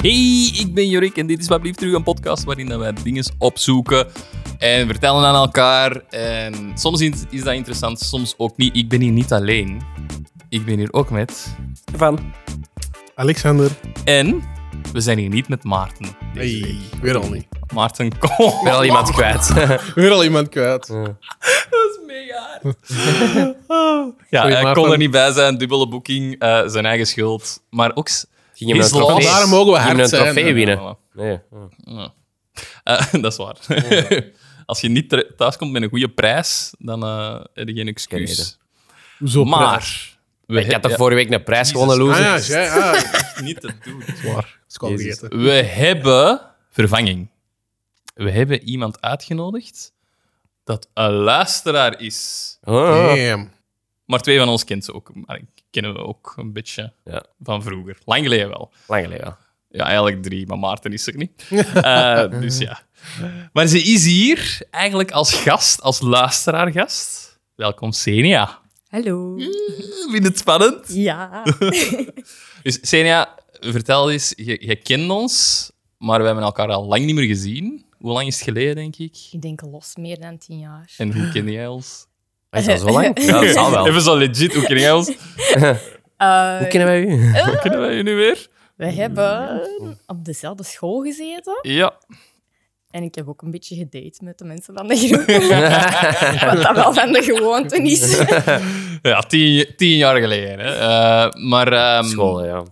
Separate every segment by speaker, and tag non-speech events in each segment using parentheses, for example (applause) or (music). Speaker 1: Hey, ik ben Jorik en dit is Wat terug een podcast waarin dat wij dingen opzoeken en vertellen aan elkaar. En soms is is dat interessant, soms ook niet. Ik ben hier niet alleen. Ik ben hier ook met.
Speaker 2: Van.
Speaker 3: Alexander.
Speaker 1: En we zijn hier niet met Maarten. deze
Speaker 3: Hey,
Speaker 1: week.
Speaker 3: weer al niet.
Speaker 1: Maarten, kom.
Speaker 2: Ik ben al iemand
Speaker 1: (laughs)
Speaker 2: kwijt.
Speaker 3: (laughs) Weer al iemand kwijt.
Speaker 2: Oh.
Speaker 1: Dat is mega hard. ja, hij
Speaker 3: Maarten.
Speaker 1: kon er niet bij zijn. Dubbele boeking, eh, zijn eigen schuld. Maar ook... s-
Speaker 2: Ging hem
Speaker 1: Is
Speaker 2: een trofee,
Speaker 1: los.
Speaker 3: Vandaar mogen we
Speaker 2: ging hem
Speaker 3: hard
Speaker 2: een
Speaker 3: zijn.
Speaker 2: trofee winnen.
Speaker 1: Voilà.
Speaker 2: Nee.
Speaker 1: Eh, (laughs) dat is waar.
Speaker 2: Oh.
Speaker 1: (laughs) Als je niet ter- thuis komt met een goede prijs, dan eh heb je geen excuus.
Speaker 3: Hoezo prijs?
Speaker 1: Maar... We
Speaker 2: Ik had
Speaker 1: he-
Speaker 2: er vorige week een prijs
Speaker 1: Jezus.
Speaker 2: gewonnen,
Speaker 3: Ah
Speaker 2: loser.
Speaker 3: ja, jij, ah,
Speaker 1: ja, niet te
Speaker 2: (laughs)
Speaker 1: doen.
Speaker 3: waar. Dat is koud
Speaker 2: Jezus.
Speaker 3: gegeten.
Speaker 1: We hebben vervanging. We hebben iemand uitgenodigd dat een luisteraar is.
Speaker 2: Ah, ah.
Speaker 3: Damn.
Speaker 1: Maar twee van ons kent ze ook. Maar ik- kennen we ook een beetje
Speaker 2: Ja.
Speaker 1: van vroeger. Lang geleden wel.
Speaker 2: Lang geleden. wel.
Speaker 1: Ja, eigenlijk drie, maar Maarten is er niet. Eh, dus ja. Maar ze is hier eigenlijk als gast, als luisteraargast. Welkom, Senia.
Speaker 4: Hallo.
Speaker 1: Vind je het spannend?
Speaker 4: Ja.
Speaker 1: Dus Senia, vertel eens, je, je kent ons, maar we hebben elkaar al lang niet meer gezien. Hoe lang is het geleden, denk ik?
Speaker 4: (laughs) Ik denk los meer dan tien jaar.
Speaker 1: En hoe ken jij ons?
Speaker 2: Is dat zo lang? Ja, dat zal wel.
Speaker 1: Even zo legit, hoe ken jij ons?
Speaker 4: Eh,
Speaker 2: Hoe kennen wij u?
Speaker 1: Hoe kennen wij je nu weer?
Speaker 4: we hebben op dezelfde school gezeten.
Speaker 1: Ja.
Speaker 4: En ik heb ook een beetje gedate met de mensen van de groep. Wat dan wel van de gewoonte is. (laughs)
Speaker 1: Ja, tien, tien jaar geleden. Hè. Eh, maar... ehm,
Speaker 2: School, ja.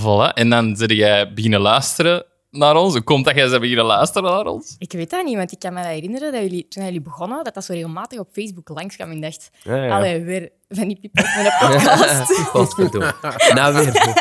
Speaker 1: Voilà. En dan zit jij beginnen luisteren naar ons. Hoe komt dat jij ze beginnen luisteren naar ons?
Speaker 4: Ik weet dat niet, want ik kan me dat herinneren dat jullie, toen jullie begonnen, dat dat zo regelmatig op Facebook langskwam. Ik dacht,
Speaker 2: Ja, ja.
Speaker 4: allee, weer van die people met een podcast.
Speaker 2: Godverdomme. Nou, weer.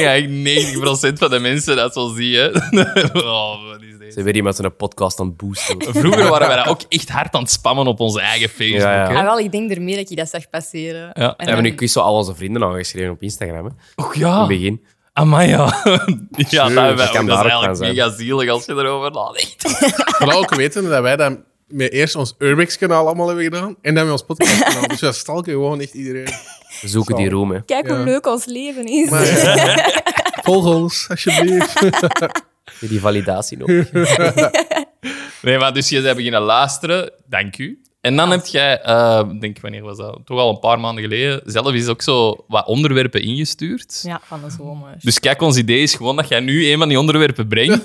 Speaker 1: Ja, ik 90% van de mensen dat zo zie je. (laughs) oh, wat is
Speaker 2: Ze
Speaker 1: deze?
Speaker 2: weer iemand een podcast aan het boosten.
Speaker 1: Vroeger waren wij dat ook echt hard aan het spammen op onze eigen Facebook.
Speaker 2: Ja, ja.
Speaker 1: hè.
Speaker 4: Ah, wel, ik denk ermee dat ik dat zag passeren.
Speaker 1: Ja.
Speaker 4: En
Speaker 2: We hebben
Speaker 4: dan-
Speaker 2: nu quiz zo al onze vrienden aangeschreven op Instagram. Hè. In
Speaker 1: Och
Speaker 2: het
Speaker 1: ja.
Speaker 2: begin.
Speaker 1: Amai, ja. ja,
Speaker 2: Tuurlijk,
Speaker 1: dat, hebben wij
Speaker 2: dat
Speaker 1: ook.
Speaker 2: kan
Speaker 1: dat
Speaker 2: daar
Speaker 1: is
Speaker 2: ook
Speaker 1: eigenlijk
Speaker 2: van zijn.
Speaker 1: mega zielig als je erover nadenkt.
Speaker 3: Vooral ook weten dat wij dan met eerst ons Urbex-kanaal allemaal hebben gedaan en dan met ons podcast-kanaal. Dus we stalken gewoon echt
Speaker 2: (laughs)
Speaker 3: iedereen.
Speaker 2: We zoeken die room, hè.
Speaker 4: Kijk hoe
Speaker 3: Ja.
Speaker 4: leuk ons leven is.
Speaker 2: Ah,
Speaker 3: Maar, eh, volg ons, alsjeblieft. (laughs)
Speaker 2: Die validatie nog.
Speaker 1: Nee, maar dus je bent beginnen luisteren. Dank u. En dan heb jij, eh, ik denk wanneer was dat? Toch al een paar maanden geleden, zelf is ook zo wat onderwerpen ingestuurd.
Speaker 4: Ja, van de zomer.
Speaker 1: Dus kijk, ons idee is gewoon dat jij nu een van die onderwerpen brengt.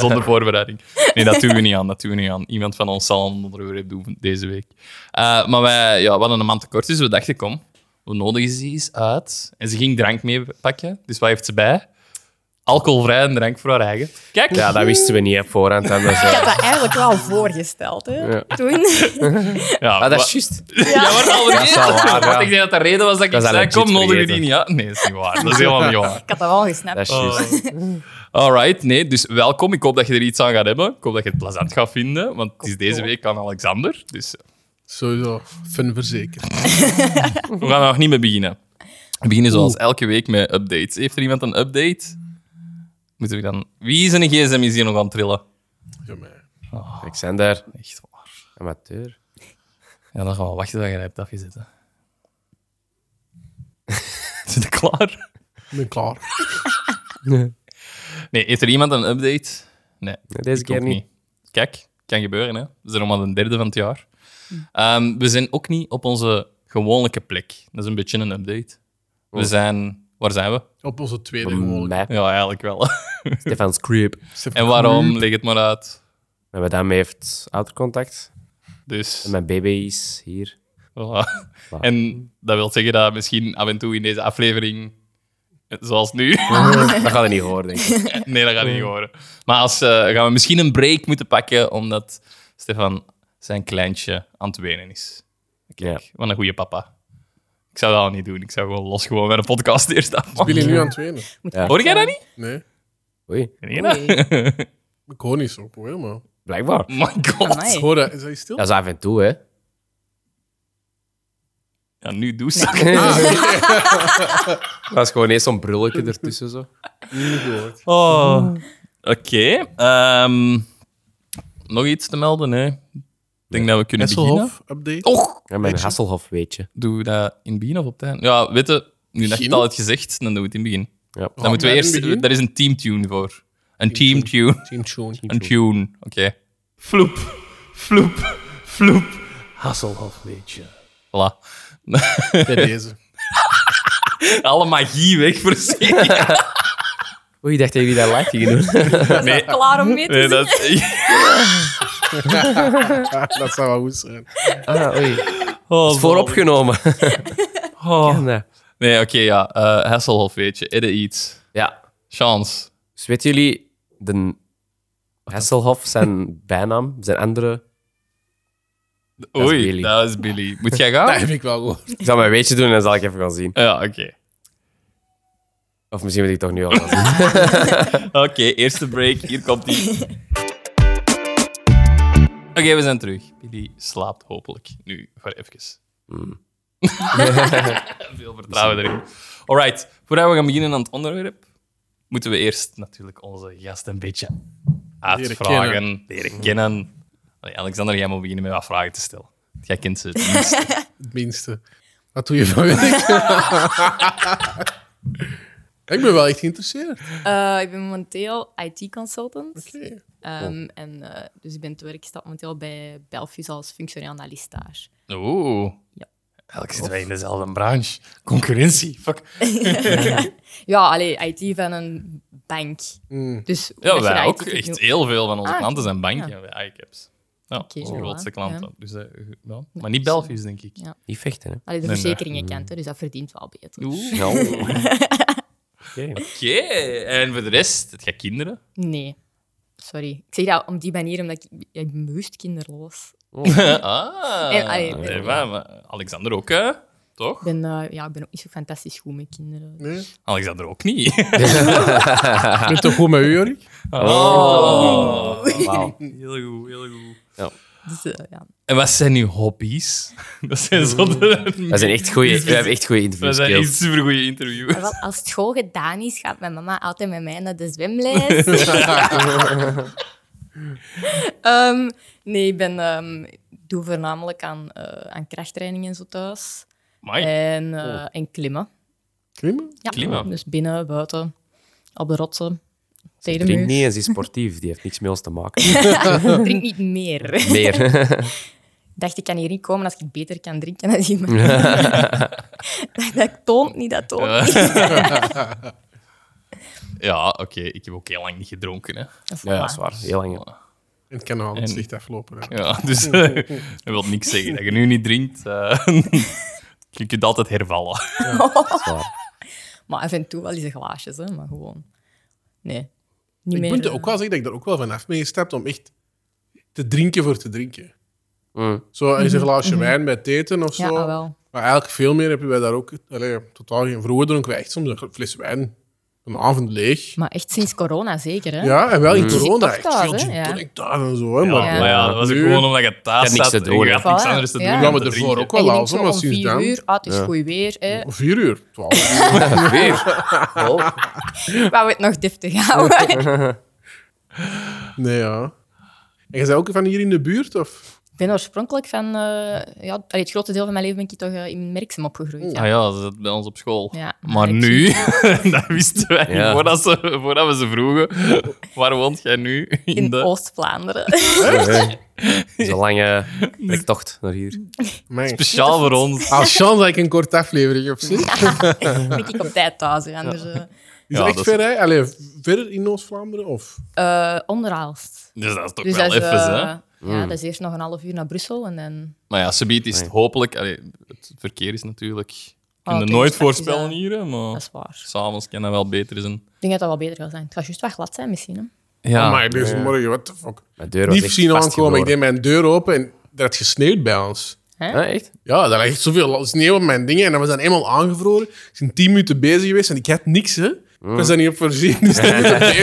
Speaker 1: Zonder voorbereiding. Nee, dat doen we niet aan. Dat doen we niet aan. Iemand van ons zal een onderwerp doen deze week. Eh, maar wij ja, we hadden een maand tekort, dus we dachten, kom, we nodigen ze eens uit. En ze ging drank meepakken, dus wat heeft ze bij? Alcoholvrije drank voor haar eigen. Kijk,
Speaker 2: Ja, dat wisten we niet, hè, op voorhand. Anders,
Speaker 4: Ik
Speaker 2: eh.
Speaker 4: had dat eigenlijk wel voorgesteld, hè.
Speaker 2: Ja.
Speaker 4: Toen.
Speaker 1: Ja,
Speaker 2: Ah, dat
Speaker 1: wa-
Speaker 2: is juist.
Speaker 1: Ja, maar dat
Speaker 2: Dat is wel waar, ja.
Speaker 1: Ik denk dat de reden was dat ik
Speaker 2: Dat is
Speaker 1: zei,
Speaker 2: legit
Speaker 1: kom, nodig je die
Speaker 2: vergeten.
Speaker 1: niet uit. Nee, dat is niet waar. Dat is helemaal niet waar.
Speaker 4: Ik had dat wel gesnapt.
Speaker 2: Dat is juist.
Speaker 1: Alright, nee, dus welkom. Ik hoop dat je er iets aan gaat hebben. Ik hoop dat je het plezant gaat vinden, want het is deze week aan Alexander. Dus
Speaker 3: Sowieso, fun verzekerd.
Speaker 1: we gaan er nog niet mee beginnen. We beginnen zoals elke week met updates. Heeft er iemand een update? Moeten we dan... Wie zijn gsm is hier nog aan het trillen?
Speaker 3: Ja, maar.
Speaker 2: Oh. Alexander,
Speaker 1: Echt waar.
Speaker 2: amateur.
Speaker 1: Ja, dan gaan we wachten dat je dat hebt afgezet. hè. (laughs) Zit ik klaar?
Speaker 3: Ik ben klaar.
Speaker 1: Nee, heeft er iemand een update? Nee.
Speaker 2: Nee, Deze
Speaker 1: Ik
Speaker 2: keer
Speaker 1: ook
Speaker 2: niet.
Speaker 1: Kijk, kan gebeuren. Hè? We zijn allemaal de derde van het jaar. Ehm, we zijn ook niet op onze gewone plek. Dat is een beetje een update. We
Speaker 2: Oh.
Speaker 1: zijn... Waar zijn we?
Speaker 3: Op onze tweede
Speaker 2: Voor
Speaker 3: mogelijk.
Speaker 2: mij,
Speaker 1: Ja, eigenlijk wel. (laughs)
Speaker 2: Stefan Screep.
Speaker 1: en waarom? Leg het maar uit.
Speaker 2: En met hem heeft oudercontact.
Speaker 1: Dus,
Speaker 2: En mijn baby is hier.
Speaker 1: voilà. En dat wil zeggen dat misschien af en toe in deze aflevering, eh, zoals nu... (laughs)
Speaker 2: (laughs) Dat gaat hij niet horen, denk ik.
Speaker 1: nee, dat gaat niet horen. Maar als, eh, gaan we misschien een break moeten pakken, omdat Stefan zijn kleintje aan het wenen is.
Speaker 2: Ja.
Speaker 1: Wat een goede papa. Ik zou dat al niet doen. Ik zou gewoon los gewoon met een podcast (laughs) eerst afmaken.
Speaker 3: Jullie nu aan het wenen?
Speaker 2: Ja.
Speaker 1: Hoor jij dat niet?
Speaker 3: Nee,
Speaker 2: Oei,
Speaker 1: Nee, dat-
Speaker 3: ik hoor niet zo. Hoor maar.
Speaker 2: blijkbaar.
Speaker 1: (laughs) My god.
Speaker 3: Ik hoor dat. Is hij stil?
Speaker 2: Dat is af en toe, hè. (laughs)
Speaker 1: Ja, nu doe ze.
Speaker 2: Dat is gewoon eerst zo'n brulletje ertussen, zo.
Speaker 3: Niet gehoord.
Speaker 1: Oh. Oké. ehm, nog iets te melden? Nee. Ik denk dat we kunnen beginnen.
Speaker 3: Hesselhof, update.
Speaker 1: Och,
Speaker 2: En mijn Hasselhof, weet je.
Speaker 1: doe we dat in het begin of op het einde? Ja, weet je, nu dat je
Speaker 3: Begin?
Speaker 1: het al hebt gezegd, dan doen we het in het begin.
Speaker 2: Oh, Ja.
Speaker 1: Dan moeten we
Speaker 3: met een
Speaker 1: eerst...
Speaker 3: begin?
Speaker 1: Daar is een teamtune voor. Een teamtune.
Speaker 3: Team Tune.
Speaker 1: Een tune, oké. Floep, floep, floep.
Speaker 5: Hasselhoff, weet je.
Speaker 1: Voilà.
Speaker 3: Bij (laughs) deze.
Speaker 1: Alle magie weg (laughs) voor zeker.
Speaker 2: Oei, ik dacht dat jullie dat live gingen (laughs) doen.
Speaker 4: Was dat klaar om mee te
Speaker 1: Nee,
Speaker 4: zingen?
Speaker 1: dat... (laughs)
Speaker 3: dat zou wel goed zijn.
Speaker 2: Ah, oei. Dat
Speaker 1: Oh,
Speaker 2: is (laughs) vooropgenomen.
Speaker 1: Oh.
Speaker 2: Nee.
Speaker 1: Nee, oké, ja. Eh Hasselhoff, weet je. Idde iets.
Speaker 2: Ja.
Speaker 1: Chance.
Speaker 2: Dus weten jullie, de Hasselhoff, zijn bijnaam, zijn andere... is
Speaker 1: Oei,
Speaker 2: Billy.
Speaker 1: dat is Billy. Moet jij gaan? (laughs)
Speaker 3: Dat (laughs) heb ik wel gehoord.
Speaker 2: Ik zal mijn weetje doen en dan zal ik even gaan zien.
Speaker 1: Ja, oké.
Speaker 2: Of misschien moet ik het toch nu al gaan zien.
Speaker 1: Oké, eerste break. Hier komt ie. Oké, we zijn terug. Billy slaapt hopelijk nu voor even. (laughs) Veel vertrouwen erin. Alright, voordat we gaan beginnen aan het onderwerp, moeten we eerst natuurlijk onze gast een beetje uitvragen, leren kennen. Allee, Alexander, jij moet beginnen met wat vragen te stellen. Jij kent ze het minst.
Speaker 3: Het minste. Wat doe je van werk? (laughs) ik ben wel echt geïnteresseerd.
Speaker 4: Eh, ik ben momenteel IT-consultant.
Speaker 3: Oké.
Speaker 4: Ehm,
Speaker 1: Oh.
Speaker 4: en, eh, dus ik ben te werk gestart momenteel bij Belfius als functioneel analist daar.
Speaker 1: Oeh.
Speaker 4: Ja.
Speaker 1: Elk zitten wij in dezelfde branche. Concurrentie. Fuck.
Speaker 4: Ja, allee, IT van een bank. Dus
Speaker 1: Hmm. Ja,
Speaker 4: als je
Speaker 1: wij
Speaker 4: dat
Speaker 1: ook.
Speaker 4: IT
Speaker 1: Echt
Speaker 4: doet-
Speaker 1: heel veel van onze
Speaker 4: Ah,
Speaker 1: klanten zijn banken.
Speaker 4: ja.
Speaker 1: Ja. ICAPS. Ja,
Speaker 4: Oké,
Speaker 1: onze
Speaker 4: voilà,
Speaker 1: grootste
Speaker 4: ja.
Speaker 1: klanten. Dus, eh, ja. Maar niet Belfius, denk ik.
Speaker 4: Ja.
Speaker 2: Niet vechten, hè.
Speaker 4: allee, de
Speaker 1: Nee, nee.
Speaker 4: verzekeringen kent, hè, dus dat verdient wel beter.
Speaker 1: eh, Oeh.
Speaker 2: Nou. (laughs)
Speaker 1: Oké. En voor de rest, het gaat kinderen. (laughs)
Speaker 4: Nee, sorry. Ik zeg dat op die manier, omdat ik, ik ben bewust kinderloos. (laughs)
Speaker 1: ah.
Speaker 4: En, allee,
Speaker 1: Nee, maar- maar Alexander ook, hè? Toch?
Speaker 4: Ik ben, eh, ja, ik ben ook niet zo fantastisch goed met kinderen.
Speaker 3: Nee.
Speaker 1: Alexander ook niet.
Speaker 3: Ik ben toch goed met u, Jorik?
Speaker 1: Oh.
Speaker 2: Wauw.
Speaker 1: (laughs) Heel goed, heel goed.
Speaker 4: Dus, eh, ja.
Speaker 1: En wat zijn uw hobby's? (laughs) Dat zijn zo de...
Speaker 2: Dat zijn echt goede... Dus We hebben echt goede interviews.
Speaker 1: Dat zijn
Speaker 2: skills.
Speaker 1: echt supergoeie
Speaker 4: Maar
Speaker 1: interviews.
Speaker 4: wel, als het school gedaan is, gaat mijn mama altijd met mij naar de
Speaker 2: (laughs)
Speaker 4: zwemles. Ehm, nee, ik ben, ehm, ik doe voornamelijk aan, eh, aan krachttraining en zo thuis.
Speaker 1: Amai.
Speaker 4: En, eh,
Speaker 2: Oh.
Speaker 4: en klimmen.
Speaker 3: Klimmen?
Speaker 4: Ja,
Speaker 1: Klimmen.
Speaker 4: Dus binnen, buiten, op de rotsen, tegen de muur.
Speaker 2: Drink
Speaker 4: (laughs)
Speaker 2: niet eens, is sportief. Die heeft niks met ons te maken. (laughs)
Speaker 4: Drink niet meer. Ik (laughs)
Speaker 2: Meer.
Speaker 4: dacht, ik kan hier niet komen als ik beter kan drinken (laughs) dan
Speaker 2: (laughs)
Speaker 4: iemand. dat toont niet, dat toont niet.
Speaker 1: Ja, oké. Ik heb ook heel lang niet gedronken, hè.
Speaker 2: Ja, dat is waar. Heel lang.
Speaker 3: En het kan nog altijd
Speaker 1: En-
Speaker 3: slecht aflopen. hè.
Speaker 4: (laughs)
Speaker 1: Ja, dus eh, (laughs) dat wil niks zeggen. Dat je nu niet drinkt, eh, (laughs) je kunt altijd hervallen.
Speaker 4: Oh. Maar af en toe wel eens glaasjes, hè. Maar gewoon... Nee. Niet
Speaker 3: Ik
Speaker 4: meer,
Speaker 3: moet
Speaker 4: eh,
Speaker 3: ook wel zeggen dat ik daar ook wel vanaf mee gestapt om echt te drinken voor te drinken. Zo eens een glaasje wijn bij het eten of
Speaker 4: Mhm. Ja,
Speaker 3: zo.
Speaker 4: ah, wel.
Speaker 3: Maar eigenlijk veel meer hebben wij daar ook allee, totaal geen. Vroeger dronken wij echt soms een fles wijn een avond leeg.
Speaker 4: Maar echt sinds corona zeker, hè?
Speaker 3: Ja, en wel in corona.
Speaker 4: ziet
Speaker 3: Echt
Speaker 4: toch thuis,
Speaker 3: veel
Speaker 4: hè?
Speaker 3: gin
Speaker 4: Ja.
Speaker 3: tonic daar en zo. hè, maar
Speaker 1: Mm. Ja, maar ja, dat was ook
Speaker 3: Nu-
Speaker 1: gewoon omdat je thuis
Speaker 2: had niks
Speaker 1: zat.
Speaker 2: te doen,
Speaker 1: Je
Speaker 2: hè.
Speaker 1: had niks
Speaker 4: Voilà,
Speaker 1: anders te doen
Speaker 4: ja.
Speaker 1: dan
Speaker 3: Ja, maar
Speaker 1: te
Speaker 3: daarvoor
Speaker 1: drinken.
Speaker 3: ook wel
Speaker 4: En je
Speaker 3: al,
Speaker 4: denkt
Speaker 3: zo,
Speaker 4: zo
Speaker 3: maar
Speaker 4: om
Speaker 3: sinds
Speaker 4: vier
Speaker 3: dan...
Speaker 4: uur, ah, het is goed weer, hè.
Speaker 3: Om Vier uur,
Speaker 4: (laughs)
Speaker 2: (laughs)
Speaker 3: twaalf.
Speaker 2: Weer. Oh.
Speaker 4: Wou het nog deftig houden.
Speaker 3: Nee, ja. En je bent ook van hier in de buurt? Of?
Speaker 4: (laughs) ik ben oorspronkelijk van... eh, ja, allee, het grote deel van mijn leven ben ik toch eh, in Merksem opgegroeid. Ja.
Speaker 1: Ah ja, ze zat bij ons op school.
Speaker 4: Ja,
Speaker 1: maar
Speaker 4: ik-
Speaker 1: nu, (laughs) dat wisten wij
Speaker 2: Ja.
Speaker 1: niet voordat, ze, voordat we ze vroegen. Waar woont jij nu? In,
Speaker 4: In
Speaker 1: de...
Speaker 3: (laughs)
Speaker 4: Oost-Vlaanderen.
Speaker 2: Zo'n lange trektocht naar hier.
Speaker 3: Mijn.
Speaker 1: Speciaal voor ons.
Speaker 3: Als chance dat ik een korte aflevering op zit.
Speaker 4: ben ik op tijd thuis, hè, anders... eh
Speaker 3: Is
Speaker 1: Ja,
Speaker 3: dat echt
Speaker 1: dat is-
Speaker 3: ver, hè? Allee, verder in Oost-Vlaanderen? Of?
Speaker 4: eh, onderhaalst.
Speaker 1: Dus dat is toch
Speaker 4: Dus
Speaker 1: wel
Speaker 4: dat is,
Speaker 1: even,
Speaker 4: eh,
Speaker 1: hè?
Speaker 4: Ja,
Speaker 3: Mm.
Speaker 4: dat is eerst nog een half uur naar Brussel en dan...
Speaker 1: Maar ja, Sabiet is het hopelijk... allee, het verkeer is natuurlijk... Je kunt
Speaker 4: Oh,
Speaker 1: het
Speaker 4: oké,
Speaker 1: nooit
Speaker 4: straks is
Speaker 1: voorspellen
Speaker 4: dat-
Speaker 1: hier, hè, maar...
Speaker 4: Dat is waar.
Speaker 1: S'avonds kan dat wel beter zijn. Oh,
Speaker 4: Ik denk dat dat wel beter gaat zijn. Het gaat juist wat glad zijn misschien, hè.
Speaker 1: Ja,
Speaker 3: Amai, deze morgen, what the fuck.
Speaker 2: Mijn deur was
Speaker 3: Niet
Speaker 2: echt
Speaker 3: zien aankomen.
Speaker 2: vastgevroren.
Speaker 3: Ik deed mijn deur open en er had gesneeuwd bij ons.
Speaker 2: Ah, echt?
Speaker 3: Ja, er lag echt zoveel sneeuw op mijn dingen. En dan was dan eenmaal aangevroren. Ik ben tien minuten bezig geweest en ik had niks, hè. Ik was daar niet op voorzien. Dus ik ben
Speaker 1: (laughs)
Speaker 3: bezig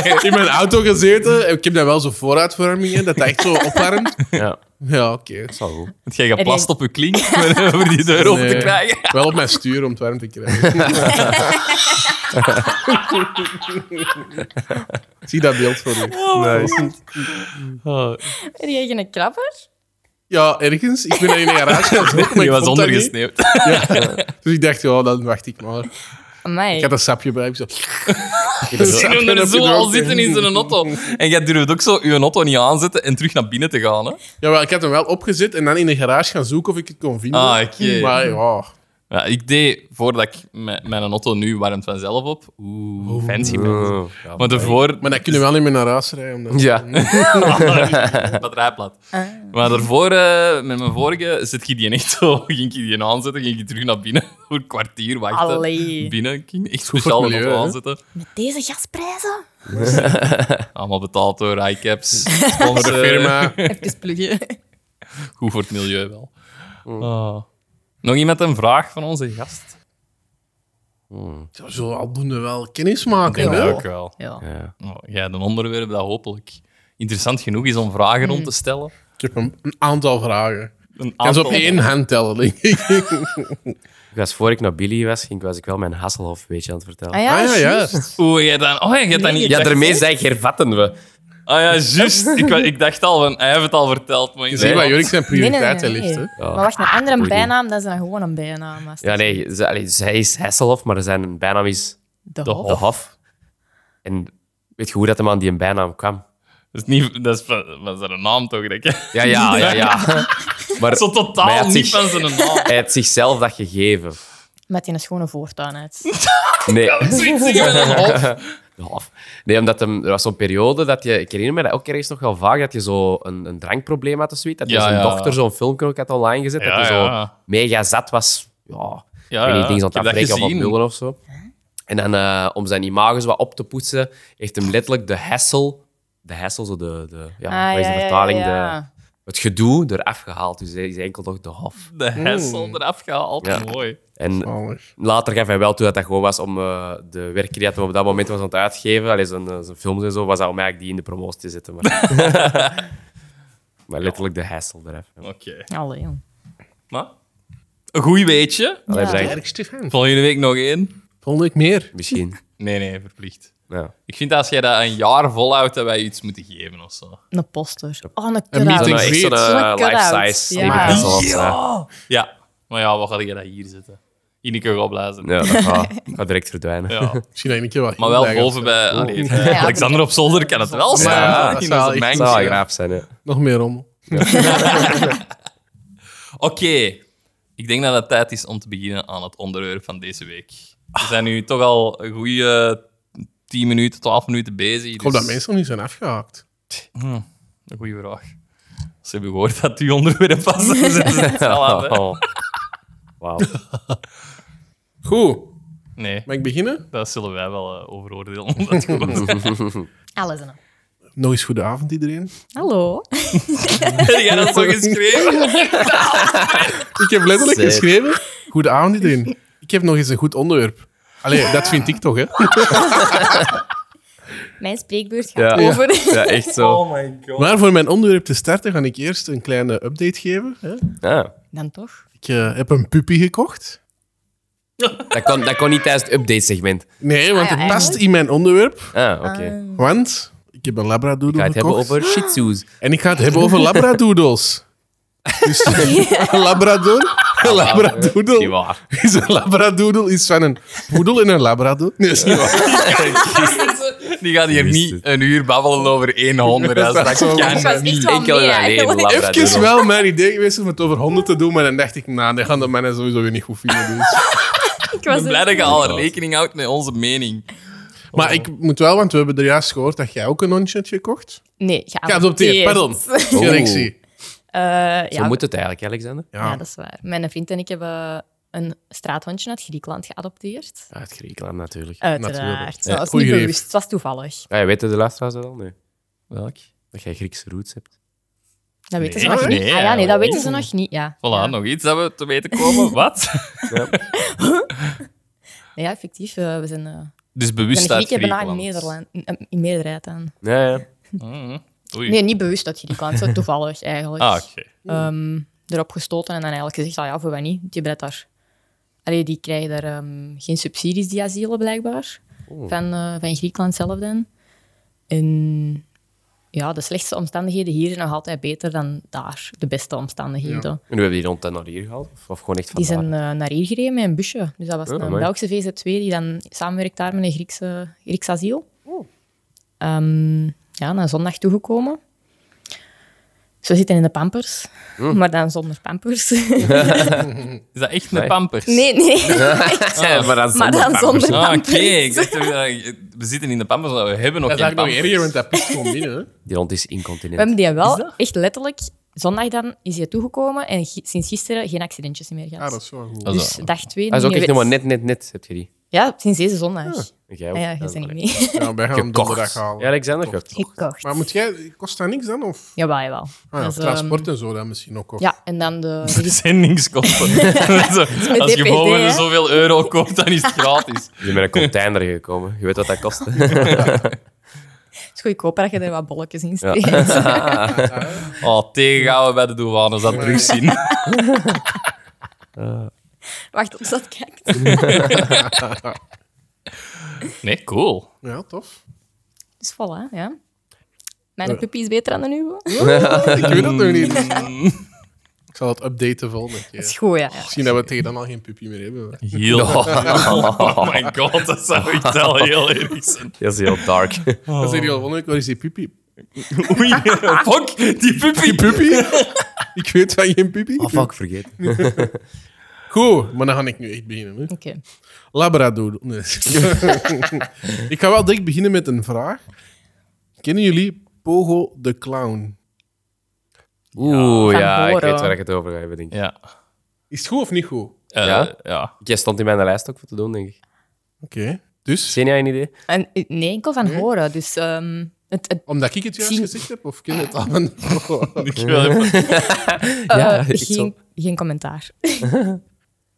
Speaker 3: geweest. in mijn auto gezeten. Ik heb daar wel zo'n voorraadverwarming in, dat dat echt zo opwarmt.
Speaker 2: Ja,
Speaker 3: Ja, oké.
Speaker 2: dat is wel goed.
Speaker 1: Want jij geplast op je
Speaker 4: (laughs)
Speaker 1: klink (laughs) om die deur open te
Speaker 3: Nee.
Speaker 1: krijgen.
Speaker 3: Wel op mijn stuur om het warm te krijgen. (laughs) Zie dat beeld voor u.
Speaker 1: Oh,
Speaker 4: Ben jij geen krabber?
Speaker 3: Ja, ergens. Ik
Speaker 1: (laughs)
Speaker 3: ben in een garage gaan zoeken, maar
Speaker 1: Die
Speaker 3: ik
Speaker 1: was
Speaker 3: vond dat niet.
Speaker 1: ondergesneeuwd.
Speaker 3: Dus ik dacht, ja, dan wacht ik maar.
Speaker 4: Amai.
Speaker 3: Ik had een sapje bij.
Speaker 1: (laughs)
Speaker 3: Ik zo...
Speaker 1: Ik noemde er
Speaker 3: heb
Speaker 1: zo
Speaker 3: je er
Speaker 1: al
Speaker 3: ook.
Speaker 1: zitten in zijn auto. (laughs) En jij durft ook zo je auto niet aanzetten en terug naar binnen te gaan. Hè?
Speaker 3: Jawel, ik had hem wel opgezet en dan in de garage gaan zoeken of ik het kon vinden.
Speaker 1: Ah, oké.
Speaker 3: Maar ja,
Speaker 1: Ja, ik deed, voordat ik mijn, mijn auto nu warmt vanzelf op, oeh, fancy mensen.
Speaker 2: Ja.
Speaker 1: Maar daarvoor...
Speaker 3: maar dan kunnen we wel niet meer naar huis rijden. Omdat...
Speaker 2: Ja.
Speaker 1: (laughs) dat rijplat.
Speaker 4: Ah.
Speaker 1: Maar daarvoor, eh, met mijn vorige, zet je die echt zo... (laughs) Ging je die aanzetten, ging je terug naar binnen. (laughs) Voor een kwartier wachten.
Speaker 4: Allee.
Speaker 1: Binnen. Ik ging echt
Speaker 3: Goed voor
Speaker 1: speciaal
Speaker 3: het
Speaker 1: een
Speaker 3: milieu,
Speaker 1: auto
Speaker 3: hè?
Speaker 1: aanzetten.
Speaker 4: Met deze gasprijzen?
Speaker 1: Allemaal betaald door iCaps.
Speaker 3: Voor
Speaker 1: Eh.
Speaker 3: de firma.
Speaker 4: Even pluggen.
Speaker 1: Goed voor het milieu wel. Ah. Nog iemand een vraag van onze gast?
Speaker 3: Ja, Zo aldoende wel kennis maken.
Speaker 4: Ja.
Speaker 3: hè?
Speaker 1: ook wel.
Speaker 4: (laughs) Ja.
Speaker 2: Ja.
Speaker 1: Oh, ja, een onderwerp dat hopelijk interessant genoeg is om vragen rond te stellen.
Speaker 3: Ik heb een, een aantal vragen.
Speaker 1: Een
Speaker 3: Ik kan ze
Speaker 1: aantal-
Speaker 3: op één hand tellen, denk ik.
Speaker 2: Ik was, voor ik naar Billy was, ging, was ik wel mijn Hasselhoff weetje aan het vertellen.
Speaker 4: Ah ja,
Speaker 3: Ah ja,
Speaker 4: juist.
Speaker 3: juist.
Speaker 1: Oeh, jij dan... Oh, jij hebt dat
Speaker 4: Nee,
Speaker 1: niet...
Speaker 2: Ja,
Speaker 1: gezegd,
Speaker 2: daarmee
Speaker 1: hè?
Speaker 2: zei ik, hervatten we.
Speaker 1: Ah ja, juist. ik, wa- ik dacht al, van, hij heeft het al verteld. Maar in
Speaker 3: Je
Speaker 1: zijn
Speaker 3: ziet waar Jorik zijn
Speaker 4: Nee, nee, nee,
Speaker 3: prioriteiten
Speaker 4: nee.
Speaker 3: ligt. Hè?
Speaker 2: Ja.
Speaker 4: Maar wacht, een andere
Speaker 2: boeit
Speaker 4: bijnaam, dat is dan gewoon een bijnaam. als
Speaker 2: Ja,
Speaker 4: het-
Speaker 2: nee, ze, allee, zij is Hasselhoff, maar zijn bijnaam is
Speaker 4: De
Speaker 1: de
Speaker 4: hof.
Speaker 2: De Hof. En weet je hoe dat hem aan die bijnaam kwam?
Speaker 1: Dat is, niet, dat, is, van- dat is een naam toch, denk ik?
Speaker 2: Ja, ja, ja,
Speaker 4: (laughs)
Speaker 2: ja. Maar
Speaker 1: (laughs) Zo
Speaker 2: Maar hij
Speaker 1: totaal
Speaker 2: had
Speaker 1: niet
Speaker 2: zich-
Speaker 1: van zijn
Speaker 2: (laughs)
Speaker 1: naam.
Speaker 2: hij heeft zichzelf dat gegeven.
Speaker 4: Met die schone voortuin uit.
Speaker 2: Nee.
Speaker 1: Zoiets zeggen met een hof.
Speaker 2: De Hof. Nee, omdat hem, er was zo'n periode dat je... Ik herinner me dat ook ergens nog wel vaak, dat je zo een, een drankprobleem had of zoiets. Dat je
Speaker 1: Ja,
Speaker 2: zijn
Speaker 1: ja.
Speaker 2: dochter zo'n filmpje ook had online gezet.
Speaker 1: Ja,
Speaker 2: dat je zo
Speaker 1: ja.
Speaker 2: mega zat was. Ja,
Speaker 1: Ja, ja.
Speaker 2: ik weet niet, dingen
Speaker 1: Ik
Speaker 2: aan
Speaker 1: heb
Speaker 2: het
Speaker 1: dat
Speaker 2: afbreken of aan het
Speaker 1: gezien.
Speaker 2: lullen of zo. En dan, eh, om zijn imago zo wat op te poetsen, heeft hem letterlijk de hassel... De hassel, zo de... de ja,
Speaker 4: Ah,
Speaker 2: wat is de
Speaker 4: ja, ja,
Speaker 2: vertaling?
Speaker 4: ja.
Speaker 2: De, het gedoe eraf gehaald. Dus hij is enkel nog de hof.
Speaker 1: De hessel eraf gehaald.
Speaker 2: Ja.
Speaker 1: Mooi.
Speaker 2: En
Speaker 3: Zalig.
Speaker 2: later gaf hij wel toe dat dat gewoon was om eh, de werk die hij op dat moment was aan het uitgeven, allee, zijn, eh, zijn films en zo, was dat om eigenlijk die in de promotie te zetten. Maar, (laughs) maar letterlijk de hassel eraf.
Speaker 1: Oké.
Speaker 4: Allee, jong.
Speaker 1: Maar, een goeie weetje.
Speaker 2: Allee,
Speaker 4: Ja.
Speaker 2: bedankt.
Speaker 3: Ergste fan.
Speaker 1: Volgende week nog één.
Speaker 3: Volgende week meer.
Speaker 2: Misschien.
Speaker 1: Nee, nee, verplicht.
Speaker 2: Ja.
Speaker 1: Ik vind dat als jij dat een jaar volhoudt, dat wij je iets moeten geven of zo.
Speaker 4: Een poster. Oh, een
Speaker 3: meeting.
Speaker 2: Zo'n
Speaker 4: kut
Speaker 3: Zo'n
Speaker 2: echt zo'n eh,
Speaker 4: cut-out.
Speaker 2: life-size.
Speaker 4: Ja.
Speaker 2: David
Speaker 4: Maar-
Speaker 2: Hasselhoff,
Speaker 1: Ja. Maar ja, wat ga je dat hier zitten? Ineke gaat blazen.
Speaker 2: Ja, dat gaat, gaat direct verdwijnen.
Speaker 1: Ja.
Speaker 3: Misschien dat ik een keer wat
Speaker 1: Maar wel
Speaker 3: inbreng of
Speaker 1: boven bij...
Speaker 3: zo. Wow. (laughs)
Speaker 1: Ah, nee, eh, Alexander op zolder kan het wel zijn.
Speaker 2: Ja,
Speaker 1: hè?
Speaker 3: dat
Speaker 1: In
Speaker 3: zou
Speaker 1: onze
Speaker 2: Dat
Speaker 3: echt
Speaker 1: mengje.
Speaker 2: zou wel graaf zijn, hè.
Speaker 3: Nog meer rommel.
Speaker 1: Oké, ik denk dat het tijd is om te beginnen aan het onderwerp van deze week. We zijn nu toch al een goede 10 minuten, 12 minuten bezig.
Speaker 3: Ik hoop dat
Speaker 1: dus-
Speaker 3: mensen nog niet zijn afgehaakt.
Speaker 1: Een goede vraag. Ze hebben gehoord dat die onderwerp was. (laughs) dan zetten ze het snel aan, hè.
Speaker 2: Oh. Wauw.
Speaker 3: Goed.
Speaker 1: Nee,
Speaker 3: Mag ik beginnen?
Speaker 1: dat zullen wij wel eh, overoordelen. omdat het goed is.
Speaker 4: Alles in hem.
Speaker 3: Nog eens goede avond iedereen.
Speaker 4: Hallo.
Speaker 1: Heb jij dat zo geschreven?
Speaker 3: (laughs) Ik heb letterlijk
Speaker 2: Zeker.
Speaker 3: geschreven. Goede avond iedereen. Ik heb nog eens een goed onderwerp. Allee, dat vind ik toch,
Speaker 1: (laughs)
Speaker 3: hè?
Speaker 4: Mijn spreekbeurt
Speaker 2: Ja.
Speaker 4: gaat over.
Speaker 2: Ja, echt
Speaker 4: Oh,
Speaker 2: zo.
Speaker 1: my god.
Speaker 3: Maar voor mijn onderwerp te starten, ga ik eerst een kleine update geven. Hè?
Speaker 2: Ja.
Speaker 4: (laughs) Dan toch?
Speaker 3: Ik eh, heb een puppy gekocht.
Speaker 2: Dat, kon, dat kon niet tijdens het update-segment.
Speaker 3: Nee, want
Speaker 4: Ah ja,
Speaker 3: het past
Speaker 4: eigenlijk?
Speaker 3: in mijn onderwerp.
Speaker 2: Ah, oké.
Speaker 3: Want ik heb een labradoodle
Speaker 2: Ik ga het hebben
Speaker 3: gekocht.
Speaker 2: over shih tzus.
Speaker 3: En ik ga het hebben over labradoodles.
Speaker 4: (laughs)
Speaker 3: Dus een labrador, een
Speaker 2: Niet
Speaker 3: labradoodle
Speaker 2: waar.
Speaker 3: is een labradoodle is van een poedel en een labrador. Nee, dat is niet waar.
Speaker 1: Die gaat hier niet een uur babbelen over één hond. Dat is
Speaker 3: Dat is zo.
Speaker 1: dat
Speaker 4: Ik
Speaker 1: kan
Speaker 4: was
Speaker 1: niet.
Speaker 4: echt wel
Speaker 2: Enkel
Speaker 4: mee,
Speaker 2: en
Speaker 4: (laughs)
Speaker 2: alleen
Speaker 4: eigenlijk.
Speaker 2: Labrador.
Speaker 3: Even wel mijn idee geweest om het over honden te doen, maar dan dacht ik, nou, dat gaan de mannen sowieso weer niet goed vinden. Dus.
Speaker 4: Ik
Speaker 1: Ik
Speaker 4: was
Speaker 1: ben blij dat
Speaker 4: er-
Speaker 1: je al rekening houdt met onze mening.
Speaker 3: (laughs) Maar ik moet wel, want we hebben er juist gehoord dat jij ook een hondje hebt (laughs) gekocht.
Speaker 4: Nee,
Speaker 3: Ik adopteer, pardon. Correctie.
Speaker 4: Eh, ja,
Speaker 2: Zo moet het eigenlijk, Alexander.
Speaker 3: Ja.
Speaker 4: Ja, dat is waar. Mijn vriend en ik hebben een straathondje uit Griekenland geadopteerd.
Speaker 2: Uit Ah, Griekenland natuurlijk.
Speaker 4: Eh. Uiteraard.
Speaker 3: Ja,
Speaker 4: Dat was
Speaker 3: goeie
Speaker 4: niet
Speaker 3: greep.
Speaker 4: bewust, het was toevallig.
Speaker 2: Ah, ja, weten de luisteraars dat al? Nee.
Speaker 1: Welk?
Speaker 2: Dat jij Griekse roots hebt.
Speaker 4: Dat weten
Speaker 1: Nee,
Speaker 4: ze nog niet.
Speaker 1: nee,
Speaker 4: ah, ja, nee, dat
Speaker 1: nee.
Speaker 4: weten ze nog niet. Ja.
Speaker 1: Voilà, nog iets dat we te weten (laughs) komen. Wat?
Speaker 4: Nee, ja, effectief. eh, we zijn, eh
Speaker 1: Dus
Speaker 4: we
Speaker 1: bewust
Speaker 4: zijn
Speaker 1: uit
Speaker 4: Grieken bijna
Speaker 1: Griekenland.
Speaker 4: in, Nederland, in, in meerderheid aan.
Speaker 2: Ja, ja.
Speaker 1: Mm, Oei.
Speaker 4: Nee, niet bewust uit
Speaker 1: (laughs)
Speaker 4: Griekenland, zo toevallig eigenlijk.
Speaker 1: Ah, oké.
Speaker 4: Ehm, erop gestoten en dan eigenlijk gezegd, ah, ja, voor wat niet? Die, brengt daar, allee, die krijgen daar ehm, geen subsidies, die asielen blijkbaar. Van, eh, van Griekenland zelf dan. En ja, de slechtste omstandigheden hier zijn nog altijd beter dan daar, de beste omstandigheden.
Speaker 2: En hoe hebben die rond en naar hier gehaald? Of, of gewoon echt van
Speaker 4: Die zijn eh, naar hier gereden met een busje. Dus dat was
Speaker 2: Ah, Oh,
Speaker 4: een
Speaker 2: amai.
Speaker 4: Belgische VZ2 die dan samenwerkt daar met een Griekse, Grieks asiel. Ehm, ja, na zondag toegekomen. Dus we zitten in de pampers, maar dan zonder pampers.
Speaker 1: Is dat echt
Speaker 2: Nee.
Speaker 1: een pampers?
Speaker 4: (laughs) nee, nee.
Speaker 2: Ja, maar
Speaker 4: (laughs)
Speaker 2: dan
Speaker 4: maar dan zonder
Speaker 1: Ah, oké.
Speaker 4: pampers.
Speaker 1: Ik dacht toch, eh, we zitten in de pampers, maar we hebben nog
Speaker 3: Dat is
Speaker 1: geen
Speaker 3: eigenlijk nog
Speaker 1: pampers.
Speaker 3: erger, want dat pist gewoon binnen. (laughs) hè.
Speaker 2: Die hond is
Speaker 4: We
Speaker 2: incontinent.
Speaker 4: hebben die wel echt letterlijk... Zondag dan is hij toegekomen en gi- sinds gisteren geen accidentjes meer gehad.
Speaker 3: Ah, dat is wel goed.
Speaker 1: Dat is
Speaker 4: Dus dag twee...
Speaker 2: Dat Ah, is ook
Speaker 4: niet
Speaker 2: echt nog
Speaker 4: meer
Speaker 2: maar
Speaker 4: wit.
Speaker 2: net, net, net, heb je die.
Speaker 4: Ja, sinds deze zondag.
Speaker 2: En jij
Speaker 4: Ja,
Speaker 2: ook?
Speaker 4: ja, je bent
Speaker 2: allee.
Speaker 4: niet mee.
Speaker 3: Ja, wij gaan hem
Speaker 1: Gekocht.
Speaker 3: donderdag halen.
Speaker 2: Ja, Alexander gekocht.
Speaker 4: Gekocht.
Speaker 3: Maar moet jij, kost dat niks dan? Of
Speaker 4: Jawel, jawel.
Speaker 3: ah, ja,
Speaker 4: Dus, ehm,
Speaker 3: transport en zo dan misschien ook? Of?
Speaker 4: Ja, en dan de...
Speaker 1: (laughs) Er zijn niks kosten.
Speaker 4: (laughs)
Speaker 1: Zo, Als je
Speaker 4: DPD,
Speaker 1: boven
Speaker 4: hè?
Speaker 1: zoveel euro koopt, dan is het gratis.
Speaker 2: Je bent met een container gekomen. Je weet wat dat
Speaker 4: (laughs)
Speaker 2: kost.
Speaker 4: Het is goedkoper dat je er wat bolletjes in
Speaker 2: Ja.
Speaker 4: steekt.
Speaker 1: Oh, tegenhouden bij de douane, dat terug zien.
Speaker 4: Wacht tot ze dat kijkt.
Speaker 1: Nee, cool.
Speaker 3: Ja, tof. (laughs)
Speaker 4: Dus voilà, ja. Mijn puppy is beter dan de uwe.
Speaker 3: Ik weet dat nog
Speaker 4: (laughs)
Speaker 3: niet. Ik zal het updaten volgende
Speaker 4: Dat is
Speaker 3: keer.
Speaker 4: goed, ja. ja.
Speaker 3: Misschien dat we tegen dan al geen puppy meer hebben.
Speaker 1: Heel. Oh my god, dat zou ik wel heel erg zijn.
Speaker 2: Dat is heel dark.
Speaker 4: Oh.
Speaker 3: Dan zeg je al, wonderlijk, waar is die puppy?
Speaker 1: Oei, fuck, die puppy.
Speaker 3: Puppy? (laughs) ik weet van geen puppy.
Speaker 2: fuck, vergeten.
Speaker 3: (laughs) Goed, maar dan ga ik nu echt beginnen. Hè.
Speaker 4: Oké.
Speaker 3: Labrador. Nee. (laughs) ik ga wel direct beginnen met een vraag. Kennen jullie Pogo de Clown?
Speaker 2: Oeh,
Speaker 4: Van
Speaker 2: ja, ik
Speaker 4: horen.
Speaker 2: weet waar ik het over ga hebben, denk ik.
Speaker 1: Ja.
Speaker 3: Is het goed of niet goed?
Speaker 1: Eh,
Speaker 2: Ja?
Speaker 1: ja.
Speaker 2: Jij stond in mijn lijst ook voor te doen, denk ik.
Speaker 3: Oké. Dus,
Speaker 2: Xenia, een idee?
Speaker 4: En eh, Nee, enkel van horen. Dus ehm, het, het
Speaker 3: omdat ik het juist
Speaker 4: Zien-
Speaker 3: gezegd heb, of ken je het al? van-
Speaker 1: Ik wil even-
Speaker 4: eh,
Speaker 2: Ja, echt
Speaker 4: geen, geen commentaar.
Speaker 3: (laughs)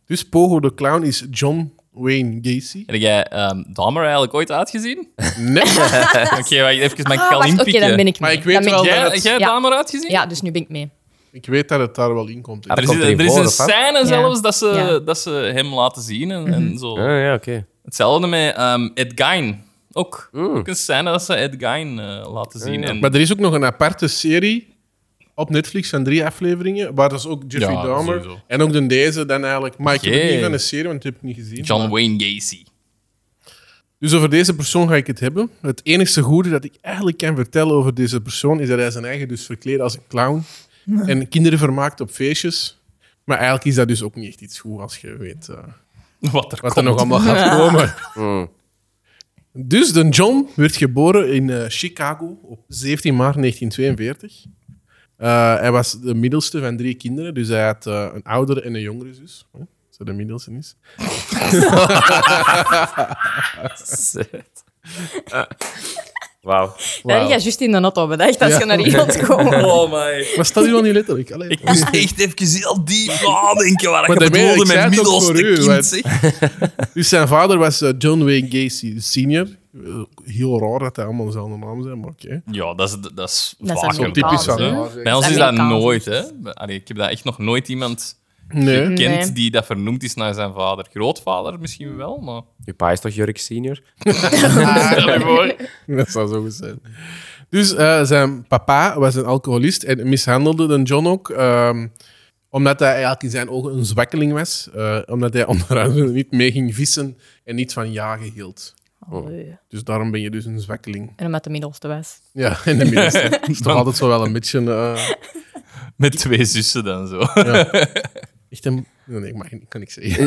Speaker 3: dus Pogo de Clown is John Wayne Gacy.
Speaker 1: Heb jij ehm Dahmer eigenlijk ooit uitgezien?
Speaker 3: Nee,
Speaker 1: Oké, wacht, even mijn
Speaker 4: Ah, wacht,
Speaker 1: kalin
Speaker 4: Oké, dan ben ik mee.
Speaker 3: Maar ik weet
Speaker 4: Dan ben
Speaker 3: wel
Speaker 4: ik-
Speaker 1: Jij,
Speaker 3: dat het-
Speaker 1: jij
Speaker 4: Ja.
Speaker 1: Dahmer uitgezien?
Speaker 4: Ja, dus nu ben ik mee.
Speaker 3: ik weet dat het daar wel in komt.
Speaker 2: Ah,
Speaker 1: Er is,
Speaker 2: komt
Speaker 1: er
Speaker 2: erin
Speaker 1: is
Speaker 2: voor,
Speaker 1: een
Speaker 2: of wat?
Speaker 1: scène
Speaker 4: Ja.
Speaker 1: zelfs dat, ze,
Speaker 4: Ja. Mhm.
Speaker 1: dat ze hem laten zien en, en zo.
Speaker 2: Ah, ja, oké.
Speaker 1: Hetzelfde met ehm, Ed Gein. Ook. ook een scène dat ze Ed Gein eh, laten zien. En,
Speaker 3: Maar er is ook nog een aparte serie op Netflix van drie afleveringen, waar dus ook Jeffrey
Speaker 1: Ja,
Speaker 3: Dahmer
Speaker 1: sowieso.
Speaker 3: en ook de deze dan eigenlijk. Maar ik heb het
Speaker 1: Jee.
Speaker 3: niet van de serie, want ik heb het niet gezien.
Speaker 1: John
Speaker 3: maar-
Speaker 1: Wayne Gacy. (laughs)
Speaker 3: Dus over deze persoon ga ik het hebben. Het enige goede dat ik eigenlijk kan vertellen over deze persoon is dat hij zijn eigen dus verkleedde als een clown en kinderen vermaakt op feestjes. Maar eigenlijk is dat dus ook niet echt iets goed als je weet eh,
Speaker 1: Wat er
Speaker 3: wat
Speaker 1: komt.
Speaker 3: er nog allemaal gaat komen. Dus de John werd geboren in eh, Chicago op 17 maart 1942. Eh, hij was de middelste van drie kinderen, dus hij had eh, een oudere en een jongere zus. Hè, Zo de middelste is.
Speaker 2: (laughs) Zet. Ah. Wauw.
Speaker 4: Ja, die gaat juist in de auto bedacht als je naar iemand komt.
Speaker 1: Oh my.
Speaker 3: Maar stel je wel niet letterlijk. Allee.
Speaker 1: Ik moest Dus echt even heel diep Ah, nadenken waar
Speaker 3: Maar
Speaker 1: ik
Speaker 3: daarmee, ik
Speaker 1: bedoelde
Speaker 3: zei
Speaker 1: met
Speaker 3: het
Speaker 1: middelste
Speaker 3: ook voor u,
Speaker 1: kind.
Speaker 3: want-
Speaker 1: zeg.
Speaker 3: Dus zijn vader was eh, John Wayne Gacy Senior. Eh, Heel raar dat hij allemaal dezelfde naam zijn, maar oké.
Speaker 1: Ja, dat is, dat is
Speaker 4: Dat is
Speaker 1: vaak
Speaker 4: Amerikaans,
Speaker 1: een
Speaker 3: Typisch
Speaker 1: basis,
Speaker 3: van
Speaker 1: hè.
Speaker 3: haar, zeg.
Speaker 1: Bij ons is dat
Speaker 4: Amerikaans.
Speaker 1: nooit. Hè. Allee, ik heb daar echt nog nooit iemand
Speaker 3: Nee.
Speaker 1: gekend
Speaker 4: Nee.
Speaker 1: die dat vernoemd is naar zijn vader. Grootvader misschien wel,
Speaker 3: (laughs)
Speaker 1: maar...
Speaker 2: Je pa is toch Jurk senior?
Speaker 1: Stel je voor.
Speaker 3: (laughs) Dat zou zo goed zijn. Dus eh, zijn papa was een alcoholist en mishandelde dan John ook. ehm, omdat hij eigenlijk in zijn ogen een zwakkeling was. eh, omdat hij (laughs) onder andere niet mee ging vissen en niet van jagen hield.
Speaker 4: Allee.
Speaker 3: Dus daarom ben je dus een zwakkeling.
Speaker 4: En met de middelste was.
Speaker 3: Ja, in de meeste. Dat is toch altijd zo wel een beetje... eh,
Speaker 1: Met twee zussen dan zo.
Speaker 3: echt een... Nee, ik mag ik kan niks zeggen.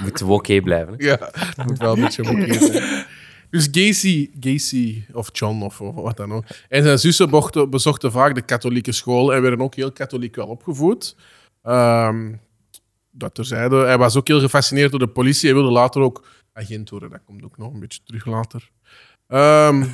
Speaker 3: (laughs)
Speaker 2: Moeten we oké blijven. hè?
Speaker 3: Ja, het (laughs) moet wel een beetje moeilijk zijn. Dus Gacy, Gacy of John of, of wat dan ook. En zijn zussen bochten- bezochten vaak de katholieke school en werden ook heel katholiek wel opgevoed. Ehm, dat terzijde. Hij was ook heel gefascineerd door de politie. Hij wilde later ook agent worden. Dat komt ook nog een beetje terug later. Ehm,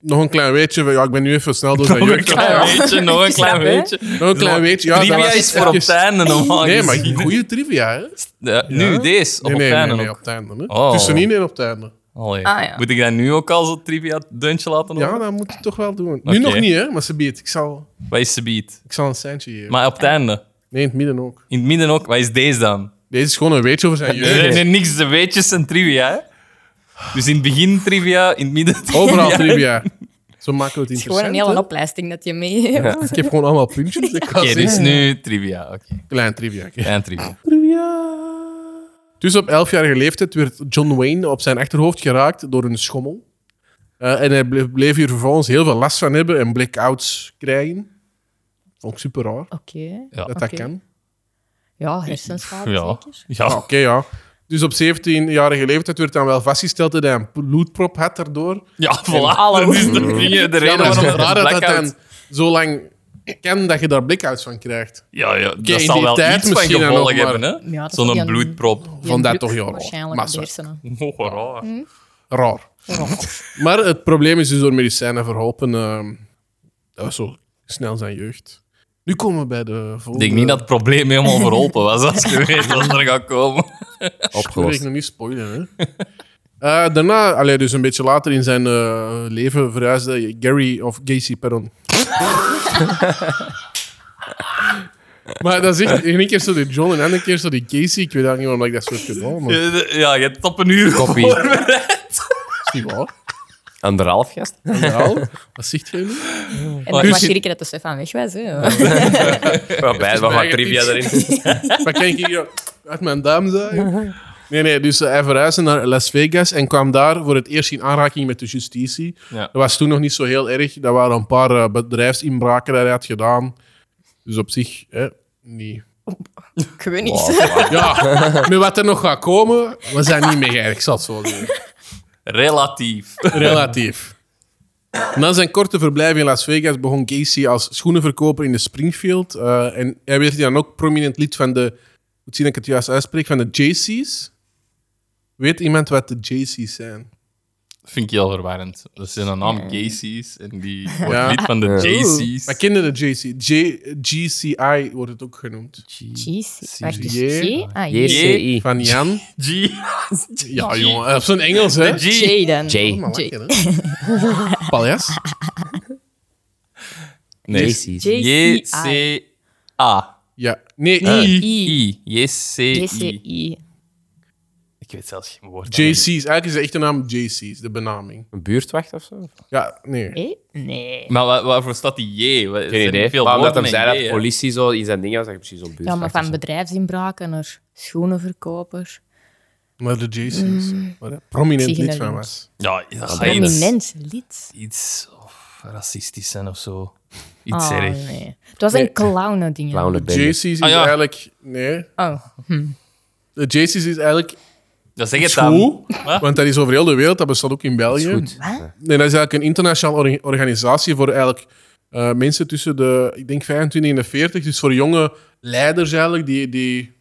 Speaker 3: nog een klein weetje. van- Ja, ik ben nu
Speaker 1: (laughs)
Speaker 3: even snel door zijn
Speaker 1: Nog een
Speaker 3: jeugd.
Speaker 1: klein beetje, nog een klein
Speaker 4: (laughs) Snap, hè?
Speaker 1: beetje.
Speaker 3: Nog een klein weetje. Ja, dat
Speaker 1: Trivia
Speaker 3: was
Speaker 1: is voor op het
Speaker 3: even-
Speaker 1: einde normaal (laughs)
Speaker 3: Nee, maar
Speaker 1: gezien.
Speaker 3: goede trivia, hè?
Speaker 1: Ja, nu, deze, op
Speaker 3: Nee, nee,
Speaker 1: het
Speaker 3: nee,
Speaker 1: einde
Speaker 3: nee,
Speaker 1: ook.
Speaker 3: op het einde. Hè?
Speaker 1: Oh.
Speaker 3: Tussenin en op het einde.
Speaker 1: Allee.
Speaker 4: Ah, ja.
Speaker 1: Moet ik dat nu ook al zo'n trivia-deuntje laten doen?
Speaker 3: Ja, dat moet je toch wel doen.
Speaker 1: Oké.
Speaker 3: Nu nog niet, hè? Maar ze biedt. Ik zal,
Speaker 1: Wat is de beat?
Speaker 3: ik zal een seintje geven.
Speaker 1: Maar op het einde.
Speaker 3: Nee, in het midden ook.
Speaker 1: In het midden ook. Wat is deze dan?
Speaker 3: Deze is gewoon een weetje over zijn
Speaker 1: Er
Speaker 3: jeugd.
Speaker 1: zijn er niks de (laughs) weetjes en trivia, hè? Dus in het begin trivia, in het midden...
Speaker 3: Overal trivia. Zo maken we het
Speaker 4: Het is gewoon
Speaker 3: interessant.
Speaker 4: een hele
Speaker 3: hè?
Speaker 4: opleisting dat je mee hebt.
Speaker 3: Ik heb gewoon allemaal puntjes.
Speaker 4: (laughs)
Speaker 3: Ik ga
Speaker 1: Oké, dit is
Speaker 3: zeggen.
Speaker 1: dus nu trivia. Oké,
Speaker 3: Klein trivia.
Speaker 1: klein trivia.
Speaker 3: Dus op 11-jarige leeftijd werd John Wayne op zijn achterhoofd geraakt door een schommel. Eh, en hij ble- bleef hier vervolgens heel veel last van hebben en blackouts krijgen. Vond ik super raar
Speaker 4: Oké.
Speaker 3: dat
Speaker 4: Oké.
Speaker 3: dat kan.
Speaker 4: Ja, hersenschade
Speaker 1: Ja.
Speaker 4: zeker.
Speaker 3: Ah, Oké,
Speaker 1: ja.
Speaker 3: ja. Dus op 17-jarige leeftijd werd dan wel vastgesteld dat hij een bloedprop had daardoor.
Speaker 1: Ja, voilà.
Speaker 4: Hallo.
Speaker 1: Dat is de, dingen, de reden
Speaker 3: Ja, maar het
Speaker 1: waarom
Speaker 3: is
Speaker 1: het
Speaker 3: raar
Speaker 1: een
Speaker 3: dat dat
Speaker 1: blackout...
Speaker 3: dan zo lang kan dat je daar blackouts van krijgt.
Speaker 1: Ja, ja dat
Speaker 3: in
Speaker 1: zal
Speaker 3: die
Speaker 1: wel
Speaker 3: tijd
Speaker 1: iets van
Speaker 3: misschien dan
Speaker 1: gevolgen
Speaker 3: nog, maar-
Speaker 1: hebben, hè?
Speaker 4: Ja, dat is die
Speaker 1: Zo'n
Speaker 4: een-
Speaker 1: bloedprop.
Speaker 4: Die
Speaker 3: Vond dat
Speaker 4: druk
Speaker 3: toch heel raar.
Speaker 4: Waarschijnlijk
Speaker 3: Maar
Speaker 4: op de
Speaker 3: zwart.
Speaker 4: hersenen.
Speaker 1: (laughs) Oh, raar.
Speaker 4: Hmm?
Speaker 3: Raar. Maar het probleem is dus door medicijnen verholpen. ehm, dat was zo snel zijn jeugd. Nu komen we bij de
Speaker 1: Ik
Speaker 3: volgende.
Speaker 1: denk niet dat het probleem
Speaker 4: (laughs)
Speaker 1: helemaal verholpen was als je weet wat er gaat komen. (laughs)
Speaker 3: Dat wil ik nog niet spoilen, hè. (laughs) Eh, daarna, allee, dus een beetje later in zijn eh, leven verhuisde Gary of Gacy, pardon. (laughs) maar dat is echt, de ene keer zo die John en de andere keer zo die Casey. Ik weet eigenlijk niet waarom ik dat zo heb gedaan, maar
Speaker 1: Ja, je hebt op een uur
Speaker 2: Koppie.
Speaker 3: dat is niet waar.
Speaker 1: (laughs)
Speaker 2: Anderhalf, gast.
Speaker 3: Nou, (laughs) wat zegt jij nu?
Speaker 4: En dan
Speaker 1: Dus-
Speaker 4: mag je dat de Stefan wegwijs. Hè.
Speaker 2: Waarbij, wat gaat trivia
Speaker 1: (laughs)
Speaker 2: erin?
Speaker 3: Maar kan ik hier uit mijn duim zagen? Nee, nee, dus eh, hij verhuisde naar Las Vegas en kwam daar voor het eerst in aanraking met de justitie.
Speaker 1: Ja.
Speaker 3: Dat was toen nog niet zo heel erg. Dat waren een paar eh, bedrijfsinbraken die hij had gedaan. Dus op zich, hè, niet.
Speaker 4: (laughs) Ik weet niet.
Speaker 3: Ja, (laughs) met wat er nog gaat komen, we zijn niet mee Ik zal het zo doen.
Speaker 1: Relatief.
Speaker 3: (laughs) Relatief. Na zijn korte verblijf in Las Vegas begon Casey als schoenenverkoper in de Springfield. eh, en hij werd dan ook prominent lid van de... Moet zien dat ik het juist uitspreek. Van de JC's. Weet iemand wat de JC's zijn?
Speaker 1: Vind ik heel verwarrend. Dat zijn de naam Casey's en die wordt
Speaker 3: Ja.
Speaker 1: lid van de
Speaker 3: Maar
Speaker 1: JC's.
Speaker 3: kinderen de JC. J, GCI wordt het ook genoemd.
Speaker 4: (laughs) Jeez. Wacht, dus
Speaker 3: Jee.
Speaker 4: J? Ah, J.
Speaker 2: JCI.
Speaker 3: Van Jan.
Speaker 1: G.
Speaker 3: Ja, jongen. eh, Op zo'n Engels, hè?
Speaker 1: G.
Speaker 4: J dan.
Speaker 1: Oh,
Speaker 2: J.
Speaker 3: Maar lekker, hè? Paljas.
Speaker 1: Nee.
Speaker 4: JCI.
Speaker 1: J-C-A.
Speaker 3: Ja. Nee,
Speaker 1: Eh,
Speaker 3: I.
Speaker 1: I. J-C-I.
Speaker 4: JCI.
Speaker 1: Ik weet zelfs geen woord.
Speaker 3: JC's. Eigenlijk is de echte naam JC's, de benaming.
Speaker 2: Een buurtwacht of zo?
Speaker 3: Ja, nee.
Speaker 4: Eh? Nee.
Speaker 1: Maar wa- waarvoor staat die J? Wat- er
Speaker 2: Geen
Speaker 1: zijn
Speaker 2: idee.
Speaker 1: veel
Speaker 2: Maar omdat
Speaker 1: woorden
Speaker 2: hem
Speaker 1: met
Speaker 2: zei
Speaker 1: J,
Speaker 2: dat
Speaker 1: hè.
Speaker 2: politie zo in zijn ding was, dat je precies zo'n
Speaker 1: Dus
Speaker 4: Ja, maar
Speaker 2: buurtwacht
Speaker 4: van bedrijfsinbraken naar schoenenverkoper.
Speaker 3: Maar de JC's. Waar hij prominent
Speaker 4: Zie je
Speaker 3: lid
Speaker 4: dat
Speaker 3: van
Speaker 4: niet?
Speaker 3: was.
Speaker 1: Ja, dat ga je dus
Speaker 4: Prominent lid.
Speaker 1: iets of racistisch zijn of zo. Iets
Speaker 4: Oh,
Speaker 1: erg.
Speaker 4: nee. Het was een clownending.
Speaker 2: Clownen
Speaker 3: De JC's is
Speaker 1: Ah, ja.
Speaker 3: eigenlijk. Nee.
Speaker 4: Oh.
Speaker 3: De JC's is eigenlijk
Speaker 1: Dat zeg je
Speaker 3: school.
Speaker 1: dan. Wat?
Speaker 3: Want dat is over heel de wereld. Dat bestaat ook in België.
Speaker 2: Goed.
Speaker 3: Nee, dat is eigenlijk een internationale orga- organisatie voor eigenlijk eh, mensen tussen de, ik denk 25 en de 40. Dus voor jonge leiders eigenlijk die, die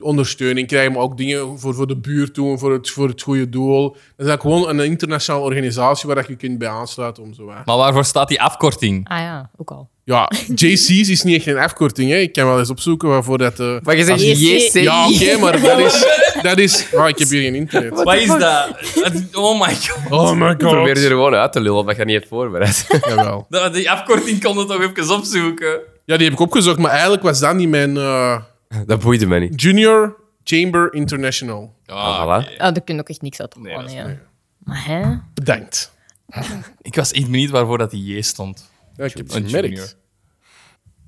Speaker 3: ondersteuning krijgen, maar ook dingen voor, voor de buurt doen, voor het, voor het goede doel. Dat is eigenlijk gewoon een internationale organisatie waar dat je kunt bij aansluiten om zo. hè.
Speaker 1: Maar waarvoor staat die afkorting?
Speaker 4: Ah ja, ook al.
Speaker 3: Ja, JC's is niet echt een afkorting. Hè. Ik kan wel eens opzoeken waarvoor dat... eh,
Speaker 2: Maar je zegt
Speaker 4: JCI.
Speaker 2: JCI.
Speaker 3: Ja, oké, maar dat is... Dat is ah, ik heb hier geen internet.
Speaker 1: Wat is dat? Het- Oh my god.
Speaker 3: Oh my god.
Speaker 2: (laughs) Ik probeer je er gewoon uit te lullen, omdat je dat niet hebt voorbereid. (laughs)
Speaker 3: Jawel.
Speaker 1: Dat- Die afkorting kon het toch even opzoeken?
Speaker 3: Ja, die heb ik opgezocht, maar eigenlijk was dat niet mijn... eh,
Speaker 2: dat boeide me niet.
Speaker 3: Junior Chamber International.
Speaker 1: Ah,
Speaker 2: voilà.
Speaker 1: oké.
Speaker 4: Ah, daar kun je ook echt niks uit
Speaker 1: Nee, dat
Speaker 4: opvallen.
Speaker 1: is
Speaker 4: ja. Maar hè?
Speaker 3: Bedankt.
Speaker 1: Ik was echt benieuwd waarvoor dat die J stond.
Speaker 3: Ja, ik heb het
Speaker 1: Een junior.
Speaker 3: gemerkt.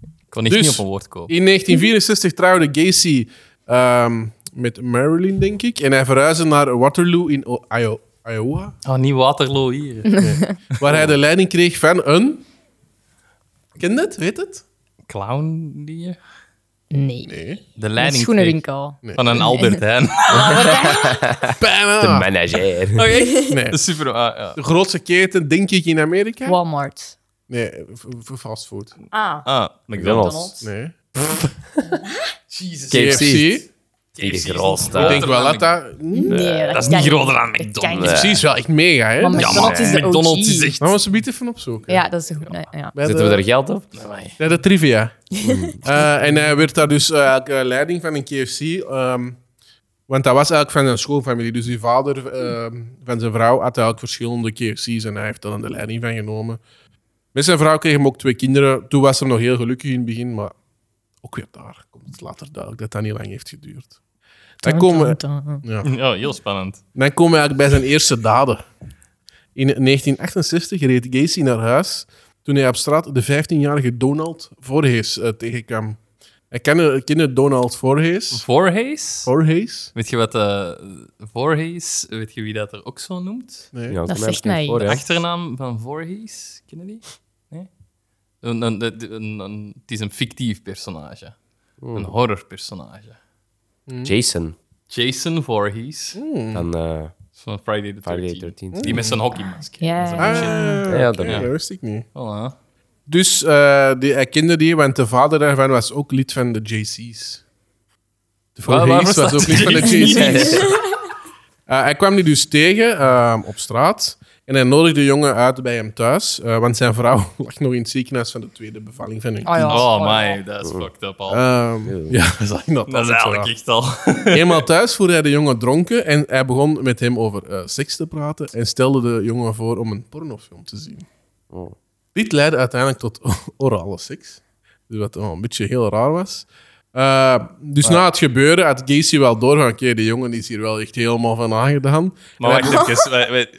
Speaker 1: Ik kon echt
Speaker 3: Dus-
Speaker 1: niet op een woord komen.
Speaker 3: In 1964 trouwde Gacy ehm, met Marilyn, denk ik. En hij verhuisde naar Waterloo in O- Io- Iowa.
Speaker 1: Ah, niet Waterloo (laughs) hier.
Speaker 3: Waar hij de leiding kreeg van een... Ken je het? Weet het?
Speaker 1: Clown die
Speaker 4: Nee.
Speaker 3: Nee.
Speaker 1: De
Speaker 4: Een
Speaker 1: leiding
Speaker 4: schoenenwinkel.
Speaker 1: kreeg van een Albert Heijn. (laughs)
Speaker 4: (laughs)
Speaker 2: De
Speaker 3: Bijna.
Speaker 2: manager. (laughs)
Speaker 1: Oh, echt?
Speaker 3: Nee.
Speaker 1: Dat is Super. ah, ja.
Speaker 3: De grootste keten, denk ik, in Amerika.
Speaker 4: (laughs) Walmart.
Speaker 3: Nee, voor voor fastfood.
Speaker 4: Ah.
Speaker 1: Ah, McDonald's.
Speaker 2: McDonald's.
Speaker 3: Nee.
Speaker 1: Jesus.
Speaker 2: KFC.
Speaker 3: KFC.
Speaker 2: Die is
Speaker 1: KFC is
Speaker 2: groot,
Speaker 1: nog
Speaker 2: hè.
Speaker 3: Ik
Speaker 1: groter
Speaker 3: denk wel
Speaker 1: dan
Speaker 3: dat dat... Nee.
Speaker 4: Nee, dat,
Speaker 1: dat is
Speaker 4: kan
Speaker 1: niet groter dan
Speaker 4: Dat kan
Speaker 1: McDonald's.
Speaker 4: niet.
Speaker 3: KFC is wel echt mega, hè?
Speaker 4: Maar
Speaker 1: Ja,
Speaker 4: McDonald's is
Speaker 1: maar
Speaker 4: de OG.
Speaker 1: McDonald's is echt...
Speaker 3: Gaan we ze bieten van opzoeken.
Speaker 4: Ja, dat is de goed. nee, ja.
Speaker 3: Bij
Speaker 2: Zitten
Speaker 3: de-
Speaker 2: we er geld op?
Speaker 3: Ja, de trivia. Eh, en hij werd daar dus eh, eigenlijk, eh, leiding van een KFC. ehm, want dat was eigenlijk van zijn schoolfamilie. Dus die vader ehm, van zijn vrouw had eigenlijk verschillende KFC's en hij heeft daar dan de leiding van genomen. Met zijn vrouw kreeg hem ook twee kinderen. Toen was hij nog heel gelukkig in het begin, maar ook weer daar komt het later duidelijk dat dat niet lang heeft geduurd. Dan komen, we-
Speaker 1: eh,
Speaker 4: Dun, dun, dun.
Speaker 1: Ja, heel spannend.
Speaker 3: dan komen we eigenlijk bij zijn eerste daden. In 1968 reed Gacy naar huis toen hij op straat de 15-jarige Donald Voorhees eh, tegenkwam. Hij kende, kende Donald Voorhees.
Speaker 1: Voorhees?
Speaker 3: Voorhees?
Speaker 1: Weet je wat eh Voorhees, weet je wie dat er ook zo noemt?
Speaker 3: Nee.
Speaker 2: Ja,
Speaker 4: Dat
Speaker 2: mij
Speaker 4: zegt
Speaker 2: bekend
Speaker 4: mij
Speaker 2: voor,
Speaker 1: De
Speaker 2: ja.
Speaker 1: achternaam van Voorhees, kennen die? Nee? Een, een, een, een- een- het is een fictief personage. Een horrorpersonage.
Speaker 2: Jason
Speaker 1: Jason Voorhees
Speaker 2: van eh,
Speaker 1: van Friday the 13th.
Speaker 2: Friday the 13th.
Speaker 1: Die met zijn hockeymasker.
Speaker 4: Ja,
Speaker 1: Met zijn
Speaker 4: ja,
Speaker 1: shit.
Speaker 3: Ah,
Speaker 2: Ja,
Speaker 3: oké,
Speaker 2: dat-
Speaker 3: dat wist ik niet.
Speaker 1: Voilà.
Speaker 3: Dus eh, die, hij kende die, want de vader daarvan was ook lid van de JC's. De
Speaker 1: Waar- waarom
Speaker 3: Voorhees was
Speaker 1: staat
Speaker 3: ook lid
Speaker 1: (laughs)
Speaker 3: van de
Speaker 1: JC's?
Speaker 3: JC's. Eh, hij kwam die dus tegen eh, op straat en hij nodigde de jongen uit bij hem thuis, eh, want zijn vrouw (laughs) lag nog in het ziekenhuis van de tweede bevalling van hun
Speaker 4: Oh, ja.
Speaker 1: Oh my, dat is fucked up al.
Speaker 3: Ehm, ja, (laughs) dat is eigenlijk nog
Speaker 1: dat is
Speaker 3: altijd zo
Speaker 1: eigenlijk
Speaker 3: raar.
Speaker 1: echt al.
Speaker 3: Eenmaal thuis voerde hij de jongen dronken en hij begon met hem over eh, seks te praten en stelde de jongen voor om een pornofilm te zien.
Speaker 2: Oh.
Speaker 3: Dit leidde uiteindelijk tot (laughs) orale seks, dus wat oh, een beetje heel raar was. Eh, dus na het gebeuren had Gacy wel door van oké, die jongen is hier wel echt helemaal van aangedaan.
Speaker 1: Maar wacht even, wij- wij-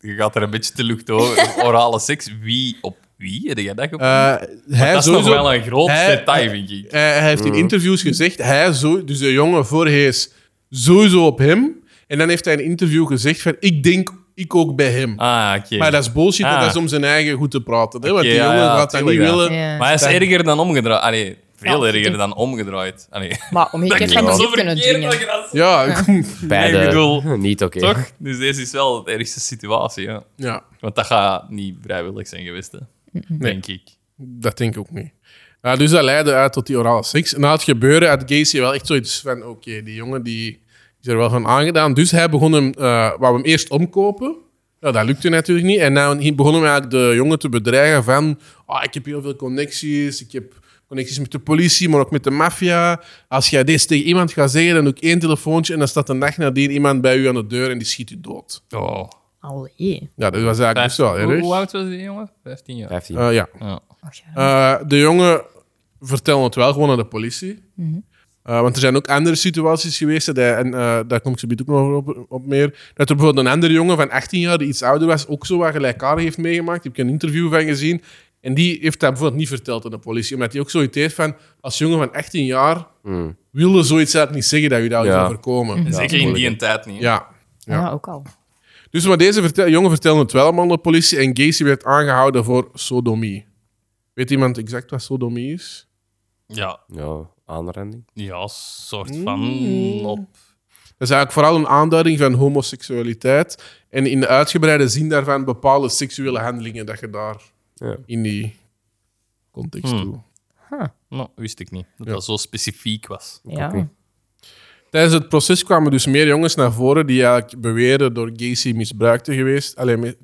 Speaker 1: je gaat er een beetje te lucht over. Orale seks, wie op wie? Heb jij dat gevonden?
Speaker 3: Eh, hij
Speaker 1: dat is
Speaker 3: sowieso-
Speaker 1: nog wel een groot
Speaker 3: hij-
Speaker 1: detail, vind ik.
Speaker 3: Hij, hij heeft in interviews gezegd, hij zo, dus de jongen voorhees sowieso op hem. En dan heeft hij in een interview gezegd van, ik denk ik ook bij hem.
Speaker 1: Ah, oké.
Speaker 3: Maar dat is bullshit, want
Speaker 1: Ah.
Speaker 3: dat is om zijn eigen goed te praten. Hè? Want
Speaker 1: Oké,
Speaker 3: die
Speaker 1: ja,
Speaker 3: jongen
Speaker 1: ja,
Speaker 3: gaat dat niet
Speaker 1: tuurlijk, ja.
Speaker 3: willen.
Speaker 4: Ja.
Speaker 1: Maar hij is
Speaker 3: Dat-
Speaker 1: erger dan omgedraaid. Allee, veel
Speaker 4: Ja,
Speaker 1: erger
Speaker 4: tuurlijk.
Speaker 1: dan omgedraaid. Allee. (laughs)
Speaker 4: Maar omgekeerd
Speaker 1: kan
Speaker 4: gaat
Speaker 1: je
Speaker 4: hij
Speaker 1: zo
Speaker 4: niet kunnen
Speaker 1: verkeerd dat
Speaker 4: dwingen.
Speaker 1: je dat zo-
Speaker 3: Ja, ja. (laughs)
Speaker 2: Beide
Speaker 1: ik bedoel,
Speaker 2: (laughs) niet oké.
Speaker 1: Toch? Dus deze is wel de ergste situatie, ja. Want dat gaat niet vrijwillig zijn geweest, hè. denk ik.
Speaker 3: dat denk ik ook niet. Ja, dus dat leidde uit tot die orale seks. Na het gebeuren had Gacy wel echt zoiets van, oké, die jongen die is er wel van aangedaan. Dus hij begon hem, eh wou hem eerst omkopen. Ja, dat lukte natuurlijk niet. En dan begon hem eigenlijk de jongen te bedreigen van, ah ik heb heel veel connecties, ik heb connecties met de politie, maar ook met de maffia. Als jij deze tegen iemand gaat zeggen, dan doe ik één telefoontje en dan staat de nacht nadien iemand bij u aan de deur en die schiet u dood.
Speaker 1: Oh.
Speaker 4: Allee.
Speaker 3: Ja, dat was eigenlijk dus wel
Speaker 1: hoe,
Speaker 3: erg.
Speaker 1: hoe oud was die jongen? 15 jaar.
Speaker 2: 15.
Speaker 3: Eh, ja.
Speaker 1: Ja.
Speaker 4: Ach ja.
Speaker 3: Eh, de jongen vertellen het wel gewoon aan de politie. Eh, want er zijn ook andere situaties geweest, dat hij- en eh, daar kom ik zo ook nog op, op meer. Dat er bijvoorbeeld een andere jongen van 18 jaar, die iets ouder was, ook zo wat gelijkaardig heeft meegemaakt. Daar heb ik een interview van gezien. En die heeft dat bijvoorbeeld niet verteld aan de politie. Omdat hij ook zoiets heeft van, als jongen van 18 jaar, wilde zoiets uit niet zeggen dat je dat
Speaker 2: Ja.
Speaker 3: zou voorkomen. Ja.
Speaker 1: Zeker in die tijd niet.
Speaker 3: ja.
Speaker 4: Ja, ook al.
Speaker 3: Dus maar deze vertel, jongen vertelde het wel allemaal aan de politie. En Gacy werd aangehouden voor sodomie. Weet iemand exact wat sodomie is?
Speaker 1: Ja,
Speaker 2: Ja, aanranding.
Speaker 1: ja soort van op...
Speaker 3: Dat is eigenlijk vooral een aanduiding van homoseksualiteit. En in de uitgebreide zin daarvan bepaalde seksuele handelingen dat je daar
Speaker 2: Ja.
Speaker 3: in die context
Speaker 2: Hmm.
Speaker 3: doet.
Speaker 1: Nou, wist ik niet. Dat
Speaker 3: Ja.
Speaker 1: dat zo specifiek was.
Speaker 4: Ja.
Speaker 3: Tijdens het proces kwamen dus meer jongens naar voren die eigenlijk beweren door Gacy misbruikt te geweest. Alleen mi-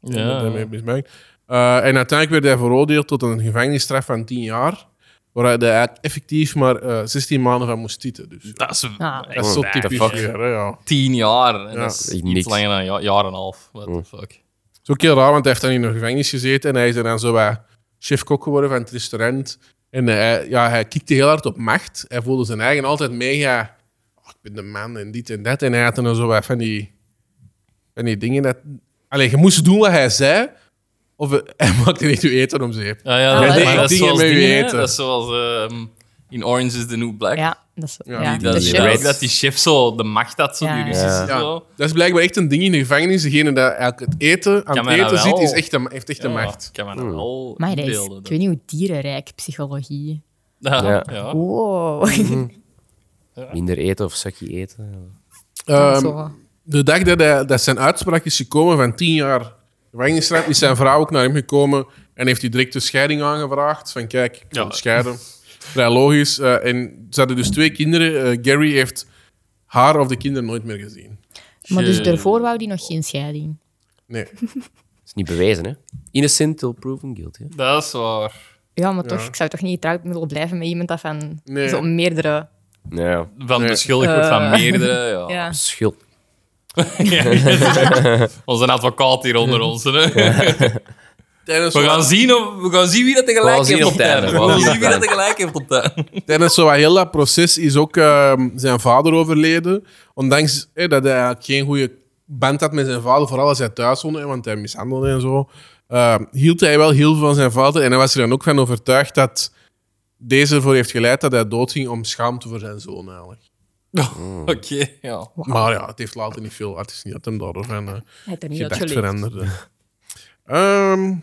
Speaker 3: dat hij mee misbruikt. Eh, en uiteindelijk werd hij veroordeeld tot een gevangenisstraf van 10 jaar. Waar hij eigenlijk effectief maar eh 16 maanden van moest zitten. Dus
Speaker 1: Dat is
Speaker 4: Ah.
Speaker 3: dat is zo
Speaker 2: what the
Speaker 3: typisch
Speaker 2: fuck?
Speaker 3: weer, hè, ja.
Speaker 1: tien jaar. En dat is
Speaker 2: Ja.
Speaker 1: iets
Speaker 2: Niks.
Speaker 1: langer dan een ja- jaar en een half. What the fuck.
Speaker 3: Het is ook heel raar, want hij heeft dan in een gevangenis gezeten en hij is er dan zo wat chef-kok geworden van het restaurant. En hij, ja, hij kikte heel hard op macht. Hij voelde zijn eigen altijd mega... "Oh, ik ben de man en dit en dat. En hij had dan zo wat van die, van die dingen dat... Allee, je moest doen wat hij zei, of hij- (laughs) hij maakte niet je eten om zeep.
Speaker 1: Ja, ja,
Speaker 4: Ah,
Speaker 1: dat,
Speaker 4: dat
Speaker 1: maar
Speaker 4: is-
Speaker 1: dat is
Speaker 3: dingen
Speaker 1: zoals
Speaker 3: mee
Speaker 1: dingen, hè.
Speaker 3: eten.
Speaker 1: Dat is zoals ehm, in Orange is the New Black.
Speaker 4: Ja, dat is... Ja,
Speaker 1: Die,
Speaker 4: de
Speaker 1: dat, die-
Speaker 4: chef.
Speaker 1: dat- dat die chef zo de macht had, zo, die
Speaker 4: Ja, ja.
Speaker 1: Russische
Speaker 3: Ja.
Speaker 1: zo.
Speaker 3: Dat is blijkbaar echt een ding in de gevangenis. Degene dat eigenlijk het eten aan
Speaker 1: Kan
Speaker 3: het
Speaker 1: mij dat
Speaker 3: eten
Speaker 1: wel?
Speaker 3: ziet, is echt de, heeft echt de
Speaker 1: Ja,
Speaker 3: macht. Hmm.
Speaker 1: kan me dat wel
Speaker 4: Maar dat is,
Speaker 1: inbeelden,
Speaker 4: ik weet niet hoe dierenrijk psychologie.
Speaker 1: dat- Ja,
Speaker 2: Ja.
Speaker 1: ja.
Speaker 4: Wow. (laughs)
Speaker 2: Minder eten of sukkie eten.
Speaker 3: Ehm,
Speaker 4: Zo.
Speaker 3: De dag dat, hij, dat zijn uitspraak is gekomen van 10 jaar gevangenisstraf, is zijn vrouw ook naar hem gekomen en heeft hij direct de scheiding aangevraagd. Van kijk, ik wil
Speaker 1: Ja.
Speaker 3: scheiden. Vrij logisch. Eh, en ze hadden dus twee kinderen. Eh, Gary heeft haar of de kinderen nooit meer gezien.
Speaker 4: Maar dus
Speaker 1: Je-
Speaker 4: daarvoor wou die nog geen
Speaker 1: (laughs)
Speaker 4: scheiding.
Speaker 3: Nee.
Speaker 2: is niet bewezen, hè? Innocent till proven guilty. hè?
Speaker 1: Dat is waar.
Speaker 4: Ja, maar toch, ik zou toch niet getrouwd willen blijven met iemand dat van
Speaker 3: Nee.
Speaker 4: zo meerdere...
Speaker 2: Ja.
Speaker 1: Van beschuldigd wordt
Speaker 4: Eh.
Speaker 1: van meerdere. Ja.
Speaker 4: Ja.
Speaker 2: Schuld.
Speaker 1: (laughs) Onze advocaat hier onder ons. Hè.
Speaker 3: Tijdens,
Speaker 1: We gaan, zien of, we gaan zien wie dat tegelijk
Speaker 2: gaan zien
Speaker 1: heeft op
Speaker 2: op het
Speaker 1: tijd. We
Speaker 2: einde. We
Speaker 1: gaan
Speaker 2: gaan
Speaker 1: zien
Speaker 2: zien
Speaker 1: wie
Speaker 2: op
Speaker 1: dat
Speaker 2: het
Speaker 1: tegelijk heeft op tijd. (laughs)
Speaker 3: tijdens zo wat heel dat proces is ook ehm, zijn vader overleden. Ondanks eh, dat hij eigenlijk geen goede band had met zijn vader, vooral als hij thuis woonde, want hij mishandelde en zo, eh, hield hij wel heel veel van zijn vader. En hij was er dan ook van overtuigd dat deze ervoor heeft geleid dat hij doodging om schaamte voor zijn zoon eigenlijk.
Speaker 1: Oh,
Speaker 2: Hmm.
Speaker 1: Oké, ja.
Speaker 3: Maar ja, het heeft later niet veel. Het is niet dat hem daardoor van eh,
Speaker 4: Hij heeft er niet uit
Speaker 3: gedacht
Speaker 4: geleerd.
Speaker 3: veranderde. Ehm,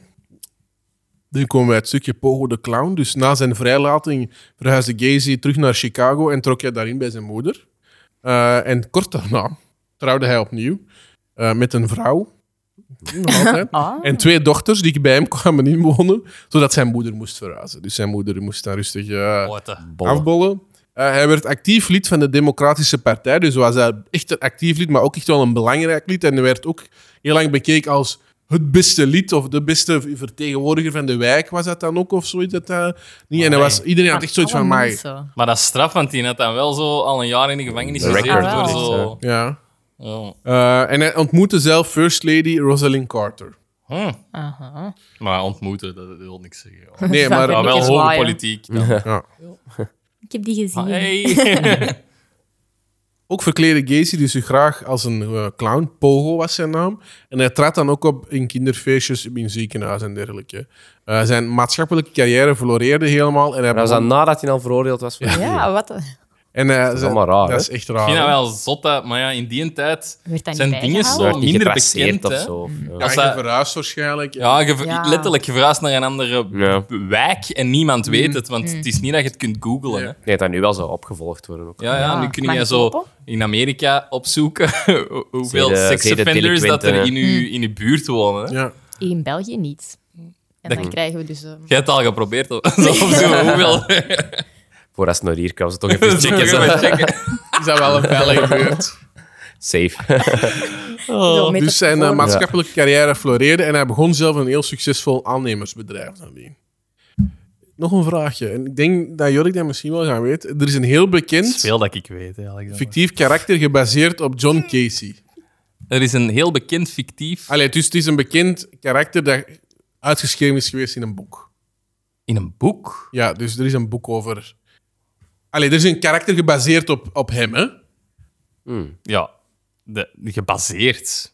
Speaker 3: nu komen we uit het stukje Pogo de Clown. Dus na zijn vrijlating verhuisde Gacy terug naar Chicago en trok hij daarin bij zijn moeder. Eh, en kort daarna trouwde hij opnieuw eh, met een vrouw.
Speaker 4: (laughs)
Speaker 3: Nog altijd.
Speaker 4: Ah.
Speaker 3: En twee dochters die bij hem kwamen inwonen, zodat zijn moeder moest verhuizen. Dus zijn moeder moest daar rustig eh,
Speaker 1: What the-
Speaker 3: afbollen. Eh, hij werd actief lid van de Democratische Partij, dus was hij echt een actief lid, maar ook echt wel een belangrijk lid. En hij werd ook heel lang bekeken als het beste lid of de beste vertegenwoordiger van de wijk, was dat dan ook of zoiets. Dat, eh, niet. En hij was, iedereen had echt zoiets van
Speaker 4: Alle
Speaker 3: mij.
Speaker 4: Ah, mensen.
Speaker 1: Maar dat is straf, want die had dan wel zo al een jaar in de gevangenis
Speaker 2: De
Speaker 1: gezeten.
Speaker 4: record.
Speaker 1: door
Speaker 4: Ah, wel.
Speaker 1: zo...
Speaker 3: Ja.
Speaker 1: Ja.
Speaker 3: Eh, en hij ontmoette zelf First Lady Rosalind
Speaker 4: (laughs)
Speaker 3: Carter.
Speaker 1: Hm.
Speaker 4: Aha.
Speaker 1: Maar ontmoeten, dat wil niks zeggen. ja.
Speaker 3: Nee,
Speaker 4: Zou
Speaker 3: maar...
Speaker 4: ik
Speaker 1: Maar Ah, wel
Speaker 4: eens
Speaker 1: hoge
Speaker 4: waaien.
Speaker 1: politiek. dan.
Speaker 3: Ja.
Speaker 4: Ik heb die gezien.
Speaker 1: Ah, Hey.
Speaker 4: (laughs)
Speaker 3: Ook verkleedde Gacy dus zich graag als een eh, clown. Pogo was zijn naam. En hij trad dan ook op in kinderfeestjes, in ziekenhuis en dergelijke. Eh, zijn maatschappelijke carrière floreerde helemaal. En hij
Speaker 2: Maar dat was dan
Speaker 3: begon-
Speaker 2: nadat hij al veroordeeld was. voor-
Speaker 4: Ja, wat? een-
Speaker 3: en hij-
Speaker 2: is
Speaker 3: zijn-
Speaker 2: allemaal raar,
Speaker 3: Dat
Speaker 2: hè?
Speaker 3: is echt
Speaker 1: Ik
Speaker 3: raar.
Speaker 1: vind dat
Speaker 3: hè?
Speaker 1: wel zot, dat- maar ja, in die tijd
Speaker 4: Werd dat
Speaker 1: zijn
Speaker 4: niet
Speaker 1: dingen
Speaker 2: Ze
Speaker 1: zo
Speaker 2: wordt niet
Speaker 1: minder
Speaker 2: getraceerd
Speaker 1: bekend.
Speaker 2: of
Speaker 1: hè. Mm.
Speaker 2: zo. of- ja.
Speaker 3: Ja,
Speaker 1: Als
Speaker 3: je
Speaker 1: dat-
Speaker 3: verhuist waarschijnlijk.
Speaker 1: Ja, je ver-
Speaker 4: Ja.
Speaker 1: letterlijk, je verhuist naar een andere
Speaker 2: Ja.
Speaker 1: b- wijk en niemand
Speaker 4: Mm.
Speaker 1: weet het, want het is niet dat je het kunt googlen.
Speaker 3: Ja.
Speaker 1: Hè.
Speaker 2: Nee, dat nu wel zou opgevolgd worden. Ook.
Speaker 1: Ja, ja,
Speaker 4: Ja.
Speaker 1: nu kun
Speaker 4: Mag
Speaker 1: je
Speaker 4: ik
Speaker 1: zo
Speaker 4: hopen?
Speaker 1: in Amerika opzoeken (laughs) hoe- hoeveel
Speaker 2: Zeden-
Speaker 1: seksoffenders dat er in
Speaker 2: zedendelinquenten,
Speaker 1: uw
Speaker 4: Hmm.
Speaker 1: in uw buurt wonen. Hè.
Speaker 3: Ja.
Speaker 4: In België niet. En dan krijgen we dus... eh,
Speaker 1: Jij hebt het al geprobeerd om (laughs)
Speaker 4: (laughs)
Speaker 1: zo opzoeken hoeveel.
Speaker 2: Voor als het naar hier kwam, ze toch
Speaker 1: (laughs)
Speaker 2: even
Speaker 1: Dat is
Speaker 2: checken.
Speaker 1: toch
Speaker 2: zo.
Speaker 1: (laughs) even checken.
Speaker 3: Is
Speaker 1: (laughs)
Speaker 3: dat wel een veilige buurt?
Speaker 2: Safe. (laughs)
Speaker 4: veel meters
Speaker 3: Dus zijn eh,
Speaker 4: voor-
Speaker 3: maatschappelijke carrière floreerde en hij begon zelf een heel succesvol aannemersbedrijf. nadien. Nog een vraagje. En ik denk dat Jorik dat misschien wel gaan weten. Er is een heel bekend
Speaker 1: Veel dat ik weet, eigenlijk.
Speaker 3: fictief karakter gebaseerd op John Casey.
Speaker 1: Er is een heel bekend fictief
Speaker 3: Allee, dus het is een bekend karakter dat uitgeschreven is geweest in een boek.
Speaker 1: in een boek.
Speaker 3: Ja, dus er is een boek over. Allee, er is een karakter gebaseerd op, op hem, hè?
Speaker 1: Ja, de, gebaseerd.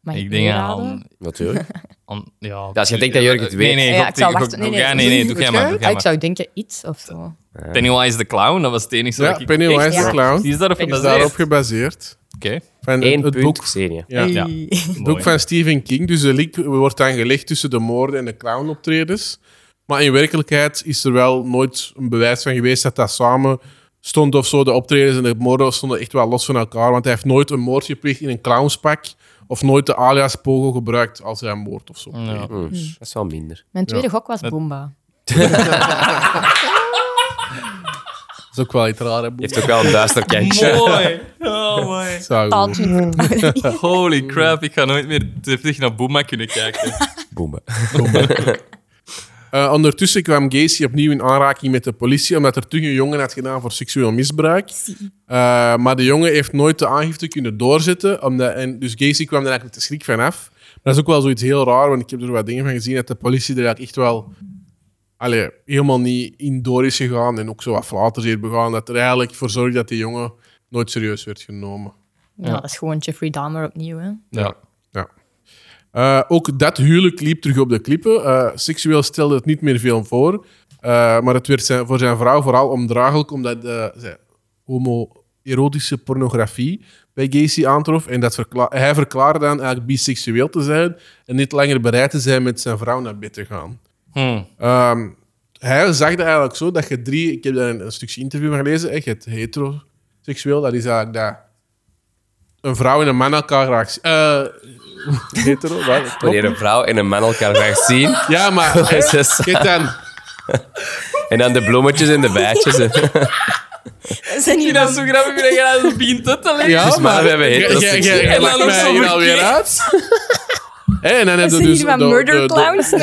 Speaker 4: Mag
Speaker 1: Ik denk
Speaker 4: meeraden?
Speaker 1: aan
Speaker 2: Natuurlijk.
Speaker 1: Om- ja, eh,
Speaker 2: als je denkt dat Jurk het
Speaker 1: Nee, nee,
Speaker 2: weet.
Speaker 1: gok-
Speaker 4: Ja, ik zou
Speaker 1: gok-
Speaker 4: wachten. Nee,
Speaker 1: gok-
Speaker 4: nee,
Speaker 1: ja, nee, nee, doe jij maar. doe
Speaker 4: Ah,
Speaker 1: jij
Speaker 4: ik
Speaker 1: maar.
Speaker 4: zou denken iets of zo.
Speaker 1: Pennywise the Clown, dat was het enige
Speaker 3: Ja,
Speaker 1: dat ik...
Speaker 3: Pennywise
Speaker 1: Echt?
Speaker 3: the
Speaker 1: Ja.
Speaker 3: Clown.
Speaker 1: Die is daarop
Speaker 3: Is
Speaker 1: gebaseerd.
Speaker 3: daarop gebaseerd.
Speaker 1: Oké.
Speaker 3: Van
Speaker 2: Eén
Speaker 3: het,
Speaker 2: punt,
Speaker 3: boek,
Speaker 2: Xenia.
Speaker 3: ja,
Speaker 4: Ja.
Speaker 1: Ja.
Speaker 3: het boek van Stephen King. Dus de link wordt dan gelegd tussen de moorden en de clownoptredens. Maar in werkelijkheid is er wel nooit een bewijs van geweest dat dat samen stond of zo. De optredens en de moorden stonden echt wel los van elkaar. Want hij heeft nooit een moord gepleegd in een clownspak. Of nooit de alias Pogo gebruikt als hij een moord of zo.
Speaker 1: Ja.
Speaker 2: Hm, Dat is wel minder.
Speaker 4: Mijn tweede gok was Boomba.
Speaker 3: Dat is ook wel iets raar, hè, boek.
Speaker 2: Heeft ook wel een duister (laughs) kijkje.
Speaker 1: Mooi. Oh, mooi.
Speaker 3: Zou- (laughs)
Speaker 4: Taaltje.
Speaker 1: Holy crap, ik ga nooit meer terug naar Boema kunnen kijken.
Speaker 2: Boemen.
Speaker 3: Eh, ondertussen kwam Gacy opnieuw in aanraking met de politie omdat er toen een jongen had gedaan voor seksueel misbruik. Eh, maar de jongen heeft nooit de aangifte kunnen doorzetten. Omdat, en, dus Gacy kwam daar eigenlijk met de schrik van af. Dat is ook wel zoiets heel raar, want ik heb er wat dingen van gezien dat de politie er eigenlijk echt wel allee, helemaal niet in door is gegaan en ook zo wat flaters heeft begaan. Dat er eigenlijk voor zorgt dat die jongen nooit serieus werd genomen.
Speaker 4: Ja, dat is gewoon Jeffrey Dahmer opnieuw.
Speaker 1: (laughs)
Speaker 4: Hè.
Speaker 1: Ja.
Speaker 3: Ja. Eh, ook dat huwelijk liep terug op de klippen. Eh, seksueel stelde het niet meer veel voor. Eh, maar het werd zijn, voor zijn vrouw vooral ondraaglijk omdat eh, zij homoerotische pornografie bij Gacy aantrof. En dat verkla- hij verklaarde dan eigenlijk biseksueel te zijn en niet langer bereid te zijn met zijn vrouw naar bed te gaan.
Speaker 1: Hm.
Speaker 3: Ehm, hij zag het eigenlijk zo dat je drie... Ik heb daar een, een stukje interview van gelezen. Echt, het heteroseksueel, dat is eigenlijk dat... Een vrouw en een man elkaar graag... zien. Eh, hetero, (laughs) wat?
Speaker 2: Wanneer een vrouw en een man elkaar graag zien.
Speaker 3: Ja, maar...
Speaker 2: is het-
Speaker 3: Kijk dan.
Speaker 2: En dan de bloemetjes en de
Speaker 1: (laughs)
Speaker 2: bijtjes. en-
Speaker 4: Zijn niet
Speaker 1: Dat is zo grappig dat je dat begint te leggen.
Speaker 3: Ja,
Speaker 2: Dus maar we hebben
Speaker 3: Jij- jij- jij- jij
Speaker 2: heteroseksueel.
Speaker 3: lacht
Speaker 1: En dan
Speaker 3: mij
Speaker 1: ook
Speaker 3: hier
Speaker 1: zo
Speaker 3: alweer
Speaker 1: verkeerd.
Speaker 3: uit. Hé, En dan heb je
Speaker 4: Zijn
Speaker 3: dus
Speaker 4: hier van
Speaker 3: de- de-
Speaker 4: murder
Speaker 3: de- (laughs)
Speaker 4: clowns? (laughs)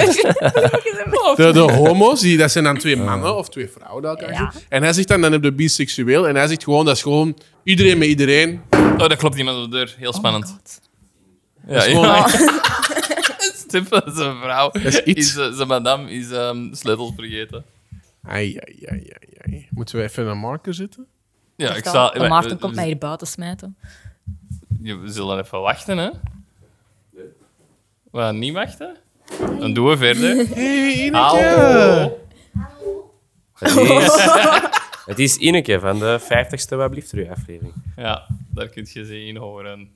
Speaker 3: De, de homo's, die, dat zijn dan twee mannen of twee vrouwen. die elkaar
Speaker 4: Ja.
Speaker 3: zien. En hij zegt dan, dan heb je biseksueel. En hij zegt gewoon, dat is gewoon iedereen met iedereen.
Speaker 1: Oh, dat klopt iemand op de deur. Heel spannend. ja,
Speaker 3: gewoon-
Speaker 1: ja. (laughs) Stip, dat is een vrouw.
Speaker 3: is iets.
Speaker 1: Is, eh, zijn madame is ehm sleutel vergeten.
Speaker 3: Ai, ai, ai, ai, ai. Moeten we even in een marker zitten?
Speaker 1: Ja, ik
Speaker 4: zal...
Speaker 1: zal...
Speaker 4: De Maarten komt mij hier buiten smijten.
Speaker 1: je- we zullen even wachten, hè? Wat, niet wachten? Dan doen we verder.
Speaker 3: Hey,
Speaker 1: Hallo.
Speaker 2: Het is, het is Ineke van de 50ste Wat blieft u aflevering.
Speaker 1: Ja, daar kun je ze in horen.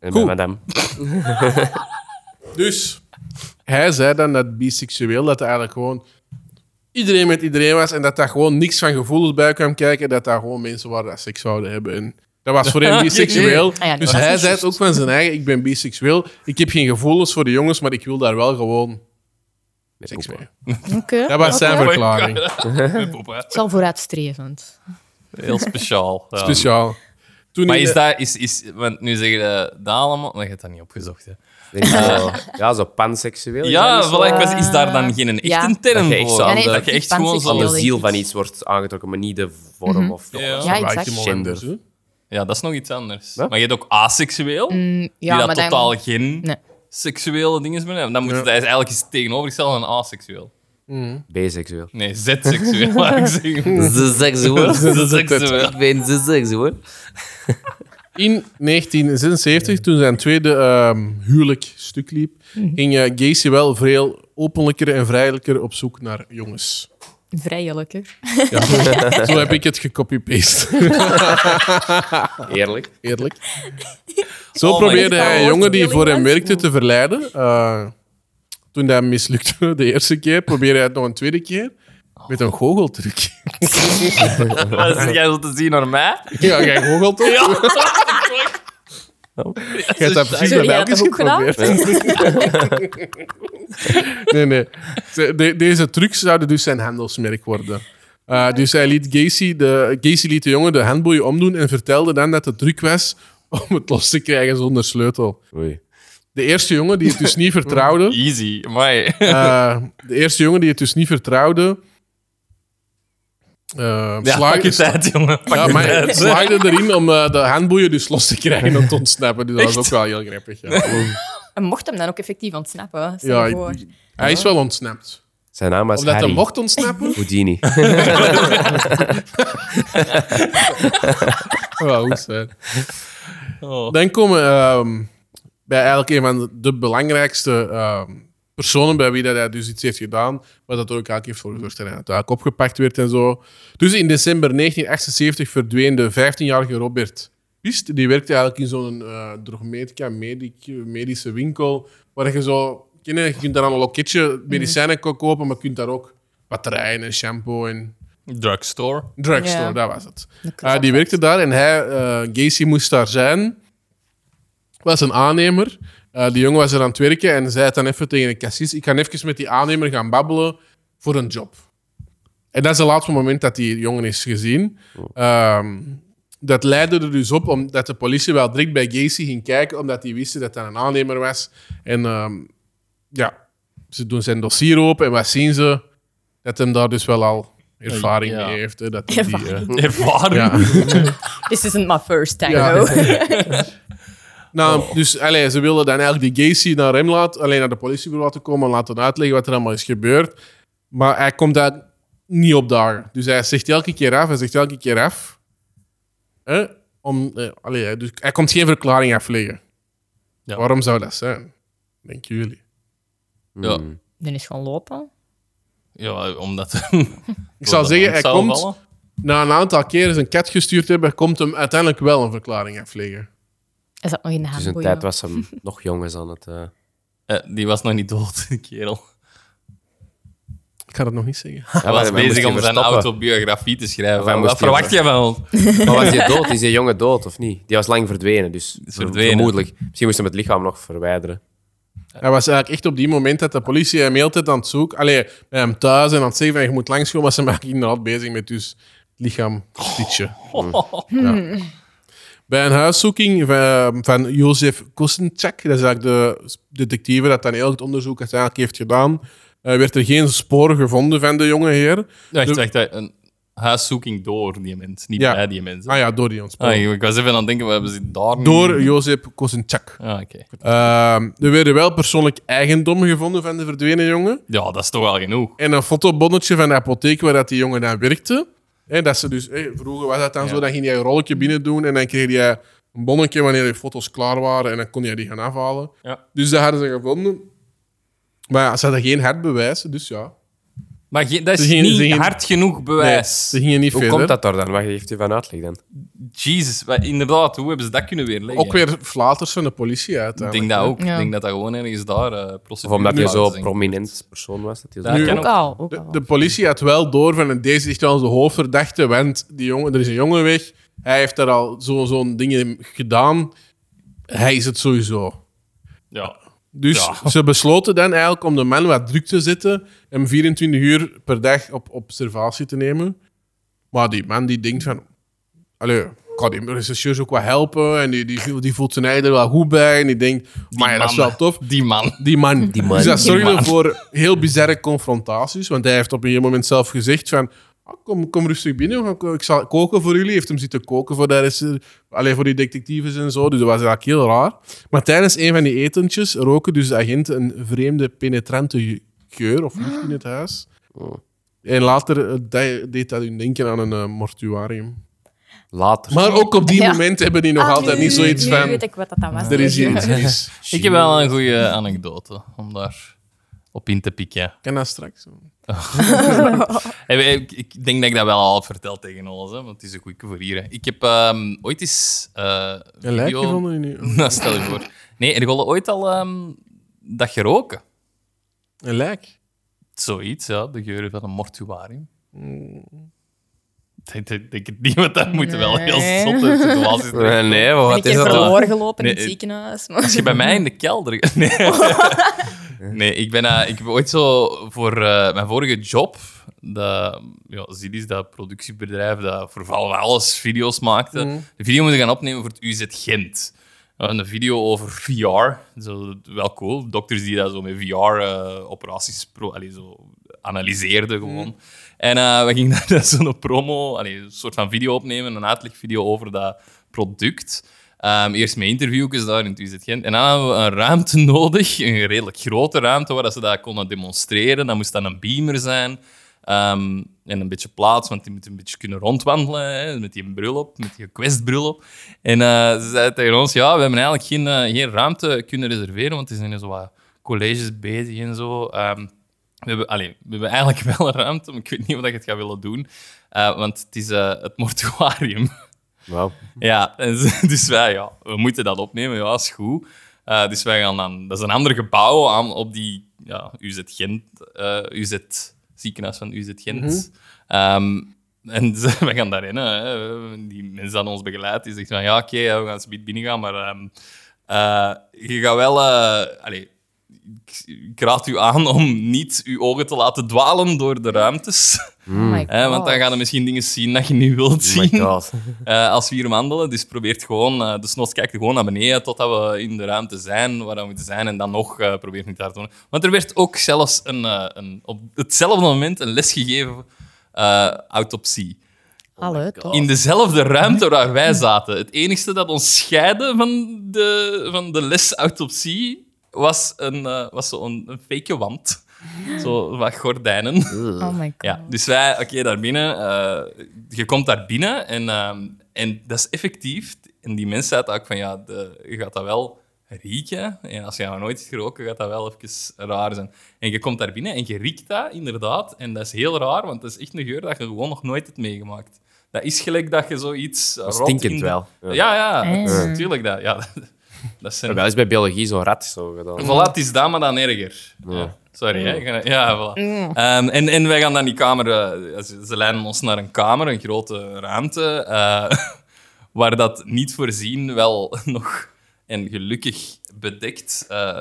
Speaker 2: En
Speaker 3: Cool.
Speaker 2: bij Eh, madame.
Speaker 3: Dus hij zei dan dat biseksueel, dat er eigenlijk gewoon iedereen met iedereen was en dat daar gewoon niks van gevoelens bij kwam kijken, dat daar gewoon mensen waren dat seks zouden hebben. En dat was voor
Speaker 4: (laughs)
Speaker 3: hem biseksueel.
Speaker 4: Ah ja,
Speaker 3: dus
Speaker 4: dat is
Speaker 3: hij
Speaker 4: niet
Speaker 3: zei het
Speaker 4: juist.
Speaker 3: ook van zijn eigen, ik ben biseksueel, ik heb geen gevoelens voor de jongens, maar ik wil daar wel gewoon seks mee.
Speaker 4: Oké.
Speaker 3: Dat was zijn
Speaker 4: Oké.
Speaker 3: verklaring.
Speaker 1: Met Boba.
Speaker 4: Het is wel vooruitstrevend.
Speaker 1: Heel speciaal. ja.
Speaker 3: Speciaal. Dus Toen
Speaker 1: Maar
Speaker 3: in
Speaker 1: is
Speaker 3: de-
Speaker 1: dat... Is, is, want nu zeggen de dat allemaal... Maar je hebt dat niet opgezocht, hè?
Speaker 2: Denk zo, (laughs) ja, zo panseksueel. is dat
Speaker 1: Ja,
Speaker 2: niet zo?
Speaker 1: voilà, ik was, is daar dan geen echte
Speaker 4: Ja.
Speaker 1: term
Speaker 2: Dat je echt
Speaker 1: voor?
Speaker 2: zo aan
Speaker 1: dat
Speaker 2: de-
Speaker 1: je echt
Speaker 4: Ja, nee,
Speaker 1: gewoon
Speaker 2: Aan
Speaker 1: zo...
Speaker 2: de
Speaker 4: seksueel,
Speaker 2: ziel
Speaker 4: denk
Speaker 2: van
Speaker 4: ik.
Speaker 2: iets Mhm. wordt aangetrokken, maar niet de vorm of...
Speaker 1: Ja.
Speaker 4: Ja,
Speaker 3: Waar
Speaker 4: exact.
Speaker 3: ik hem al
Speaker 2: Gender.
Speaker 3: anders, hè?
Speaker 1: Ja, dat is nog iets anders.
Speaker 2: Wat?
Speaker 1: Maar je hebt ook aseksueel,
Speaker 4: Mm, ja,
Speaker 1: die
Speaker 4: maar
Speaker 1: dat
Speaker 4: dan-
Speaker 1: totaal geen
Speaker 4: Nee.
Speaker 1: seksuele dingen meer hebben. Dan moet je
Speaker 3: Ja.
Speaker 1: dat is eigenlijk iets tegenovergesteld aan aseksueel.
Speaker 2: Biseksueel.
Speaker 1: Nee, z-seksueel, (laughs) laat ik zeggen.
Speaker 2: (laughs) Ze seksueel.
Speaker 1: Z-seksueel.
Speaker 2: Ik ben ze seksueel.
Speaker 3: In 1976, toen zijn tweede ehm, huwelijk stuk liep, ging eh, Gacy wel veel openlijker en vrijelijker op zoek naar jongens.
Speaker 4: Vrijelijker.
Speaker 3: Ja, zo heb ik het gecopy-paste, (laughs)
Speaker 2: (laughs) Eerlijk.
Speaker 3: eerlijk. Zo
Speaker 1: Oh my
Speaker 3: probeerde
Speaker 1: God.
Speaker 3: hij een jongen die voor hem
Speaker 4: Mensen.
Speaker 3: werkte te verleiden. Eh, toen dat mislukte (laughs) de eerste keer, probeerde hij het nog een tweede keer met een goocheltruc.
Speaker 1: Wat zit jij zo te zien naar mij?
Speaker 3: Ja, jij goochelt toch?
Speaker 1: (laughs) Ja.
Speaker 3: Jij hebt dat precies bij
Speaker 4: Sorry,
Speaker 3: mij
Speaker 4: jij
Speaker 3: ook eens
Speaker 4: hebt dat ook
Speaker 3: geprobeerd. (laughs) nee, nee. Ze- de- deze trucs zouden dus zijn handelsmerk worden. Uh, dus hij liet Gacy, de, Gacy liet de jongen de handboeien omdoen en vertelde dan dat de truc was om het los te krijgen zonder sleutel.
Speaker 2: Oei.
Speaker 3: De eerste jongen die het dus niet
Speaker 1: (laughs)
Speaker 3: vertrouwde,
Speaker 1: Easy, maar
Speaker 3: eh, de eerste jongen die het dus niet vertrouwde, eh
Speaker 1: ja, (laughs)
Speaker 3: sla-
Speaker 1: pak je tijd, jongen. Pak
Speaker 3: ja,
Speaker 1: je
Speaker 3: maar
Speaker 1: tijd.
Speaker 3: het zwaaide erin om eh, de handboeien dus los te krijgen en te ontsnappen. Dus dat was
Speaker 1: Echt?
Speaker 3: ook wel heel grappig. Ja.
Speaker 4: En mocht hem dan ook effectief ontsnappen. Stel
Speaker 3: Ja,
Speaker 4: je
Speaker 3: ik-
Speaker 4: voor.
Speaker 3: Hij is wel ontsnapt.
Speaker 2: Zijn naam was
Speaker 3: Omdat hij
Speaker 2: Harry
Speaker 3: mocht ontsnappen?
Speaker 2: Houdini. Dus
Speaker 3: (laughs) Wel goed zijn.
Speaker 1: Oh.
Speaker 3: Dan komen we ehm, bij eigenlijk een van de belangrijkste ehm, personen bij wie dat hij dus iets heeft gedaan. Wat dat er ook uit heeft voor gezorgd dat hij uiteindelijk opgepakt werd en zo. Dus in december 1978 verdween de 15-jarige Robert Pist. Die werkte eigenlijk in zo'n eh drogemetica, medic- medische winkel. Waar je zo... ken je, je kunt daar aan een loketje medicijnen ko- kopen, maar je kunt daar ook batterijen en shampoo en
Speaker 1: Drugstore.
Speaker 3: drugstore,
Speaker 4: Ja.
Speaker 3: dat was het.
Speaker 4: Dat klopt.
Speaker 3: Ah, die werkte daar en hij, eh, Gacy moest daar zijn. Was een aannemer. Eh, die jongen was er aan het werken en zei het dan even tegen de cassis: Ik ga even met die aannemer gaan babbelen voor een job. En dat is het laatste moment dat die jongen is gezien. Ehm, dat leidde er dus op omdat de politie wel direct bij Gacy ging kijken, omdat die wisten dat hij een aannemer was. En ehm, ja, ze doen zijn dossier open en wat zien ze? Dat hem daar dus wel al ervaring
Speaker 1: Ja.
Speaker 3: mee heeft. Hè, dat hem die, eh,
Speaker 1: Ervaring.
Speaker 3: (laughs) ja.
Speaker 4: This isn't my first time.
Speaker 3: Ja. (laughs)
Speaker 4: though.
Speaker 3: Nou, dus allee, ze wilden dan eigenlijk die Gacy naar hem laten, alleen naar de politiebureau laten komen en laten uitleggen wat er allemaal is gebeurd. Maar hij komt daar niet op dagen. Dus hij zegt elke keer af, hij zegt elke keer af. Hè? Om, eh, allee, dus hij komt geen verklaring afleggen.
Speaker 1: Ja.
Speaker 3: Waarom zou dat zijn? Denken jullie?
Speaker 1: Ja.
Speaker 4: Dan is gewoon lopen.
Speaker 1: Ja, omdat...
Speaker 3: Ik zou zeggen, hij
Speaker 1: zou
Speaker 3: komt
Speaker 1: vallen.
Speaker 3: na een aantal keren zijn cat gestuurd hebben, komt hem uiteindelijk wel een verklaring afleggen.
Speaker 4: Hij zat nog in de
Speaker 2: Dus een
Speaker 4: handboeien.
Speaker 2: tijd was hem nog jong is aan het... eh,
Speaker 1: Eh, die was nog niet dood, (laughs) die kerel.
Speaker 3: Ik ga dat nog niet zeggen.
Speaker 2: ja,
Speaker 1: Hij
Speaker 2: maar
Speaker 1: was
Speaker 2: moest
Speaker 1: bezig
Speaker 2: die
Speaker 1: om zijn
Speaker 2: verstoppen.
Speaker 1: autobiografie te schrijven.
Speaker 2: Of hij
Speaker 1: Wat
Speaker 2: moest die
Speaker 1: verwacht je van ons?
Speaker 2: Maar was hij dood? Is die jongen dood of niet? Die was lang verdwenen, dus
Speaker 1: verdwenen.
Speaker 2: vermoedelijk. Misschien moesten we het lichaam nog verwijderen.
Speaker 3: Hij was eigenlijk echt op die moment dat de politie hem heel de tijd aan het zoeken. Allee, bij hem thuis en aan het zeggen van je moet langskomen, maar (laughs) ze maken inderdaad bezig met dus het lichaam stitchen. Mm. Ja. Bij een huiszoeking van, van Jozef Kosinczak, dat is eigenlijk de detectieve dat dan heel het onderzoek uiteindelijk heeft gedaan, eh, werd er geen spoor gevonden van de jonge heer.
Speaker 1: (laughs) Wacht,
Speaker 3: De-
Speaker 1: wacht, wacht, Een huiszoeking door die mens, niet
Speaker 3: Ja.
Speaker 1: bij die mensen.
Speaker 3: Ah ja, door die ontsporing.
Speaker 1: Ah, ik was even aan het denken, we hebben ze daar niet-
Speaker 3: Door Jozef Kosinczak.
Speaker 1: Ah, oké.
Speaker 3: Ehm, er werden wel persoonlijk eigendom gevonden van de verdwenen jongen.
Speaker 1: Ja, dat is toch wel genoeg.
Speaker 3: en een fotobonnetje van de apotheek waar dat die jongen aan werkte. Hè, dat ze dus, hè, vroeger was dat dan zo, dan ging je een rolletje binnen doen en dan kreeg je een bonnetje wanneer je foto's klaar waren en dan kon je die gaan afhalen.
Speaker 1: Ja.
Speaker 3: Dus dat hadden ze gevonden. Maar ja, ze hadden geen hard bewijs, dus ja.
Speaker 1: Maar ge- dat is
Speaker 3: Ze gingen-
Speaker 1: niet
Speaker 3: ze gingen-
Speaker 1: hard genoeg
Speaker 3: Nee,
Speaker 1: bewijs.
Speaker 3: ze gingen niet
Speaker 2: Hoe
Speaker 3: verder.
Speaker 2: komt dat daar dan? Wat heeft u van uitleg dan?
Speaker 1: Jezus, wa- inderdaad, hoe hebben ze dat kunnen weerleggen?
Speaker 3: Ook weer flaters van de politie
Speaker 1: Ik
Speaker 3: uiteindelijk.
Speaker 1: denk dat ook.
Speaker 4: Ja.
Speaker 1: Ik denk dat dat gewoon ergens daar eh
Speaker 2: Of
Speaker 1: procedure
Speaker 2: omdat hij
Speaker 1: fouten
Speaker 2: zo'n
Speaker 1: zijn.
Speaker 2: prominent persoon was? Dat hij zo...
Speaker 1: Dat kan
Speaker 4: Ook al. Ook
Speaker 3: De,
Speaker 4: al.
Speaker 3: de politie had wel door van deze is wel onze hoofdverdachte, want die jongen, er is een jongen weg. Hij heeft daar al zo- zo'n dingen gedaan. Hij is het sowieso.
Speaker 1: Ja.
Speaker 3: Dus
Speaker 1: Ja.
Speaker 3: ze besloten dan eigenlijk om de man wat druk te zetten, hem 24 uur per dag op observatie te nemen. Maar die man die denkt van, allee, ik ga die rechercheurs ook wat helpen en die, die, die voelt zijn eigen er wel goed bij en die denkt, maar ja, dat is
Speaker 1: man.
Speaker 3: wel tof.
Speaker 1: Die man.
Speaker 3: Die man. Dus dat
Speaker 1: Die
Speaker 3: zorgde
Speaker 1: man.
Speaker 3: voor heel bizarre confrontaties. Want hij heeft op een gegeven moment zelf gezegd van... "Ah, kom, kom rustig binnen, we gaan ko- ik zal koken voor jullie. Heeft hem zitten koken voor, de rest, alleen voor die detectives en zo. Dus dat was eigenlijk heel raar. Maar tijdens een van die etentjes roken dus de agenten een vreemde, penetrante ju- geur of lucht in het huis.
Speaker 4: Oh.
Speaker 3: En later eh, de- deed dat hun denken aan een eh, mortuarium.
Speaker 2: Later.
Speaker 3: (laughs) Maar ook op die
Speaker 4: Ja.
Speaker 3: moment hebben die nog
Speaker 4: Ah,
Speaker 3: altijd
Speaker 4: nu-
Speaker 3: niet zoiets
Speaker 4: nu
Speaker 3: van...
Speaker 4: weet ik wat dat dan was.
Speaker 3: Er is hier iets mis."
Speaker 1: Ik heb wel een goede anekdote om daar op in te pikken.
Speaker 3: Kan dat straks?
Speaker 4: (laughs)
Speaker 1: Hey, Ik, ik denk dat ik dat wel al heb verteld tegen ons, hè, want het is een goeie voor hier. hè. Ik heb ehm, ooit eens eh
Speaker 3: Een lijkje
Speaker 1: video-
Speaker 3: vonden jullie?
Speaker 1: (laughs) Nou, stel je voor. Nee, er wilde ooit al ehm, dat geroken.
Speaker 3: Een lijk?
Speaker 1: Zoiets, ja. De geur van een mortuarium. Ik denk- denk het niet, want dat moeten wel heel
Speaker 4: Nee.
Speaker 1: zotte situaties zijn.
Speaker 2: Nee, nee, maar
Speaker 4: ik
Speaker 2: wat
Speaker 4: heb
Speaker 2: is dat dan?
Speaker 4: verloren gelopen
Speaker 1: Nee,
Speaker 4: in het
Speaker 1: eh,
Speaker 4: ziekenhuis.
Speaker 1: Als je bij mij in de kelder... Nee, (laughs) nee ik, ben, eh, ik heb ooit zo voor eh, mijn vorige job... Dat, ja, Zidis, dat productiebedrijf dat voor vrijwel alles video's maakte. De video moest ik gaan opnemen voor het UZ Gent. Ja, Een video over VR. Zo, wel cool. Dokters die dat zo met eh, VR-operaties zo analyseerden gewoon. En eh, we gingen (laughs) daar dus zo'n promo, allee, een soort van video opnemen, een uitlegvideo over dat product. Ehm, eerst met interviewjes daar in het UZ Gent. En dan hadden we een ruimte (laughs) nodig, een redelijk grote ruimte, waar dat ze dat konden demonstreren. Dan moest dat een beamer zijn ehm, en een beetje plaats, want die moeten een beetje kunnen rondwandelen hè, met die brul op, met die questbrul op. En eh, ze zeiden tegen ons, ja, we hebben eigenlijk geen, eh, geen ruimte kunnen reserveren, want er zijn zo wat colleges bezig en zo. Ehm, we hebben, allee, we hebben eigenlijk (laughs) wel een ruimte, maar ik weet niet of dat je het gaat willen doen. eh, want het is eh, het mortuarium.
Speaker 2: Wauw.
Speaker 1: Ja, (laughs) en ze- dus wij, ja, we moeten dat opnemen, ja, is goed. Eh, dus wij gaan dan, dat is een ander gebouw aan, op die ja, UZ Gent, eh, UZ ziekenhuis van UZ Gent. Ehm, en ze- (laughs) wij gaan daarin, hè, die mensen aan ons begeleid, die zegt van ja, oké, ja, we gaan ze binnen gaan, maar ehm, eh, je gaat wel, eh, allee, ik, ik raad u aan om niet uw ogen te laten dwalen door de ruimtes. (laughs)
Speaker 4: Hmm. Oh
Speaker 1: Hè, want dan gaan er misschien dingen zien dat je niet wilt
Speaker 2: Oh my
Speaker 1: zien.
Speaker 2: god.
Speaker 1: Eh, als we hier wandelen. Dus probeert gewoon, eh, de snos kijkt gewoon naar beneden totdat we in de ruimte zijn waar we moeten zijn. En dan nog eh, probeert niet daar te wonen. Want er werd ook zelfs een, eh, een, op hetzelfde moment een lesgegeven eh autopsie. Oh
Speaker 4: Alle, toch?
Speaker 1: In dezelfde ruimte waar wij zaten. Het enige dat ons scheidde van de, van de lesautopsie was, een, eh was zo'n een fake wand. Zo wat gordijnen.
Speaker 4: Oh my god.
Speaker 1: Ja, dus wij, oké, daar binnen. eh, je komt daar binnen en, ehm, en dat is effectief. En die mensen zeiden ook van, ja, de, je gaat dat wel rieken. En als je nog nooit hebt geroken, gaat dat wel even raar zijn. En je komt daar binnen en je riekt dat, inderdaad. En dat is heel raar, want dat is echt een geur dat je gewoon nog nooit hebt meegemaakt. Dat is gelijk dat je zoiets rot
Speaker 2: stinkend
Speaker 1: in de-
Speaker 2: wel.
Speaker 1: Ja, ja,
Speaker 4: Ah.
Speaker 1: natuurlijk. Dat, ja, (laughs) dat, dat zijn...
Speaker 2: Dat is bij biologie zo'n rat zo gedaan.
Speaker 1: Voilà, het is dat, maar dan erger. Ja. Sorry, hè? Ik ga- Ja, voilà. Ehm, en, en wij gaan dan die kamer... eh, ze, ze leiden ons naar een kamer, een grote ruimte, eh, (laughs) waar dat niet voorzien wel (laughs) nog, en gelukkig bedekt, eh,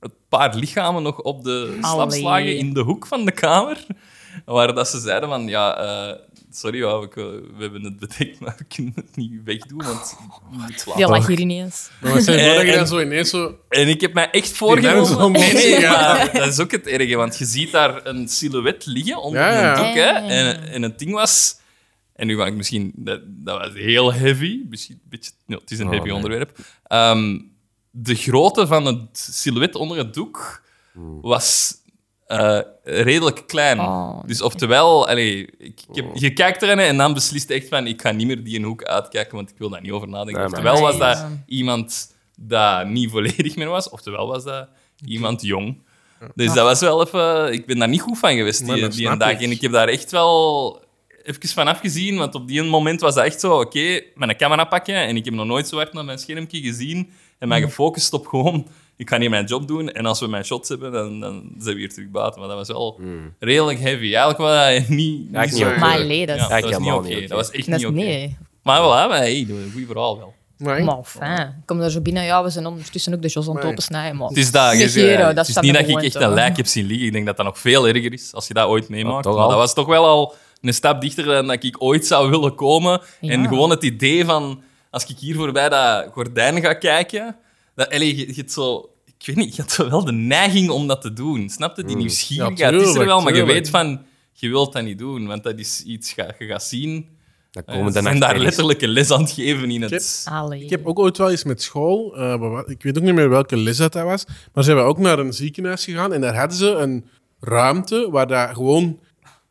Speaker 1: een paar lichamen nog op de slapslagen in de hoek van de kamer. Waar dat ze zeiden van, ja, eh, sorry, wou ik, eh, we hebben het bedekt, (laughs) maar we kunnen het niet wegdoen, want... het
Speaker 4: Die
Speaker 1: slaat
Speaker 4: lag hier ineens.
Speaker 3: Maar wat zijn
Speaker 1: Eh,
Speaker 3: voordat je
Speaker 1: en-
Speaker 3: dan zo ineens zo...
Speaker 1: en ik heb mij echt
Speaker 3: Die zijn zo
Speaker 1: voorgenomen. Nee, nee,
Speaker 3: mooi, ja.
Speaker 1: maar dat is ook het erge, want je ziet daar een silhouet liggen onder
Speaker 3: Ja, ja.
Speaker 1: een doek. Hè?
Speaker 4: Ja, ja, ja.
Speaker 1: En, en het ding was. En nu ga ik misschien. Dat, dat was heel heavy. Misschien een beetje. ja, het is
Speaker 3: Oh,
Speaker 1: een heavy
Speaker 2: nee.
Speaker 1: onderwerp. Ehm, de grootte van het silhouet onder het doek was eh, redelijk klein.
Speaker 4: Oh, nee.
Speaker 1: Dus oftewel, allee, ik, ik heb,
Speaker 3: Oh.
Speaker 1: je kijkt erin en dan beslist echt van ik ga niet meer die een hoek uitkijken, want ik wil daar niet over nadenken.
Speaker 2: Nee, maar-
Speaker 1: oftewel was dat
Speaker 4: Nee,
Speaker 1: iemand dat niet volledig meer was, oftewel was dat iemand jong. Dus dat was wel even... Ik ben daar niet goed van geweest
Speaker 3: Maar
Speaker 1: die,
Speaker 3: dat
Speaker 1: die
Speaker 3: snap
Speaker 1: een dag.
Speaker 3: ik.
Speaker 1: En ik heb daar echt wel even van afgezien, want op die moment was dat echt zo, oké, mijn camera pakken en ik heb nog nooit zo hard naar mijn schermpje gezien en
Speaker 4: Hm.
Speaker 1: mij gefocust op gewoon, ik ga hier mijn job doen en als we mijn shots hebben, dan, dan zijn we hier terug buiten. Maar dat was wel redelijk heavy. Eigenlijk was dat niet,
Speaker 2: Ja, ik
Speaker 1: niet
Speaker 2: niet
Speaker 1: zo...
Speaker 2: ook.
Speaker 1: Ja,
Speaker 4: Maar nee, dat is...
Speaker 1: dat was niet
Speaker 2: helemaal
Speaker 1: oké.
Speaker 2: niet oké.
Speaker 1: Dat was echt
Speaker 4: dat
Speaker 1: niet
Speaker 4: is
Speaker 1: oké.
Speaker 4: nee.
Speaker 1: Maar wel, hè, maar hey, een goed verhaal wel.
Speaker 3: Maar,
Speaker 4: Maar fijn. Ik kom daar zo binnen, ja, we zijn ondertussen ook de Jos aan het
Speaker 3: Nee.
Speaker 4: opensnijden.
Speaker 1: Het is, dat,
Speaker 4: Nee,
Speaker 1: je-
Speaker 4: hier, dat
Speaker 1: het is
Speaker 4: staat
Speaker 1: niet
Speaker 4: me
Speaker 1: dat ik
Speaker 4: gewoon
Speaker 1: echt
Speaker 4: te-
Speaker 1: een lijk heb zien liggen. Ik denk dat dat nog veel erger is, als je dat ooit meemaakt.
Speaker 2: toch
Speaker 1: maar dat
Speaker 2: al.
Speaker 1: was toch wel al een stap dichter dan dat ik ooit zou willen komen.
Speaker 4: Ja.
Speaker 1: En gewoon het idee van, als ik hier voorbij dat gordijn ga kijken... Dat, allee, je, je hebt zo... Ik weet niet, je had zo wel de neiging om dat te doen. Snap je? Die nieuwsgierigheid
Speaker 3: Hmm. Ja,
Speaker 1: is er
Speaker 3: tuurlijk,
Speaker 1: wel, maar je
Speaker 3: tuurlijk.
Speaker 1: weet van... Je wilt dat niet doen, want dat is iets... Ga, je gaat zien... Eh,
Speaker 2: Dan komen
Speaker 1: En
Speaker 2: dan
Speaker 1: zijn daar letterlijk een les aan het geven in het...
Speaker 4: Allee.
Speaker 3: Ik heb ook ooit wel eens met school, eh, maar wat- ik weet ook niet meer welke les dat dat was, maar ze hebben ook naar een ziekenhuis gegaan en daar hadden ze een ruimte waar daar gewoon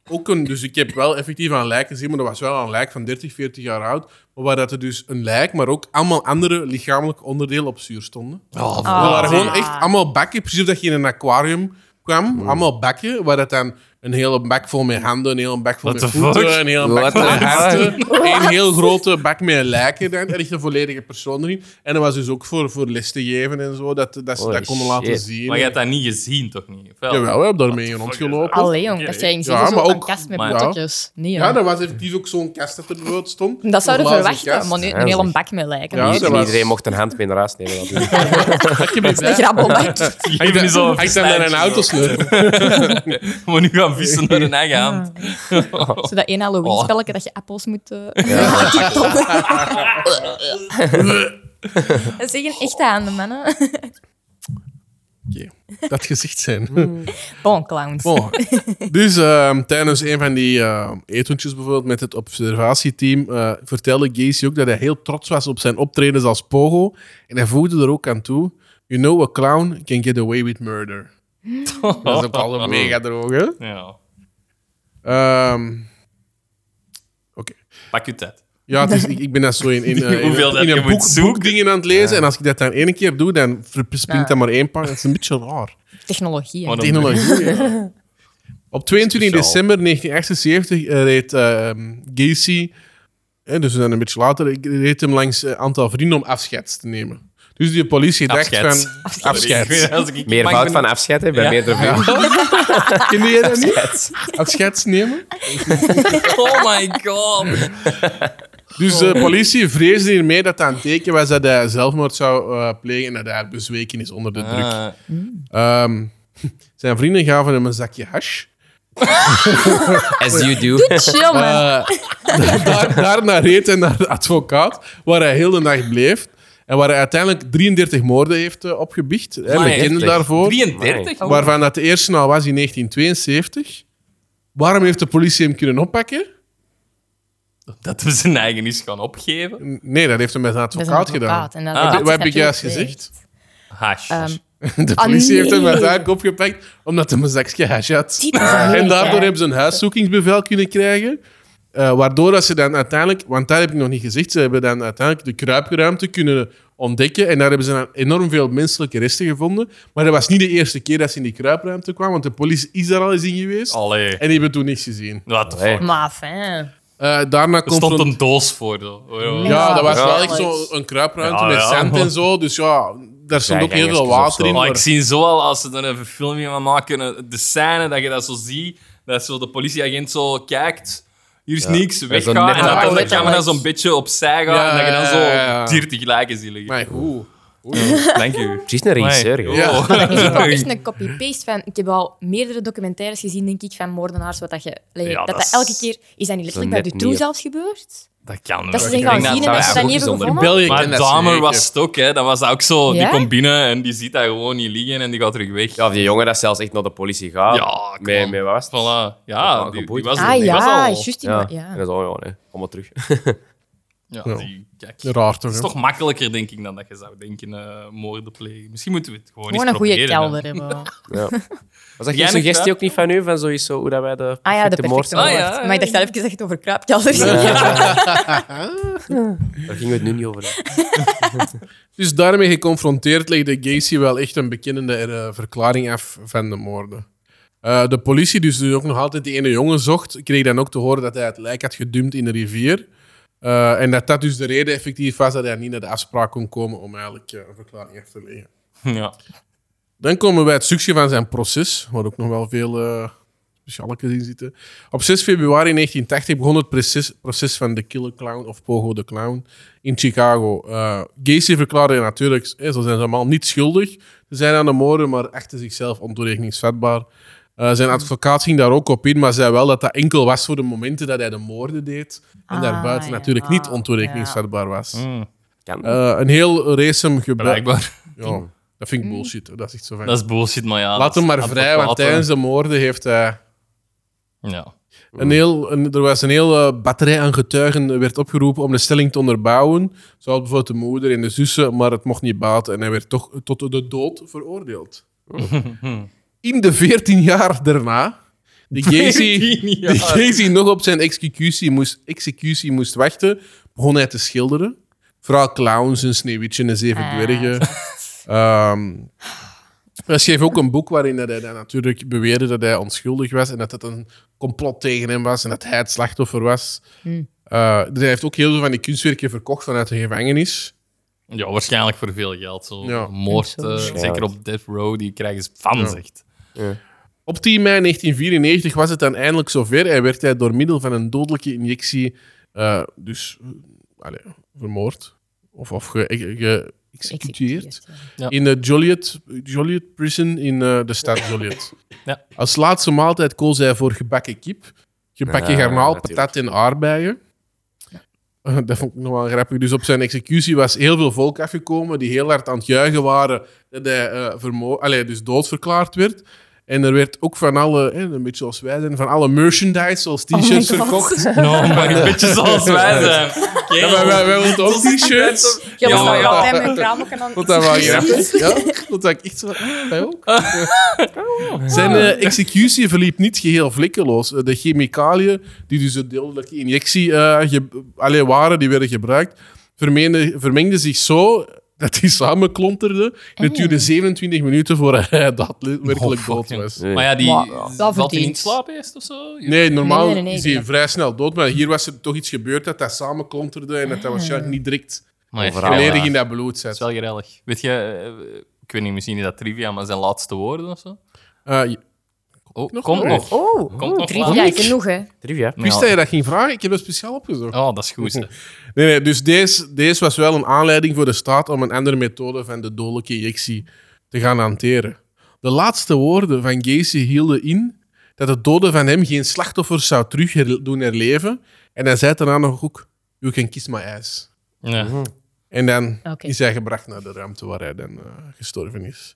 Speaker 3: ook een... Dus ik heb wel effectief aan lijken gezien, maar dat was wel een lijk van 30, 40 jaar oud, maar waar dat er dus een lijk, maar ook allemaal andere lichamelijke onderdelen op zuur stonden.
Speaker 1: Oh,
Speaker 4: Ah.
Speaker 3: Er waren gewoon echt allemaal bakken, precies dat je in een aquarium kwam, allemaal bakken, waar dat dan een hele bak vol met handen, een hele bak vol
Speaker 1: What
Speaker 3: met
Speaker 1: the fuck?
Speaker 3: voeten, een hele
Speaker 2: What
Speaker 3: bak vol
Speaker 2: the
Speaker 3: met harten, een heel grote bak met lijken dan, en echt een volledige persoon erin. En dat was dus ook voor, voor les te geven en zo, dat, dat ze
Speaker 2: Holy
Speaker 3: dat konden laten
Speaker 2: shit.
Speaker 3: zien.
Speaker 1: Maar je hebt dat niet gezien, toch niet? Of wel? (laughs)
Speaker 3: Jawel, we hebben daarmee rondgelopen.
Speaker 4: Allee, jong. Dat zijn
Speaker 3: Ja,
Speaker 4: ja,
Speaker 3: maar
Speaker 4: ook een
Speaker 3: ook-
Speaker 4: kast met
Speaker 1: maar-
Speaker 4: botertjes. Nee,
Speaker 3: Ja,
Speaker 4: jong.
Speaker 3: dat was effectief ook zo'n kast dat er bijvoorbeeld stond.
Speaker 4: Dat zouden
Speaker 3: Een
Speaker 4: we
Speaker 3: glazen kast.
Speaker 4: verwachten, maar nu
Speaker 2: Ja,
Speaker 4: een hele
Speaker 2: zeg.
Speaker 4: bak met lijken.
Speaker 3: Ja,
Speaker 4: Nee,
Speaker 3: dat was-
Speaker 2: Iedereen mocht een hand mee naar huis nemen.
Speaker 1: (laughs)
Speaker 2: natuurlijk.
Speaker 4: dat is een grabbelbak. (laughs)
Speaker 1: Geef me zo
Speaker 3: Ik sta naar een autosleutel.
Speaker 1: (laughs) Maar nu gaan vissen naar een eigen hand.
Speaker 4: Zo dat één
Speaker 1: Oh.
Speaker 4: Halloween-spelletje dat je appels moet... (laughs) eh
Speaker 1: (laughs)
Speaker 4: dat is echt een echte handen, mannen.
Speaker 3: Dat gezicht zijn.
Speaker 4: Bon, clowns.
Speaker 3: Bon. dus ehm, tijdens een van die eh, etentjes bijvoorbeeld met het observatieteam eh, vertelde Gacy ook dat hij heel trots was op zijn optredens als pogo. En hij voegde er ook aan toe, you know a clown can get away with
Speaker 1: (laughs)
Speaker 3: murder. Dat is ook al een mega droog, hè?
Speaker 1: Ja.
Speaker 3: Ehm,
Speaker 1: Pak je tijd.
Speaker 3: ja, het is, ik, ik ben dat zo in,
Speaker 1: (laughs)
Speaker 3: in, eh, in
Speaker 1: Hoeveel
Speaker 3: een-
Speaker 1: dat
Speaker 3: in
Speaker 1: je
Speaker 3: een
Speaker 1: moet
Speaker 3: boek,
Speaker 1: zoeken.
Speaker 3: boekdingen aan het lezen. En als ik dat dan één keer doe, dan verspringt
Speaker 4: Ja.
Speaker 3: dat maar één pagina. Dat is een beetje raar.
Speaker 4: Technologie. hè.
Speaker 1: Maar dan-
Speaker 3: Technologie. ja. Op 22
Speaker 2: Speciaal.
Speaker 3: december 1978 eh, reed ehm, Gacy, hè, dus dan een beetje later, ik- reed hem langs een aantal vrienden om afscheid te nemen. Dus die politie
Speaker 1: (laughs)
Speaker 3: dacht
Speaker 1: Afscheid.
Speaker 3: van... Afscheid.
Speaker 1: Als ik-
Speaker 2: Meer
Speaker 1: mag
Speaker 2: fout
Speaker 1: ik-
Speaker 2: van afscheid hè, bij
Speaker 1: Ja.
Speaker 2: meerdere vrienden.
Speaker 3: Ken jij dat niet? Afscheid nemen?
Speaker 1: Oh my god.
Speaker 3: Dus de politie vreesde hiermee dat dat een teken was dat hij zelfmoord zou eh, plegen en dat hij bezweken is onder de druk.
Speaker 1: Ah.
Speaker 3: Ehm, (laughs) zijn vrienden gaven hem een zakje hash.
Speaker 2: As you do.
Speaker 4: Chill, man.
Speaker 3: Eh, daar, daarna reed hij naar de advocaat, waar hij heel de nacht bleef. En waar hij uiteindelijk 33 moorden heeft eh, opgebiecht. Hè,
Speaker 1: Maar
Speaker 3: met
Speaker 1: echt,
Speaker 3: kinderen
Speaker 2: echt.
Speaker 3: daarvoor.
Speaker 1: 33?
Speaker 4: Oh.
Speaker 3: Waarvan dat de eerste nou was in 1972. Waarom heeft de politie hem kunnen oppakken?
Speaker 1: Dat we zijn eigen is gaan opgeven.
Speaker 3: N- Nee, dat heeft hem met zijn
Speaker 4: Dat is
Speaker 3: advocaat,
Speaker 4: een
Speaker 3: gedaan.
Speaker 4: advocaat, en dat-
Speaker 1: Ah.
Speaker 4: dat
Speaker 3: Wat
Speaker 4: is
Speaker 3: heb ik juist
Speaker 4: natuurlijk
Speaker 3: gezegd?
Speaker 1: Hash.
Speaker 4: Ehm,
Speaker 3: (laughs) De politie
Speaker 4: Ah,
Speaker 3: heeft hem
Speaker 4: nee.
Speaker 3: uiteindelijk opgepakt omdat hij een zakje hash had.
Speaker 4: Dit is Amerika.
Speaker 3: En daardoor hebben ze een huiszoekingsbevel kunnen krijgen. eh, waardoor dat ze dan uiteindelijk, want daar heb ik nog niet gezegd, ze hebben dan uiteindelijk de kruipruimte kunnen ontdekken. En daar hebben ze dan enorm veel menselijke resten gevonden. Maar dat was niet de eerste keer dat ze in die kruipruimte kwamen, want de politie is daar al eens in geweest.
Speaker 1: Allee.
Speaker 3: En die hebben toen niks gezien.
Speaker 1: Wat de
Speaker 2: Allee.
Speaker 1: fuck.
Speaker 4: Maar fijn.
Speaker 3: Eh, daarna
Speaker 1: Er stond
Speaker 3: confront...
Speaker 1: een doos voor. zo. Oh, oh.
Speaker 3: Ja, dat was
Speaker 2: Ja.
Speaker 3: wel echt zo'n kruipruimte
Speaker 1: Ja,
Speaker 3: met
Speaker 1: ja.
Speaker 3: zand en zo. Dus ja, daar stond
Speaker 2: Ja,
Speaker 3: ook heel veel
Speaker 2: gangetjes of
Speaker 3: water
Speaker 2: zo.
Speaker 3: in.
Speaker 1: Maar
Speaker 3: Maar...
Speaker 1: Oh, ik zie zo al, als ze er even een filmpje van maken, eh, de scène dat je dat zo ziet, dat zo de politieagent zo kijkt, hier is niks, weg
Speaker 2: zo net
Speaker 1: En dat
Speaker 2: naar
Speaker 1: dan de
Speaker 4: buiten.
Speaker 1: camera zo'n beetje opzij gaat
Speaker 3: Ja,
Speaker 1: en dat je dan zo
Speaker 3: ja, ja, ja.
Speaker 1: 30 lijken ziet liggen.
Speaker 3: Maar goed.
Speaker 1: Dank
Speaker 3: (laughs)
Speaker 1: u.
Speaker 2: Precies een regisseur.
Speaker 1: (laughs)
Speaker 2: joh.
Speaker 3: Ja.
Speaker 4: Dat is ook wel echt een copy-paste van... Ik heb al meerdere documentaires gezien, denk ik, van moordenaars. Wat dat, je, allee,
Speaker 1: Ja,
Speaker 4: dat,
Speaker 1: dat
Speaker 4: dat
Speaker 1: is-
Speaker 4: elke keer... Is dat niet letterlijk bij
Speaker 2: net
Speaker 4: Dutroux
Speaker 2: niet.
Speaker 4: zelfs gebeurd?
Speaker 1: Dat kan
Speaker 4: Dat
Speaker 1: wel.
Speaker 4: ze zijn
Speaker 1: Ik denk
Speaker 4: gaan zien en
Speaker 1: dat
Speaker 4: dat
Speaker 2: zou
Speaker 1: dat-
Speaker 4: ze
Speaker 2: eigenlijk
Speaker 4: dat niet hebben
Speaker 2: ook bijzonder-
Speaker 4: gevonden?
Speaker 3: België
Speaker 1: Maar
Speaker 3: kent Oh, dat
Speaker 1: Dahmer
Speaker 3: zeker.
Speaker 1: was het ook, hè. Dat was ook zo. Die
Speaker 4: Ja?
Speaker 1: komt binnen en die ziet dat gewoon niet liggen en die gaat terug weg.
Speaker 2: Ja, of die jongen dat zelfs echt naar de politie gaat.
Speaker 1: Ja, kom
Speaker 2: met,
Speaker 1: on.
Speaker 2: met wat was het?
Speaker 1: Voilà.
Speaker 2: Ja,
Speaker 1: Ja, die, die
Speaker 2: geboeid.
Speaker 1: was er.
Speaker 4: Ah
Speaker 1: die was
Speaker 4: ja,
Speaker 1: al.
Speaker 4: juist. die-
Speaker 2: Ja.
Speaker 4: Ja.
Speaker 1: (laughs)
Speaker 2: En dan zo, ja, nee, kom maar terug.
Speaker 1: Ja,
Speaker 3: Ja.
Speaker 1: Die, kijk.
Speaker 3: Raar toch?
Speaker 1: Het is
Speaker 3: hè?
Speaker 1: toch makkelijker, denk ik, dan dat je zou denken, eh, moorden plegen. Misschien moeten we het gewoon,
Speaker 4: Gewoon
Speaker 1: eens
Speaker 4: een goede
Speaker 1: proberen, hè.
Speaker 4: kelder hebben.
Speaker 2: Ja. Was
Speaker 1: Jij
Speaker 2: dat geen
Speaker 1: nog
Speaker 2: suggestie
Speaker 1: gedaan?
Speaker 2: ook niet van u, van sowieso hoe dat wij de perfecte,
Speaker 4: Ah ja, de perfecte
Speaker 2: moord...
Speaker 1: moord.
Speaker 4: moord.
Speaker 1: Ah, ja, ja,
Speaker 4: Maar ik dacht
Speaker 1: ja.
Speaker 4: zelf gezegd over kruipkelder.
Speaker 2: Daar gingen we het nu niet over. hebben.
Speaker 3: Dus daarmee geconfronteerd legde Gacy wel echt een bekennende eh, verklaring af van de moorden. Eh, de politie, dus die ook nog altijd die ene jongen zocht, kreeg dan ook te horen dat hij het lijk had gedumpt in de rivier. Eh, en dat dat dus de reden effectief was dat hij niet naar de afspraak kon komen om eigenlijk eh, een verklaring af te leggen.
Speaker 1: (laughs) Ja.
Speaker 3: Dan komen wij het stukje van zijn proces, waar ook nog wel veel eh speciale in zitten. Op 6 februari 1980 begon het proces, proces van de Killer Clown of Pogo de Clown in Chicago. Eh Gacy verklaarde natuurlijk, hè, zo zijn ze allemaal niet schuldig. Ze zijn aan de moorden, maar achten zichzelf ontoerekeningsvatbaar. Eh, zijn advocaat ging daar ook op in, maar zei wel dat dat enkel was voor de momenten dat hij de moorden deed. En
Speaker 4: Ah,
Speaker 3: daarbuiten natuurlijk niet
Speaker 4: ja.
Speaker 3: ontoerekeningsvatbaar was.
Speaker 2: Kan.
Speaker 3: Eh, een heel race hem gebruikt.
Speaker 1: Mm. Blijkbaar.
Speaker 3: Ja, dat vind
Speaker 4: Mm.
Speaker 3: ik bullshit. hoor. Dat is echt zo van...
Speaker 1: Dat is bullshit, maar ja.
Speaker 3: Laat
Speaker 1: Ah, dat
Speaker 3: hem
Speaker 1: is
Speaker 3: maar vrij, want
Speaker 1: advocaten.
Speaker 3: tijdens de moorden heeft hij
Speaker 1: Ja.
Speaker 3: een heel, een- er was een hele batterij aan getuigen eh, werd opgeroepen om de stelling te onderbouwen. Zoals bijvoorbeeld de moeder en de zussen, maar het mocht niet baten. En hij werd toch tot de dood veroordeeld.
Speaker 1: Oh.
Speaker 3: In de 14 jaar daarna,
Speaker 1: (laughs)
Speaker 3: die Gacy,
Speaker 1: 14 jaar.
Speaker 3: die Gacy nog op zijn executie moest, executie moest wachten, begon hij te schilderen. Vooral clowns, een sneeuwwitje en zeven
Speaker 1: (laughs)
Speaker 4: Ah,
Speaker 3: dwergen. Ehm, hij schreef ook een boek waarin dat hij dan natuurlijk beweerde dat hij onschuldig was en dat het een complot tegen hem was en dat hij het slachtoffer was. Eh, dus hij heeft ook heel veel van die kunstwerken verkocht vanuit de gevangenis.
Speaker 1: ja, waarschijnlijk voor veel geld. Zo.
Speaker 3: Ja.
Speaker 1: Moord,
Speaker 4: Zo.
Speaker 1: eh, zeker op Death Row, die krijgen ze van, zegt.
Speaker 3: Op 10 mei 1994 was het dan eindelijk zover. Hij werd hij door middel van een dodelijke injectie eh, dus, eh, allee, vermoord of, of ge- ge- geëxecuteerd.
Speaker 1: Ja.
Speaker 3: in de Joliet, Joliet Prison in eh, de stad
Speaker 1: (laughs)
Speaker 3: Joliet.
Speaker 1: Ja.
Speaker 3: Als laatste maaltijd koos hij voor gebakken kip, gebakken
Speaker 2: Ja,
Speaker 3: garnaal,
Speaker 2: natuurlijk.
Speaker 3: patat en aardbeien. Eh, (laughs) Dat vond ik nog wel grappig. Dus op zijn executie was heel veel volk afgekomen die heel hard aan het juichen waren dat hij eh, vermo- allee, dus doodverklaard werd. En er werd ook van alle, eh, een beetje zoals wij zijn, van alle merchandise, zoals
Speaker 1: Oh
Speaker 3: t-shirts
Speaker 1: (laughs)
Speaker 3: verkocht. (laughs)
Speaker 1: Nou, maar een beetje zoals wij zijn.
Speaker 3: Ja, maar wij, wij wilden ook t-shirts.
Speaker 4: Ja,
Speaker 1: Ja,
Speaker 4: maar
Speaker 1: maar
Speaker 4: dan
Speaker 1: ja.
Speaker 4: altijd mijn kraam ook en dan...
Speaker 3: Vond dat wel grappig. Ah. Ja, vond dat ik echt zo... Wij ook. Zijn eh, executie verliep niet geheel vlekkeloos. Eh, De chemicaliën, die dus de dodelijke injectie eh ge- allee, waren, die werden gebruikt, vermengden, vermengden zich zo dat die samen klonterden. En het duurde 27 minuten voordat hij (laughs) dat werkelijk
Speaker 1: Oh,
Speaker 3: dood
Speaker 1: fucking.
Speaker 3: was.
Speaker 1: Maar ja, die
Speaker 4: Maar, dat
Speaker 1: valt hij
Speaker 4: verdient.
Speaker 1: niet slapen eerst of zo?
Speaker 3: Nee, normaal
Speaker 4: Nee, nee, nee,
Speaker 3: is hij
Speaker 4: nee.
Speaker 3: vrij snel dood, maar hier was er toch iets gebeurd dat dat samen klonterde en dat dat waarschijnlijk niet direct
Speaker 1: Maar echt
Speaker 2: Overal,
Speaker 1: geweldig.
Speaker 3: volledig
Speaker 2: ja.
Speaker 3: in dat bloed zat.
Speaker 1: Dat is wel gezellig. Weet je, eh, ik weet niet, misschien is dat trivia, maar zijn laatste woorden of zo?
Speaker 3: Eh, je-
Speaker 1: Oh,
Speaker 3: nog?
Speaker 1: komt
Speaker 3: Nee.
Speaker 1: nog.
Speaker 4: Oh,
Speaker 1: Komt nog
Speaker 4: drie
Speaker 1: later.
Speaker 4: jaar genoeg, hè.
Speaker 2: Trivia.
Speaker 1: Ja.
Speaker 3: wist dat je dat ging vragen? Ik heb dat speciaal opgezocht.
Speaker 1: Oh, dat is goed. hè.
Speaker 3: Nee, nee, dus deze, deze was wel een aanleiding voor de staat om een andere methode van de dodelijke injectie te gaan hanteren. De laatste woorden van Gacy hielden in dat het doden van hem geen slachtoffers zou terug her- doen herleven. En hij zei daarna nog ook, you can kiss my ass.
Speaker 1: Ja.
Speaker 3: Mhm. En dan
Speaker 4: Oké.
Speaker 3: is hij gebracht naar de ruimte waar hij dan eh, gestorven is.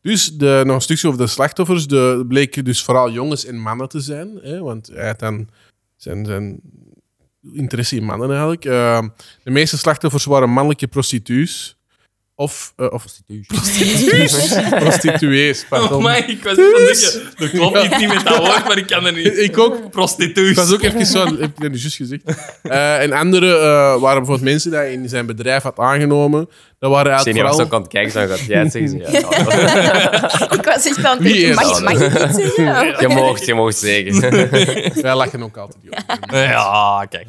Speaker 3: Dus de, nog een stukje over de slachtoffers. De bleken dus vooral jongens en mannen te zijn. Hè, want hij had dan zijn, zijn interesse in mannen eigenlijk. Eh, de meeste slachtoffers waren mannelijke prostituus. Of, eh, of prostituees, pardon.
Speaker 1: Oh my, ik was niet aan het denken. Dat klopt niet, niet met (laughs) dat woord, maar ik kan er niet.
Speaker 3: Ik ook.
Speaker 1: Prostituus.
Speaker 3: Ik was ook even zo, heb ik dat nu juist gezegd. Eh, en andere eh, waren bijvoorbeeld mensen die hij in zijn bedrijf had aangenomen. Dat waren
Speaker 2: Ik zie
Speaker 3: eigenlijk
Speaker 2: niet als
Speaker 3: vooral...
Speaker 2: ik aan het kijken zijn, gaat jij het zeggen. Ja,
Speaker 3: (laughs)
Speaker 2: ja.
Speaker 4: Ik was echt aan het
Speaker 3: Wie is
Speaker 4: denken, mag,
Speaker 2: dat?
Speaker 4: mag ik dit
Speaker 2: Je
Speaker 4: zeggen?
Speaker 2: mocht, je mocht
Speaker 3: (laughs)
Speaker 2: zeggen.
Speaker 3: Wij lachen ook altijd. joh.
Speaker 1: Ja, kijk.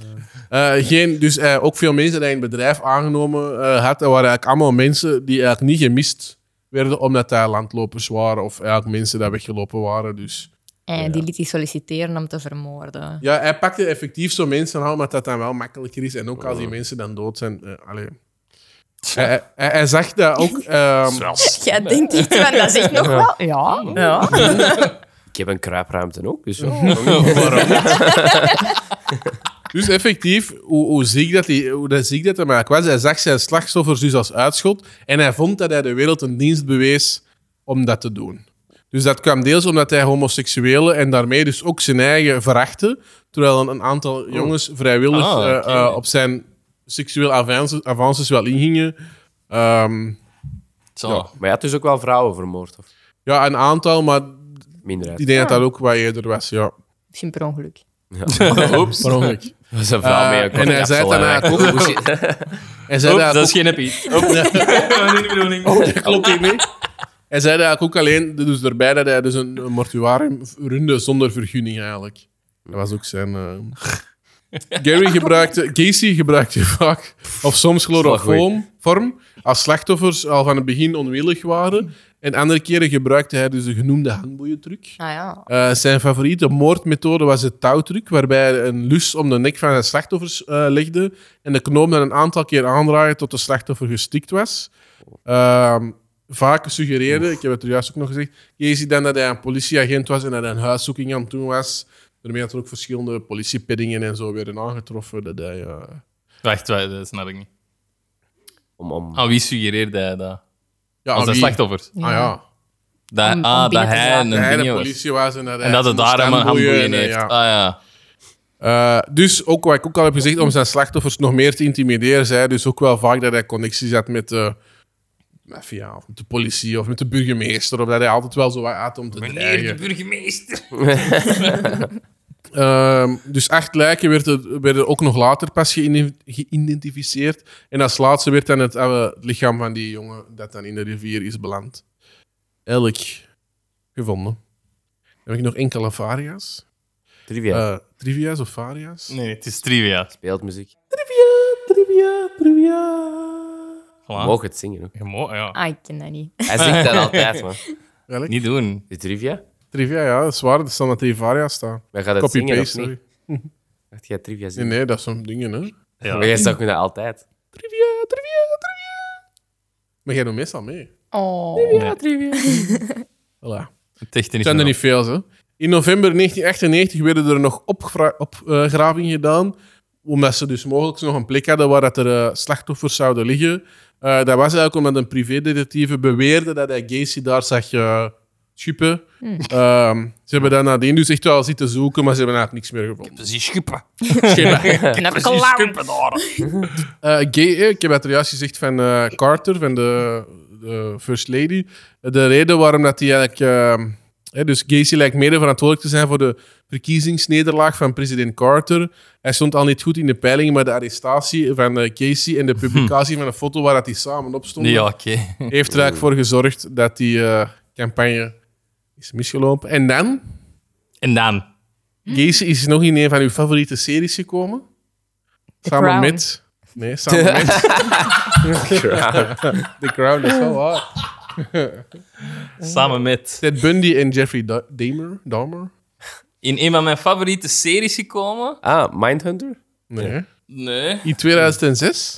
Speaker 3: Eh, geen, dus eh, ook veel mensen die hij in het bedrijf aangenomen eh, had, dat waren eigenlijk allemaal mensen die eigenlijk niet gemist werden omdat daar landlopers waren of eigenlijk mensen die weggelopen waren. Dus
Speaker 4: En die liet hij solliciteren om te vermoorden.
Speaker 3: ja, hij pakte effectief zo mensen aan, omdat dat dan wel makkelijker is. En ook als die mensen dan dood zijn, eh allee. Hij, hij- hij, hij zag dat ook. ehm,
Speaker 4: Jij denkt echt van, dat zegt nog wel. Ja. ja.
Speaker 2: Ik heb een kruipruimte ook, dus ja.
Speaker 3: Oh,
Speaker 1: (laughs)
Speaker 3: (laughs) Dus effectief, hoe, hoe, ziek dat hij, hoe dat ziek dat hem eigenlijk was, hij zag zijn slachtoffers dus als uitschot en hij vond dat hij de wereld een dienst bewees om dat te doen. Dus dat kwam deels omdat hij homoseksuelen en daarmee dus ook zijn eigen verachtte, terwijl een, een aantal jongens vrijwillig
Speaker 1: Oh. Ah,
Speaker 3: eh,
Speaker 1: oké.
Speaker 3: eh, op zijn seksueel avances, avances wel ingingen. Ehm,
Speaker 1: Zo.
Speaker 3: Ja.
Speaker 2: Maar je had dus ook wel vrouwen vermoord, of
Speaker 3: ja, een aantal, maar
Speaker 2: minderheid.
Speaker 3: ik denk
Speaker 1: Ah.
Speaker 3: dat dat ook wat eerder was. Ja.
Speaker 4: Misschien per ongeluk.
Speaker 1: Oeps.
Speaker 3: Per
Speaker 1: (laughs)
Speaker 3: ongeluk.
Speaker 2: Dat is een vrouw
Speaker 3: Eh,
Speaker 2: mee.
Speaker 3: en hij zei daarna ook- Hij zei
Speaker 1: Oeps, Oh,
Speaker 3: dat
Speaker 1: dat is
Speaker 3: ook,
Speaker 1: geen happy.
Speaker 3: (laughs) dat klopt hier niet. Hij zei dat ook alleen, dus erbij dat hij dus een, een mortuarium runde zonder vergunning eigenlijk. Dat was ook
Speaker 1: (laughs)
Speaker 3: zijn. eh. Gary gebruikte, Casey gebruikte vaak, of soms chloroform, vorm, als slachtoffers al van het begin onwillig waren. En andere keren gebruikte hij dus de genoemde hangboeientruc.
Speaker 4: Nou ja,
Speaker 3: Eh, zijn favoriete moordmethode was het touwtruc, waarbij hij een lus om de nek van zijn slachtoffers eh, legde en de knoop dan een aantal keer aandraaien tot de slachtoffer gestikt was. Ehm, vaak suggereerde, ik heb het er juist ook nog gezegd, je ziet dan dat hij een politieagent was en dat hij een huiszoeking aan het doen was. Daarmee had er ook verschillende politiepiddingen en zo werden aangetroffen. Dat hij, eh,
Speaker 1: Wacht, wacht, dat snap ik niet.
Speaker 2: Om, om...
Speaker 1: Aan wie suggereerde hij dat?
Speaker 3: ja,
Speaker 1: Als een
Speaker 3: Ah, wie-
Speaker 1: slachtoffer.
Speaker 3: Ah ja,
Speaker 1: Dat,
Speaker 4: Om- om
Speaker 1: ah, dat
Speaker 4: binnen te
Speaker 1: hij
Speaker 4: geraken.
Speaker 1: een
Speaker 3: dat hij de
Speaker 1: ding was.
Speaker 3: politie was en dat hij
Speaker 1: En dat het
Speaker 3: zonder
Speaker 1: daarom een
Speaker 3: stamboeien
Speaker 1: handboeien
Speaker 3: en,
Speaker 1: heeft.
Speaker 3: ja.
Speaker 1: Ah ja.
Speaker 3: Eh, dus ook wat ik ook al heb gezegd, om zijn slachtoffers nog meer te intimideren, zei hij dus ook wel vaak dat hij connecties had met de maffia, of met de politie of met de burgemeester. Of dat hij altijd wel zo wat had om te dreigen.
Speaker 1: burgemeester.
Speaker 3: Ehm, dus acht lijken werden, werden ook nog later pas geïden- geïdentificeerd. En als laatste werd dan het eh, lichaam van die jongen dat dan in de rivier is beland. Elk gevonden. Dan heb ik nog enkele varia's.
Speaker 2: Trivia.
Speaker 3: Eh, trivia's of varia's?
Speaker 1: Nee, het is trivia.
Speaker 2: Beeldmuziek. We
Speaker 1: Voilà.
Speaker 2: mogen het zingen ook.
Speaker 1: Je mo- ja.
Speaker 4: ah, ik ken dat niet.
Speaker 3: (laughs)
Speaker 2: Hij zingt dat altijd, man.
Speaker 3: Welk?
Speaker 1: Niet doen.
Speaker 2: Die trivia?
Speaker 3: Trivia, ja, dat is waar. Er staan dat die varia's staan.
Speaker 2: Wij gaan dat zingen, of
Speaker 3: Copy-paste.
Speaker 2: niet?
Speaker 3: sorry.
Speaker 2: Dacht jij trivia
Speaker 3: Nee,
Speaker 2: zingen?
Speaker 3: nee, dat zijn dingen, hè.
Speaker 1: Ja.
Speaker 2: Maar jij zegt dat altijd.
Speaker 3: Trivia, trivia, trivia. Maar jij doet meestal mee.
Speaker 4: Oh,
Speaker 1: Nee,
Speaker 3: Voilà.
Speaker 1: Het echt niet.
Speaker 3: Het zijn er
Speaker 1: van
Speaker 3: niet veel, hè. In november 1998 werden er nog opgravingen gedaan, omdat ze dus mogelijk nog een plek hadden waar dat er eh, slachtoffers zouden liggen. Eh, dat was eigenlijk omdat een privédetectieve beweerde dat hij Gacy daar zag eh schuppen. Ehm, ze hebben daar nadien dus echt wel zitten zoeken, maar ze hebben eigenlijk niks meer gevonden.
Speaker 1: op. Ze schuppen.
Speaker 4: ik heb klauwen.
Speaker 3: Eh, gay, eh, ik heb het er juist gezegd van eh, Carter, van de, de First Lady. De reden waarom dat hij eigenlijk. eh, hè, dus Gacy lijkt mede verantwoordelijk te zijn voor de verkiezingsnederlaag van president Carter. Hij stond al niet goed in de peilingen, maar de arrestatie van eh, Gacy en de publicatie van een foto waar dat hij samen op stond,
Speaker 1: Nee, ja, oké.
Speaker 3: heeft er eigenlijk voor gezorgd dat die eh, campagne is misgelopen. En dan,
Speaker 1: En dan?
Speaker 3: Gacy is nog in een van uw favoriete series gekomen. Samen
Speaker 4: Crown.
Speaker 3: met. Nee,
Speaker 1: (laughs)
Speaker 3: samen met. The Crown is wel waar.
Speaker 1: Samen met...
Speaker 3: Ted Bundy en Jeffrey Da- Dahmer? Dahmer?
Speaker 1: In een van mijn favoriete series gekomen.
Speaker 2: Ah, Mindhunter?
Speaker 3: Nee.
Speaker 1: Nee.
Speaker 3: In 2006.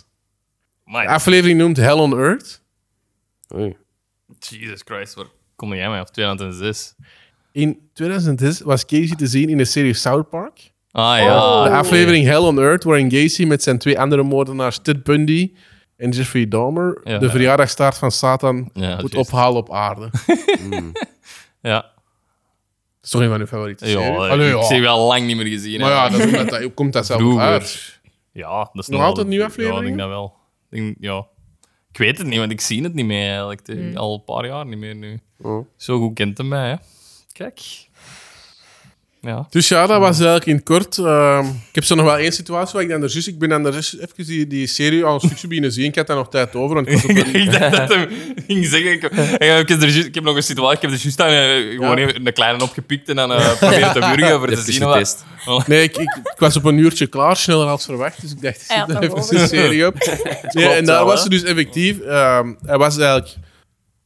Speaker 3: De
Speaker 1: Maar
Speaker 3: aflevering noemt Hell on Earth.
Speaker 2: Oei.
Speaker 1: Jesus Christ, waar kom jij mee? Of 2006?
Speaker 3: In 2006 was Casey te zien in de serie South Park.
Speaker 1: Ah ja.
Speaker 3: De aflevering Hell on Earth, waarin Casey met zijn twee andere moordenaars, Ted Bundy en Jeffrey Dahmer,
Speaker 1: Ja.
Speaker 3: de verjaardagstaart van Satan
Speaker 1: Ja, dat
Speaker 3: moet
Speaker 1: is juist.
Speaker 3: ophalen op aarde. (laughs) Dat
Speaker 1: Ja.
Speaker 3: is toch een van uw favoriete
Speaker 1: Ja,
Speaker 3: series?
Speaker 1: eh,
Speaker 3: Allee,
Speaker 1: ik zie wel lang niet meer gezien.
Speaker 3: Maar
Speaker 1: hè.
Speaker 3: ja, dat is omdat dat, komt dat zelf
Speaker 1: Vroeger.
Speaker 3: uit.
Speaker 1: Ja, dat is
Speaker 3: Nog
Speaker 1: wel-
Speaker 3: altijd nieuwe
Speaker 1: Ja, ik
Speaker 3: afleveringen?
Speaker 1: denk dat wel. Ik denk- ja. Ik weet het niet, want ik zie het niet meer eigenlijk. Het-
Speaker 3: Hmm.
Speaker 1: Al een paar jaar niet meer nu.
Speaker 3: Oh.
Speaker 1: Zo goed kent hij mij, hè. Kijk. Ja.
Speaker 3: Dus ja, dat was eigenlijk in het kort. Ehm, ik heb zo nog wel één situatie waar ik dan er zus, ik ben dan er zus even die, die serie al een stukje beginnen zien. Ik had daar nog tijd over. Want ik was op een-
Speaker 1: (laughs) ik dacht dat hij ging zeggen... Ik, hey, ik, heb er juist- ik heb nog een situatie, ik heb er juist aan, eh, gewoon even een kleine opgepikt en dan eh probeer te burgen voor te
Speaker 2: Even
Speaker 1: zien of dat-
Speaker 2: getest.
Speaker 3: nee, ik, ik, ik was op een uurtje klaar, sneller dan verwacht. Dus ik dacht, ik zet
Speaker 4: Hij had
Speaker 3: er
Speaker 4: nog
Speaker 3: even
Speaker 4: over.
Speaker 3: een serie op. Nee, en
Speaker 2: klopt
Speaker 3: daar
Speaker 2: wel,
Speaker 3: was
Speaker 2: hè?
Speaker 3: ze dus effectief. ehm, hij was eigenlijk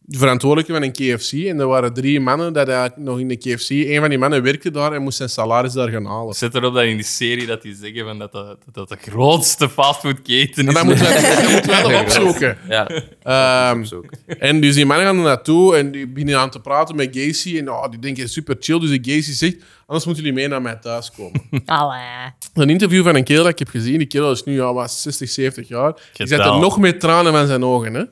Speaker 3: de verantwoordelijke van een KFC. En er waren drie mannen dat eigenlijk nog in de KFC... Een van die mannen werkte daar en moest zijn salaris daar gaan halen.
Speaker 1: Zet erop dat in die serie dat die zeggen van dat, dat, dat dat de grootste fastfoodketen
Speaker 3: En
Speaker 1: is.
Speaker 3: dat moeten we, dat moeten we wel nog opzoeken.
Speaker 2: Ja,
Speaker 3: Ehm,
Speaker 2: zo.
Speaker 3: En dus die mannen gaan er naartoe en die beginnen aan te praten met Gacy. En oh, die denken super chill. Dus die Gacy zegt: Anders moeten jullie mee naar mij thuis komen.
Speaker 4: Allee.
Speaker 3: een interview van een kerel dat ik heb gezien. Die kerel is nu al wat 60, 70 jaar. Die zet er
Speaker 1: wel.
Speaker 3: nog meer tranen van zijn ogen. Hè?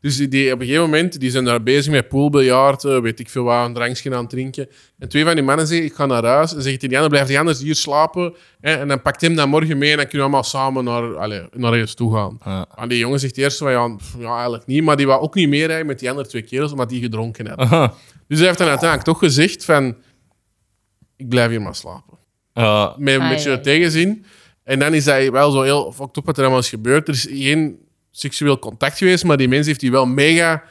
Speaker 3: Dus die- die, op een gegeven moment die zijn daar bezig met poolbiljart, eh, weet ik veel wat, een drankje aan het drinken. En twee van die mannen zeggen, ik ga naar huis. En zegt die andere, blijft die anders hier slapen. Hè? En dan pakt hem dan morgen mee en dan kunnen we allemaal samen naar, allez, naar ergens toe gaan.
Speaker 1: Ja.
Speaker 3: En die jongen zegt eerst van, ja, pff, ja, eigenlijk niet. Maar die wou ook niet meerijden met die andere twee kerels, omdat die gedronken hebben.
Speaker 1: Aha.
Speaker 3: Dus hij heeft dan uiteindelijk toch gezegd van... Ik blijf hier maar slapen.
Speaker 1: Ja.
Speaker 3: Met een
Speaker 4: Ah,
Speaker 3: beetje
Speaker 4: ja, ja.
Speaker 3: tegenzin. En dan is hij wel zo heel fucked up wat er allemaal is gebeurd. Er is geen seksueel contact geweest, maar die mens heeft die wel mega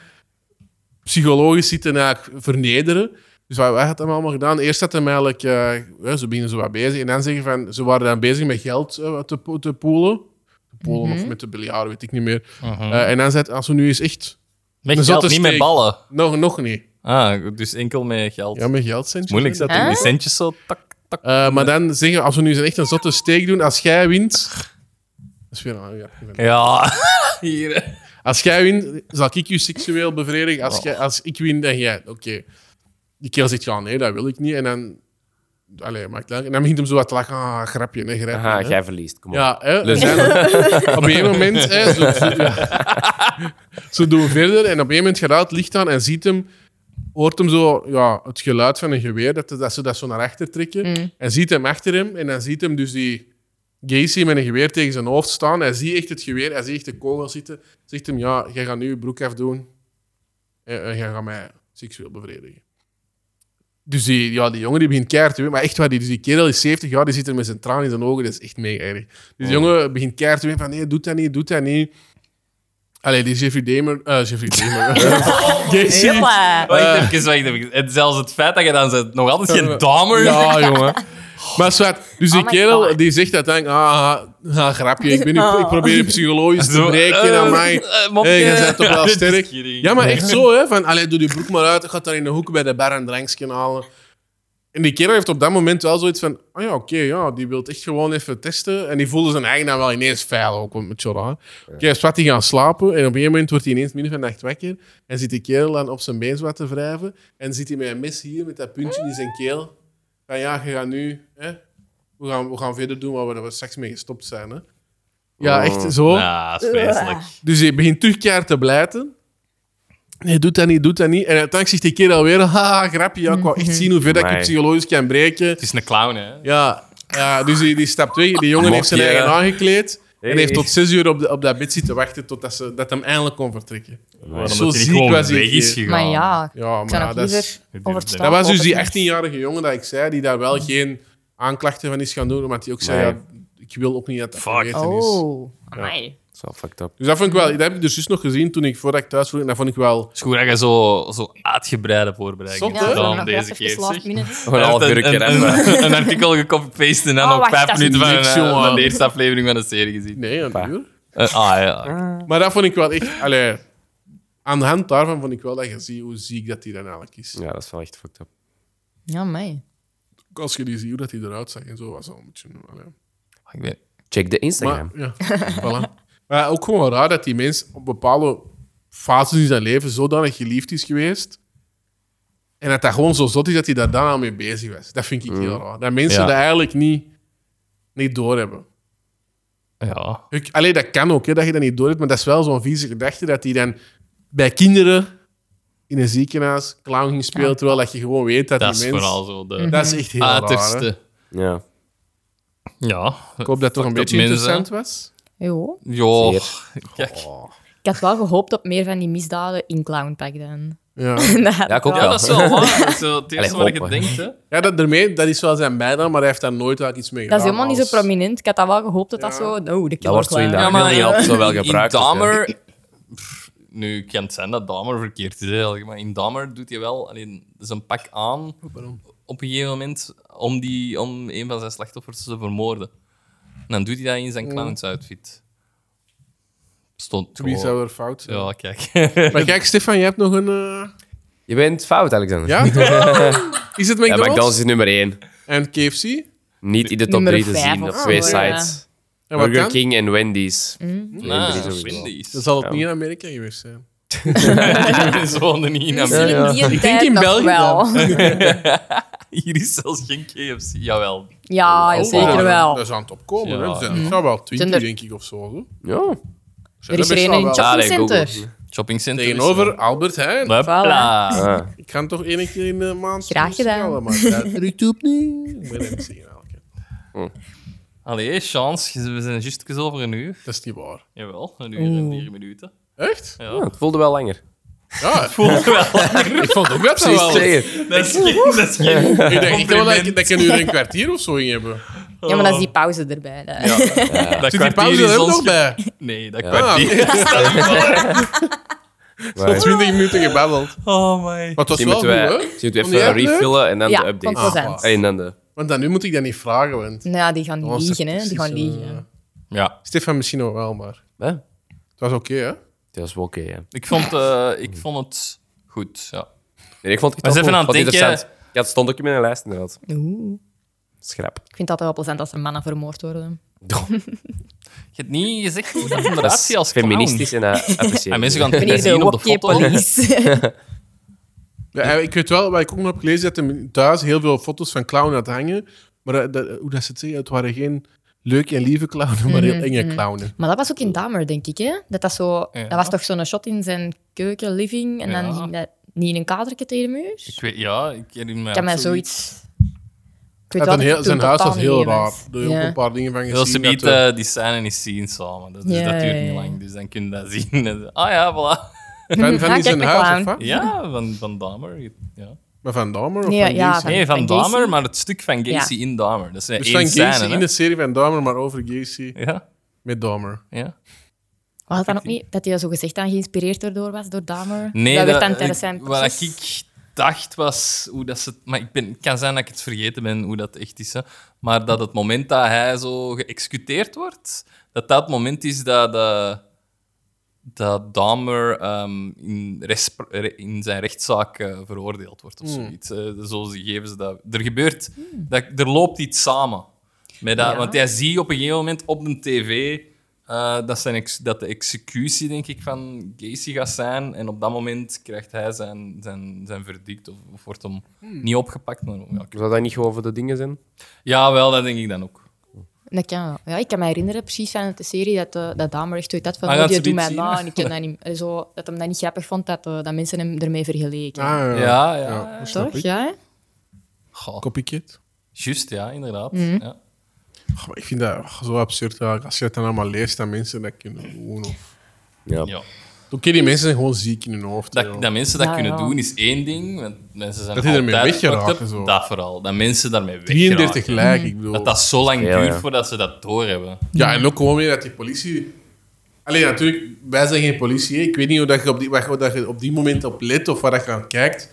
Speaker 3: psychologisch zitten eigenlijk vernederen. Dus wat, wat had hem allemaal gedaan? Eerst had hem eigenlijk... eh, ja, ze beginnen zo wat bezig. En dan zeggen van... Ze waren dan bezig met geld eh, te, po- te poelen. Te poelen
Speaker 4: Mhm.
Speaker 3: of met de biljarden, weet ik niet meer. Eh, en dan zei hij, als we nu eens echt...
Speaker 1: Met
Speaker 3: Een
Speaker 1: geld,
Speaker 3: zotte
Speaker 1: niet met
Speaker 3: steek.
Speaker 1: ballen.
Speaker 3: Nog, nog niet.
Speaker 1: Ah, dus enkel met geld.
Speaker 3: Ja, met geld zijn.
Speaker 1: Moeilijk zat
Speaker 4: Huh?
Speaker 1: die centjes zo tak, tak.
Speaker 3: Eh, maar dan zeggen we, als we nu eens echt een zotte steek doen, als jij wint... Dat is weer een- ja, ik ben-
Speaker 1: Ja, (laughs) hier.
Speaker 3: Als jij wint, zal ik je seksueel bevredigen. Als, jij, als ik win, dan jij. Oké. Die kerel zegt, ja, nee, dat wil ik niet. En dan... Allee, maakt het uit. En dan begint hem zo wat te lachen. Ah, grapje, nee, grapje.
Speaker 2: Aha,
Speaker 3: hè.
Speaker 2: jij verliest. Kom op.
Speaker 3: Ja, hè, we zijn (laughs) op een gegeven moment... Hè, zo, zo, ja. Zo doen we verder. En op een gegeven moment gaat hij het licht aan en ziet hem... Hoort hem zo ja, het geluid van een geweer, dat, dat ze dat zo naar achter trekken. En ziet hem achter hem. En dan ziet hem dus die Gacy met een geweer tegen zijn hoofd staan. Hij ziet echt het geweer, hij ziet echt de kogel zitten. Zegt hem, ja, jij gaat nu je broek afdoen. En, en jij Eh, gaat mij seksueel bevredigen. Dus die, ja, die jongen die begint keihard te ween. Maar echt waar, die, dus die kerel is 70 jaar, die zit er met zijn traan in zijn ogen. Dat is echt mega erg. Dus
Speaker 1: Oh.
Speaker 3: die jongen begint keihard te ween van, nee, doe dat niet, doe dat niet. Allee, die Jeffrey Dahmer... eh Jeffrey
Speaker 4: (laughs)
Speaker 3: Dahmer. (laughs) Gacy.
Speaker 4: Hoppa.
Speaker 3: Eh.
Speaker 1: Wacht even, wacht even. Het- Zelfs het feit dat je dan zegt, nog altijd geen damer. (laughs)
Speaker 3: Ja, jongen. Maar zwart, dus die
Speaker 4: Oh my
Speaker 3: kerel
Speaker 4: God.
Speaker 3: die zegt uiteindelijk, ah, ah, ah, grapje, ik, ben nu,
Speaker 4: Oh.
Speaker 3: ik probeer je psychologisch te
Speaker 1: Zo,
Speaker 3: breken
Speaker 1: eh,
Speaker 3: aan mij.
Speaker 1: eh, mopje.
Speaker 3: Hey, je
Speaker 1: (laughs)
Speaker 3: bent toch wel
Speaker 1: Dit is
Speaker 3: sterk.
Speaker 1: kidding.
Speaker 3: Ja, maar echt zo, hè. Van, allee, doe die broek maar uit, ga daar in de hoek bij de bar een drankje halen. En die kerel heeft op dat moment wel zoiets van, oh ja, oké, ja, die wil echt gewoon even testen. En die voelde zijn eigen dan wel ineens veilig, ook met Jorah. Oké, zwart, die gaan slapen. En op een gegeven moment wordt hij ineens midden van de nacht wakker. En zit die kerel dan op zijn been zwart te wrijven. En zit hij met een mes hier, met dat puntje in zijn keel. Van ja, je gaat nu, hè. We gaan, we gaan verder doen waar we, waar we straks mee gestopt zijn, hè. Ja, echt zo.
Speaker 1: Ja, dat is vreselijk.
Speaker 3: Dus je begint terug keihard te blijten. Nee, doet dat niet, doet dat niet. En uiteindelijk zegt die keer alweer, haha, grapje, ja, ik wou
Speaker 4: Mhm.
Speaker 3: echt zien hoe ver dat ik je
Speaker 2: Amai.
Speaker 3: psychologisch kan breken.
Speaker 1: Het is een clown, hè.
Speaker 3: Ja, ja dus die, die stapt weg. Die jongen heeft zijn
Speaker 2: Mokje.
Speaker 3: eigen aangekleed. En
Speaker 2: Hey.
Speaker 3: heeft tot zes uur op, de, op dat bed zitten wachten totdat ze dat hem eindelijk kon vertrekken.
Speaker 1: Waarom
Speaker 3: Zo
Speaker 1: dat hij niet
Speaker 3: ziek
Speaker 1: gewoon
Speaker 3: was
Speaker 1: weg
Speaker 3: hij
Speaker 1: is
Speaker 3: hier.
Speaker 1: gegaan.
Speaker 4: Maar ja,
Speaker 3: Ja,
Speaker 4: ik
Speaker 3: maar
Speaker 4: zou
Speaker 3: ja,
Speaker 4: nog
Speaker 3: dat, is-
Speaker 4: liever over het
Speaker 3: dat
Speaker 4: strand
Speaker 3: was dus die
Speaker 4: lopen.
Speaker 3: 18-jarige jongen dat ik zei, die daar wel geen aanklachten van is gaan doen, omdat hij ook zei,
Speaker 2: Nee.
Speaker 3: ja, ik wil ook niet dat dat
Speaker 1: Fuck.
Speaker 3: geweten is.
Speaker 4: Oh, amai.
Speaker 2: Dat is wel fucked up.
Speaker 3: Dus dat vond ik wel, dat heb ik dus juist nog gezien toen ik voordat ik thuis vroeg, en dat vond ik wel
Speaker 1: Het is goed dat je zo, zo uitgebreide voorbereiding
Speaker 3: Zot,
Speaker 1: hebt
Speaker 3: hè?
Speaker 4: Ja,
Speaker 1: gedaan
Speaker 4: nog
Speaker 1: deze
Speaker 4: even
Speaker 1: keer. zeg.
Speaker 4: last minute.
Speaker 2: Gewoon
Speaker 1: Hij
Speaker 2: al
Speaker 1: heeft
Speaker 2: een,
Speaker 1: een, een, een, een artikel gecopy-paste en dan
Speaker 4: Oh,
Speaker 1: op
Speaker 4: wacht,
Speaker 1: vijf
Speaker 4: dat is
Speaker 1: minuten van,
Speaker 3: niks,
Speaker 1: eh,
Speaker 3: jongen.
Speaker 1: van de eerste aflevering van de serie gezien.
Speaker 3: Nee, een
Speaker 2: Pa.
Speaker 3: uur.
Speaker 1: Eh, ah, ja.
Speaker 3: Maar dat vond ik wel echt... Allee, aan de hand daarvan vond ik wel dat je ziet hoe ziek dat hij dan eigenlijk is.
Speaker 2: Ja, dat is wel echt fucked up.
Speaker 4: Ja, amai.
Speaker 3: Ook Als je die ziet hoe dat hij eruit zag en zo, was al een beetje... Allee.
Speaker 1: Ik weet-
Speaker 2: Check de
Speaker 3: Maar,
Speaker 2: Instagram.
Speaker 3: ja, (laughs) voilà. Maar ook gewoon raar dat die mens op bepaalde fases in zijn leven zodanig geliefd is geweest. En dat dat gewoon zo zot is dat hij daar dan al mee bezig was. Dat vind ik heel raar. Dat mensen
Speaker 1: Ja.
Speaker 3: dat eigenlijk niet, niet doorhebben.
Speaker 1: Ja.
Speaker 3: Ik- Allee, dat kan ook, hè, dat je dat niet door hebt, maar dat is wel zo'n vieze gedachte dat hij dan bij kinderen in een ziekenhuis clown ging spelen, terwijl dat je gewoon weet dat,
Speaker 1: Dat
Speaker 3: die
Speaker 1: is
Speaker 3: mens...
Speaker 1: vooral Ah, zo de
Speaker 3: Dat is echt heel raar. hè.
Speaker 1: uiterste.
Speaker 2: Ja.
Speaker 1: Ja.
Speaker 3: Ik hoop dat het toch een
Speaker 1: Fuck
Speaker 3: beetje
Speaker 1: dat mensen,
Speaker 3: interessant was.
Speaker 4: Jo.
Speaker 1: Ja.
Speaker 2: Zeer.
Speaker 1: Kijk.
Speaker 4: Ik had wel gehoopt op meer van die misdaden in clownpak dan.
Speaker 3: Ja.
Speaker 2: Ja, ik ook
Speaker 1: Ja, dat is wel waar. Dat is wel het eerste
Speaker 2: Allee,
Speaker 1: wat je
Speaker 2: hopen.
Speaker 1: denkt, hè.
Speaker 3: ja, dat ermee, dat is wel zijn bijnaam, maar hij heeft daar nooit eigenlijk iets mee
Speaker 4: Dat
Speaker 3: gedaan.
Speaker 4: is helemaal niet
Speaker 3: als-
Speaker 4: zo prominent. Ik had dat wel gehoopt dat dat
Speaker 3: Ja.
Speaker 4: zo... Oh, de
Speaker 2: Dat
Speaker 4: killer
Speaker 2: wordt zo in de
Speaker 4: clown.
Speaker 1: Ja, maar
Speaker 2: niet
Speaker 1: in-
Speaker 2: altijd zo wel gebruikt.
Speaker 1: In
Speaker 2: dus ja.
Speaker 1: Dahmer... Pff, Nu kan het zijn dat Dahmer verkeerd is, hè, maar in Dahmer doet hij wel alleen zijn pak aan
Speaker 3: Oh,
Speaker 1: op een gegeven moment om, die, om een van zijn slachtoffers te vermoorden. En dan doet hij dat in
Speaker 3: Oh.
Speaker 1: zijn clownsoutfit. Stond
Speaker 3: Wie
Speaker 1: gewoon-
Speaker 3: zou er fout zijn?
Speaker 1: Oh. Ja,
Speaker 3: (laughs)
Speaker 1: kijk.
Speaker 3: Maar kijk, Stefan, jij hebt nog een... eh,
Speaker 2: Je bent fout, Alexander.
Speaker 4: (laughs)
Speaker 3: Ja? is het
Speaker 2: Ja, McDonald's
Speaker 3: McDonald's?
Speaker 2: is nummer 1.
Speaker 3: en KFC?
Speaker 2: Niet in de top
Speaker 4: Nummer
Speaker 2: 3 te
Speaker 4: vijf
Speaker 2: zien
Speaker 4: of
Speaker 2: op
Speaker 4: zo,
Speaker 2: twee
Speaker 4: ja. Mm.
Speaker 2: sites.
Speaker 3: En wat
Speaker 2: Burger
Speaker 3: dan?
Speaker 2: King en Wendy's.
Speaker 1: Ah,
Speaker 2: drie sowieso.
Speaker 1: Wendy's.
Speaker 3: Dan zal het
Speaker 2: Ja.
Speaker 3: niet in Amerika geweest
Speaker 1: (laughs)
Speaker 3: zijn.
Speaker 1: Ze woonden niet in
Speaker 4: Misschien
Speaker 1: Amerika.
Speaker 4: in die tijd
Speaker 3: denk in
Speaker 4: nog
Speaker 3: België
Speaker 4: wel.
Speaker 1: Hier is zelfs geen KFC. Jawel.
Speaker 4: (laughs) Ja,
Speaker 3: Oh,
Speaker 4: Ah, zeker wel.
Speaker 3: Dat is aan het opkomen. hè. Dus
Speaker 1: Ja.
Speaker 3: Dat zijn- dat zou wel 20,
Speaker 4: Zijn er-
Speaker 3: denk ik, of zo. hoor.
Speaker 2: Ja.
Speaker 4: Er is er
Speaker 3: best
Speaker 4: een
Speaker 3: wel
Speaker 4: in
Speaker 3: wel.
Speaker 4: het
Speaker 2: Ah, nee,
Speaker 4: shoppingcenter.
Speaker 2: Google.
Speaker 1: Shoppingcentrum. is
Speaker 3: Tegenover Albert Heijn.
Speaker 1: wel- Hopla.
Speaker 2: Ah.
Speaker 3: Ik kan toch één keer in de maand
Speaker 4: Graag
Speaker 3: soms signalen
Speaker 4: gedaan.
Speaker 3: maken. Ja, Rukt u op nu? Ik ben een signaal.
Speaker 1: Allee, chance. We zijn juist over een uur.
Speaker 3: Dat is niet waar.
Speaker 1: Jawel, een uur en vier minuten.
Speaker 3: Echt?
Speaker 1: Ja.
Speaker 2: Ja, het voelde wel langer. (laughs)
Speaker 3: Ja,
Speaker 1: (laughs) wel.
Speaker 3: ik vond het ook best wel.
Speaker 2: Precies,
Speaker 3: Ik
Speaker 2: zeker.
Speaker 1: Dat is geen... Dat is geen
Speaker 3: denk echt wel dat, ik-
Speaker 1: compliment.
Speaker 3: dat ik een uur en een kwartier of zo in heb.
Speaker 4: Ja, maar dat is die pauze erbij. hè.
Speaker 1: Dat
Speaker 3: Zit die pauze
Speaker 1: is
Speaker 3: er ook
Speaker 1: ons
Speaker 3: nog
Speaker 1: ge-
Speaker 3: bij?
Speaker 1: Nee, dat
Speaker 3: Ah, (laughs)
Speaker 1: kwartier.
Speaker 3: Tot
Speaker 2: Maar,
Speaker 3: 20 minuten gebabbeld.
Speaker 1: Oh my.
Speaker 3: Maar het was
Speaker 2: die
Speaker 3: wel
Speaker 2: moeten
Speaker 3: goed,
Speaker 2: wij, die
Speaker 3: hè?
Speaker 2: moeten we
Speaker 3: Vond jij
Speaker 2: even
Speaker 3: het leuk?
Speaker 2: refillen en dan
Speaker 4: Ja,
Speaker 2: de update.
Speaker 4: vond ik
Speaker 3: wel Ah,
Speaker 2: en dan de...
Speaker 3: Want dan nu moet ik dat niet vragen, want...
Speaker 4: Nou (laughs) ja, die gaan
Speaker 3: dat was
Speaker 4: liegen, hè. Die
Speaker 3: precies,
Speaker 4: gaan
Speaker 3: eh,
Speaker 4: liegen.
Speaker 1: Ja,
Speaker 3: Stefan misschien nog wel, maar...
Speaker 2: Hè?
Speaker 3: Het was oké, hè?
Speaker 2: Dat is wel oké, ja.
Speaker 1: ik vond, eh, ik vond het goed. Ja.
Speaker 2: Nee, ik vond het
Speaker 1: We zijn even aan het
Speaker 2: echt wel goed. Vond het
Speaker 1: denken-
Speaker 2: interessant. Ja, het stond ook in mijn lijst, inderdaad.
Speaker 4: Oeh.
Speaker 2: Schrap.
Speaker 4: Ik vind dat wel plezant als er mannen
Speaker 3: (laughs)
Speaker 4: vermoord worden.
Speaker 1: Je hebt niet gezegd (laughs) hoe dat
Speaker 2: Dat
Speaker 1: inderdaad
Speaker 2: is
Speaker 1: als clown. (laughs)
Speaker 2: feministisch en eh, dat apprecieer
Speaker 1: En
Speaker 2: ik.
Speaker 1: mensen gaan
Speaker 4: Ik ben hier
Speaker 1: het zien
Speaker 4: de
Speaker 1: op de
Speaker 4: wokje
Speaker 1: foto.
Speaker 4: (laughs) police.
Speaker 3: Ja, en ik weet wel, wat ik ook nog heb gelezen, dat hem thuis heel veel foto's van clown had hangen. Maar dat, dat- hoe dat ze het zeggen, het waren geen leuke en lieve clownen, maar
Speaker 4: Mhm,
Speaker 3: heel enge clownen.
Speaker 4: Maar dat was ook in Dahmer, denk ik. Hè? Dat, dat, zo,
Speaker 1: Ja.
Speaker 4: dat was toch zo'n shot in zijn keuken, living. En
Speaker 1: Ja.
Speaker 4: dan ging dat niet in een kadertje tegen de muur.
Speaker 1: Ik weet, ja, ik herinner me
Speaker 4: Ik heb mij
Speaker 1: ook
Speaker 4: zoiets... Ik weet
Speaker 3: Ja,
Speaker 4: wel
Speaker 3: dan
Speaker 4: dat
Speaker 3: heel-
Speaker 4: ik
Speaker 3: zijn
Speaker 4: toen
Speaker 3: huis was
Speaker 4: totaal
Speaker 3: heel
Speaker 4: niet mee
Speaker 3: raar.
Speaker 4: was.
Speaker 3: Er ook
Speaker 4: Ja.
Speaker 3: een paar dingen van gezien.
Speaker 1: Heel ze niet
Speaker 3: dat, eh,
Speaker 1: eh, die scène niet zien samen. Dat, dus
Speaker 4: Ja,
Speaker 1: dat duurt
Speaker 4: ja,
Speaker 1: niet
Speaker 4: ja.
Speaker 1: lang. Dus dan kun je dat zien. (laughs) En zo, Ah ja, voilà.
Speaker 3: van, van
Speaker 4: Ah,
Speaker 3: in zijn
Speaker 4: kijk, de
Speaker 3: huis,
Speaker 4: clown.
Speaker 3: of wat?
Speaker 1: Ja, van, van Dahmer. Ja.
Speaker 3: Maar van Dahmer? Of
Speaker 4: Ja,
Speaker 3: van
Speaker 4: ja,
Speaker 3: Gacy?
Speaker 4: Van-
Speaker 1: Nee, van,
Speaker 4: van Gacy?
Speaker 1: Dahmer, maar het stuk van Gacy in Dahmer. Dat zijn
Speaker 3: Dus
Speaker 1: één
Speaker 3: van Gacy
Speaker 1: scène.
Speaker 3: in de
Speaker 1: hè.
Speaker 3: serie van Dahmer, maar over Gacy
Speaker 1: Ja,
Speaker 3: met Dahmer.
Speaker 1: ja.
Speaker 4: Was het dan ook niet dat hij zo gezegd aan geïnspireerd erdoor was, door Dahmer?
Speaker 1: Nee,
Speaker 4: dat werd dan
Speaker 1: dat-
Speaker 4: tijdens
Speaker 1: ik-
Speaker 4: zijn
Speaker 1: Wat
Speaker 4: proces.
Speaker 1: ik dacht was hoe dat ze. het- Maar ik ben, het kan zijn dat ik het vergeten ben hoe dat echt is. Hè. Maar dat het moment dat hij zo geëxecuteerd wordt, dat dat het moment is dat. eh, dat Dahmer ehm, in, res- re- in zijn rechtszaak eh, veroordeeld wordt of zoiets. Eh, zo ze- geven ze dat. Er gebeurt, dat, er loopt iets samen. Met dat,
Speaker 4: Ja.
Speaker 1: Want hij ziet op een gegeven moment op de tv eh, dat, zijn ex- dat de executie denk ik, van Gacy gaat zijn. En op dat moment krijgt hij zijn, zijn, zijn verdict of, of wordt hem niet opgepakt. Maar, ja, ik-
Speaker 2: Zou dat niet gewoon voor de dingen zijn?
Speaker 1: ja, wel, dat denk ik dan ook.
Speaker 4: Dat kan wel. ja, ik kan me herinneren precies van de serie dat, eh, dat Dahmer echt ooit had van
Speaker 1: Ah,
Speaker 4: oh,
Speaker 1: dat
Speaker 4: die
Speaker 1: ze
Speaker 4: doet
Speaker 1: dit
Speaker 4: mij
Speaker 1: zien,
Speaker 4: na
Speaker 1: hè?
Speaker 4: en ik kan dat niet... (laughs) eh, Zo, dat hem dat niet grappig vond, dat, eh, dat mensen hem ermee vergeleken.
Speaker 3: Ah, ja.
Speaker 1: Ja, ja.
Speaker 3: dat snap
Speaker 4: Toch?
Speaker 3: ik.
Speaker 4: Ja, hè?
Speaker 1: Goh,
Speaker 3: Copycat.
Speaker 1: juist, ja, inderdaad. Ja.
Speaker 3: Oh, maar ik vind dat oh, zo absurd. eigenlijk. Als je dat dan allemaal leest, dat mensen dat kunnen doen. Of...
Speaker 2: Ja.
Speaker 1: Ja.
Speaker 3: Oké, die mensen zijn gewoon ziek in hun hoofd. ja.
Speaker 1: Dat, dat mensen dat
Speaker 4: Ja,
Speaker 1: kunnen
Speaker 4: ja.
Speaker 1: doen is één ding. Want mensen zijn
Speaker 3: Dat die ermee
Speaker 1: altijd-
Speaker 3: weggeraken,
Speaker 1: Wacht,
Speaker 3: zo.
Speaker 1: Dat vooral. Dat mensen daarmee weggeraken.
Speaker 3: 33 lijk, ik bedoel.
Speaker 1: Dat dat zo lang
Speaker 2: Ja,
Speaker 1: duurt
Speaker 2: ja.
Speaker 1: voordat ze dat doorhebben.
Speaker 3: Ja, en ook gewoon weer dat die politie... Alleen natuurlijk, wij zijn geen politie. hè. Ik weet niet hoe dat je op die, waar, dat je op die moment op let of waar dat je aan kijkt.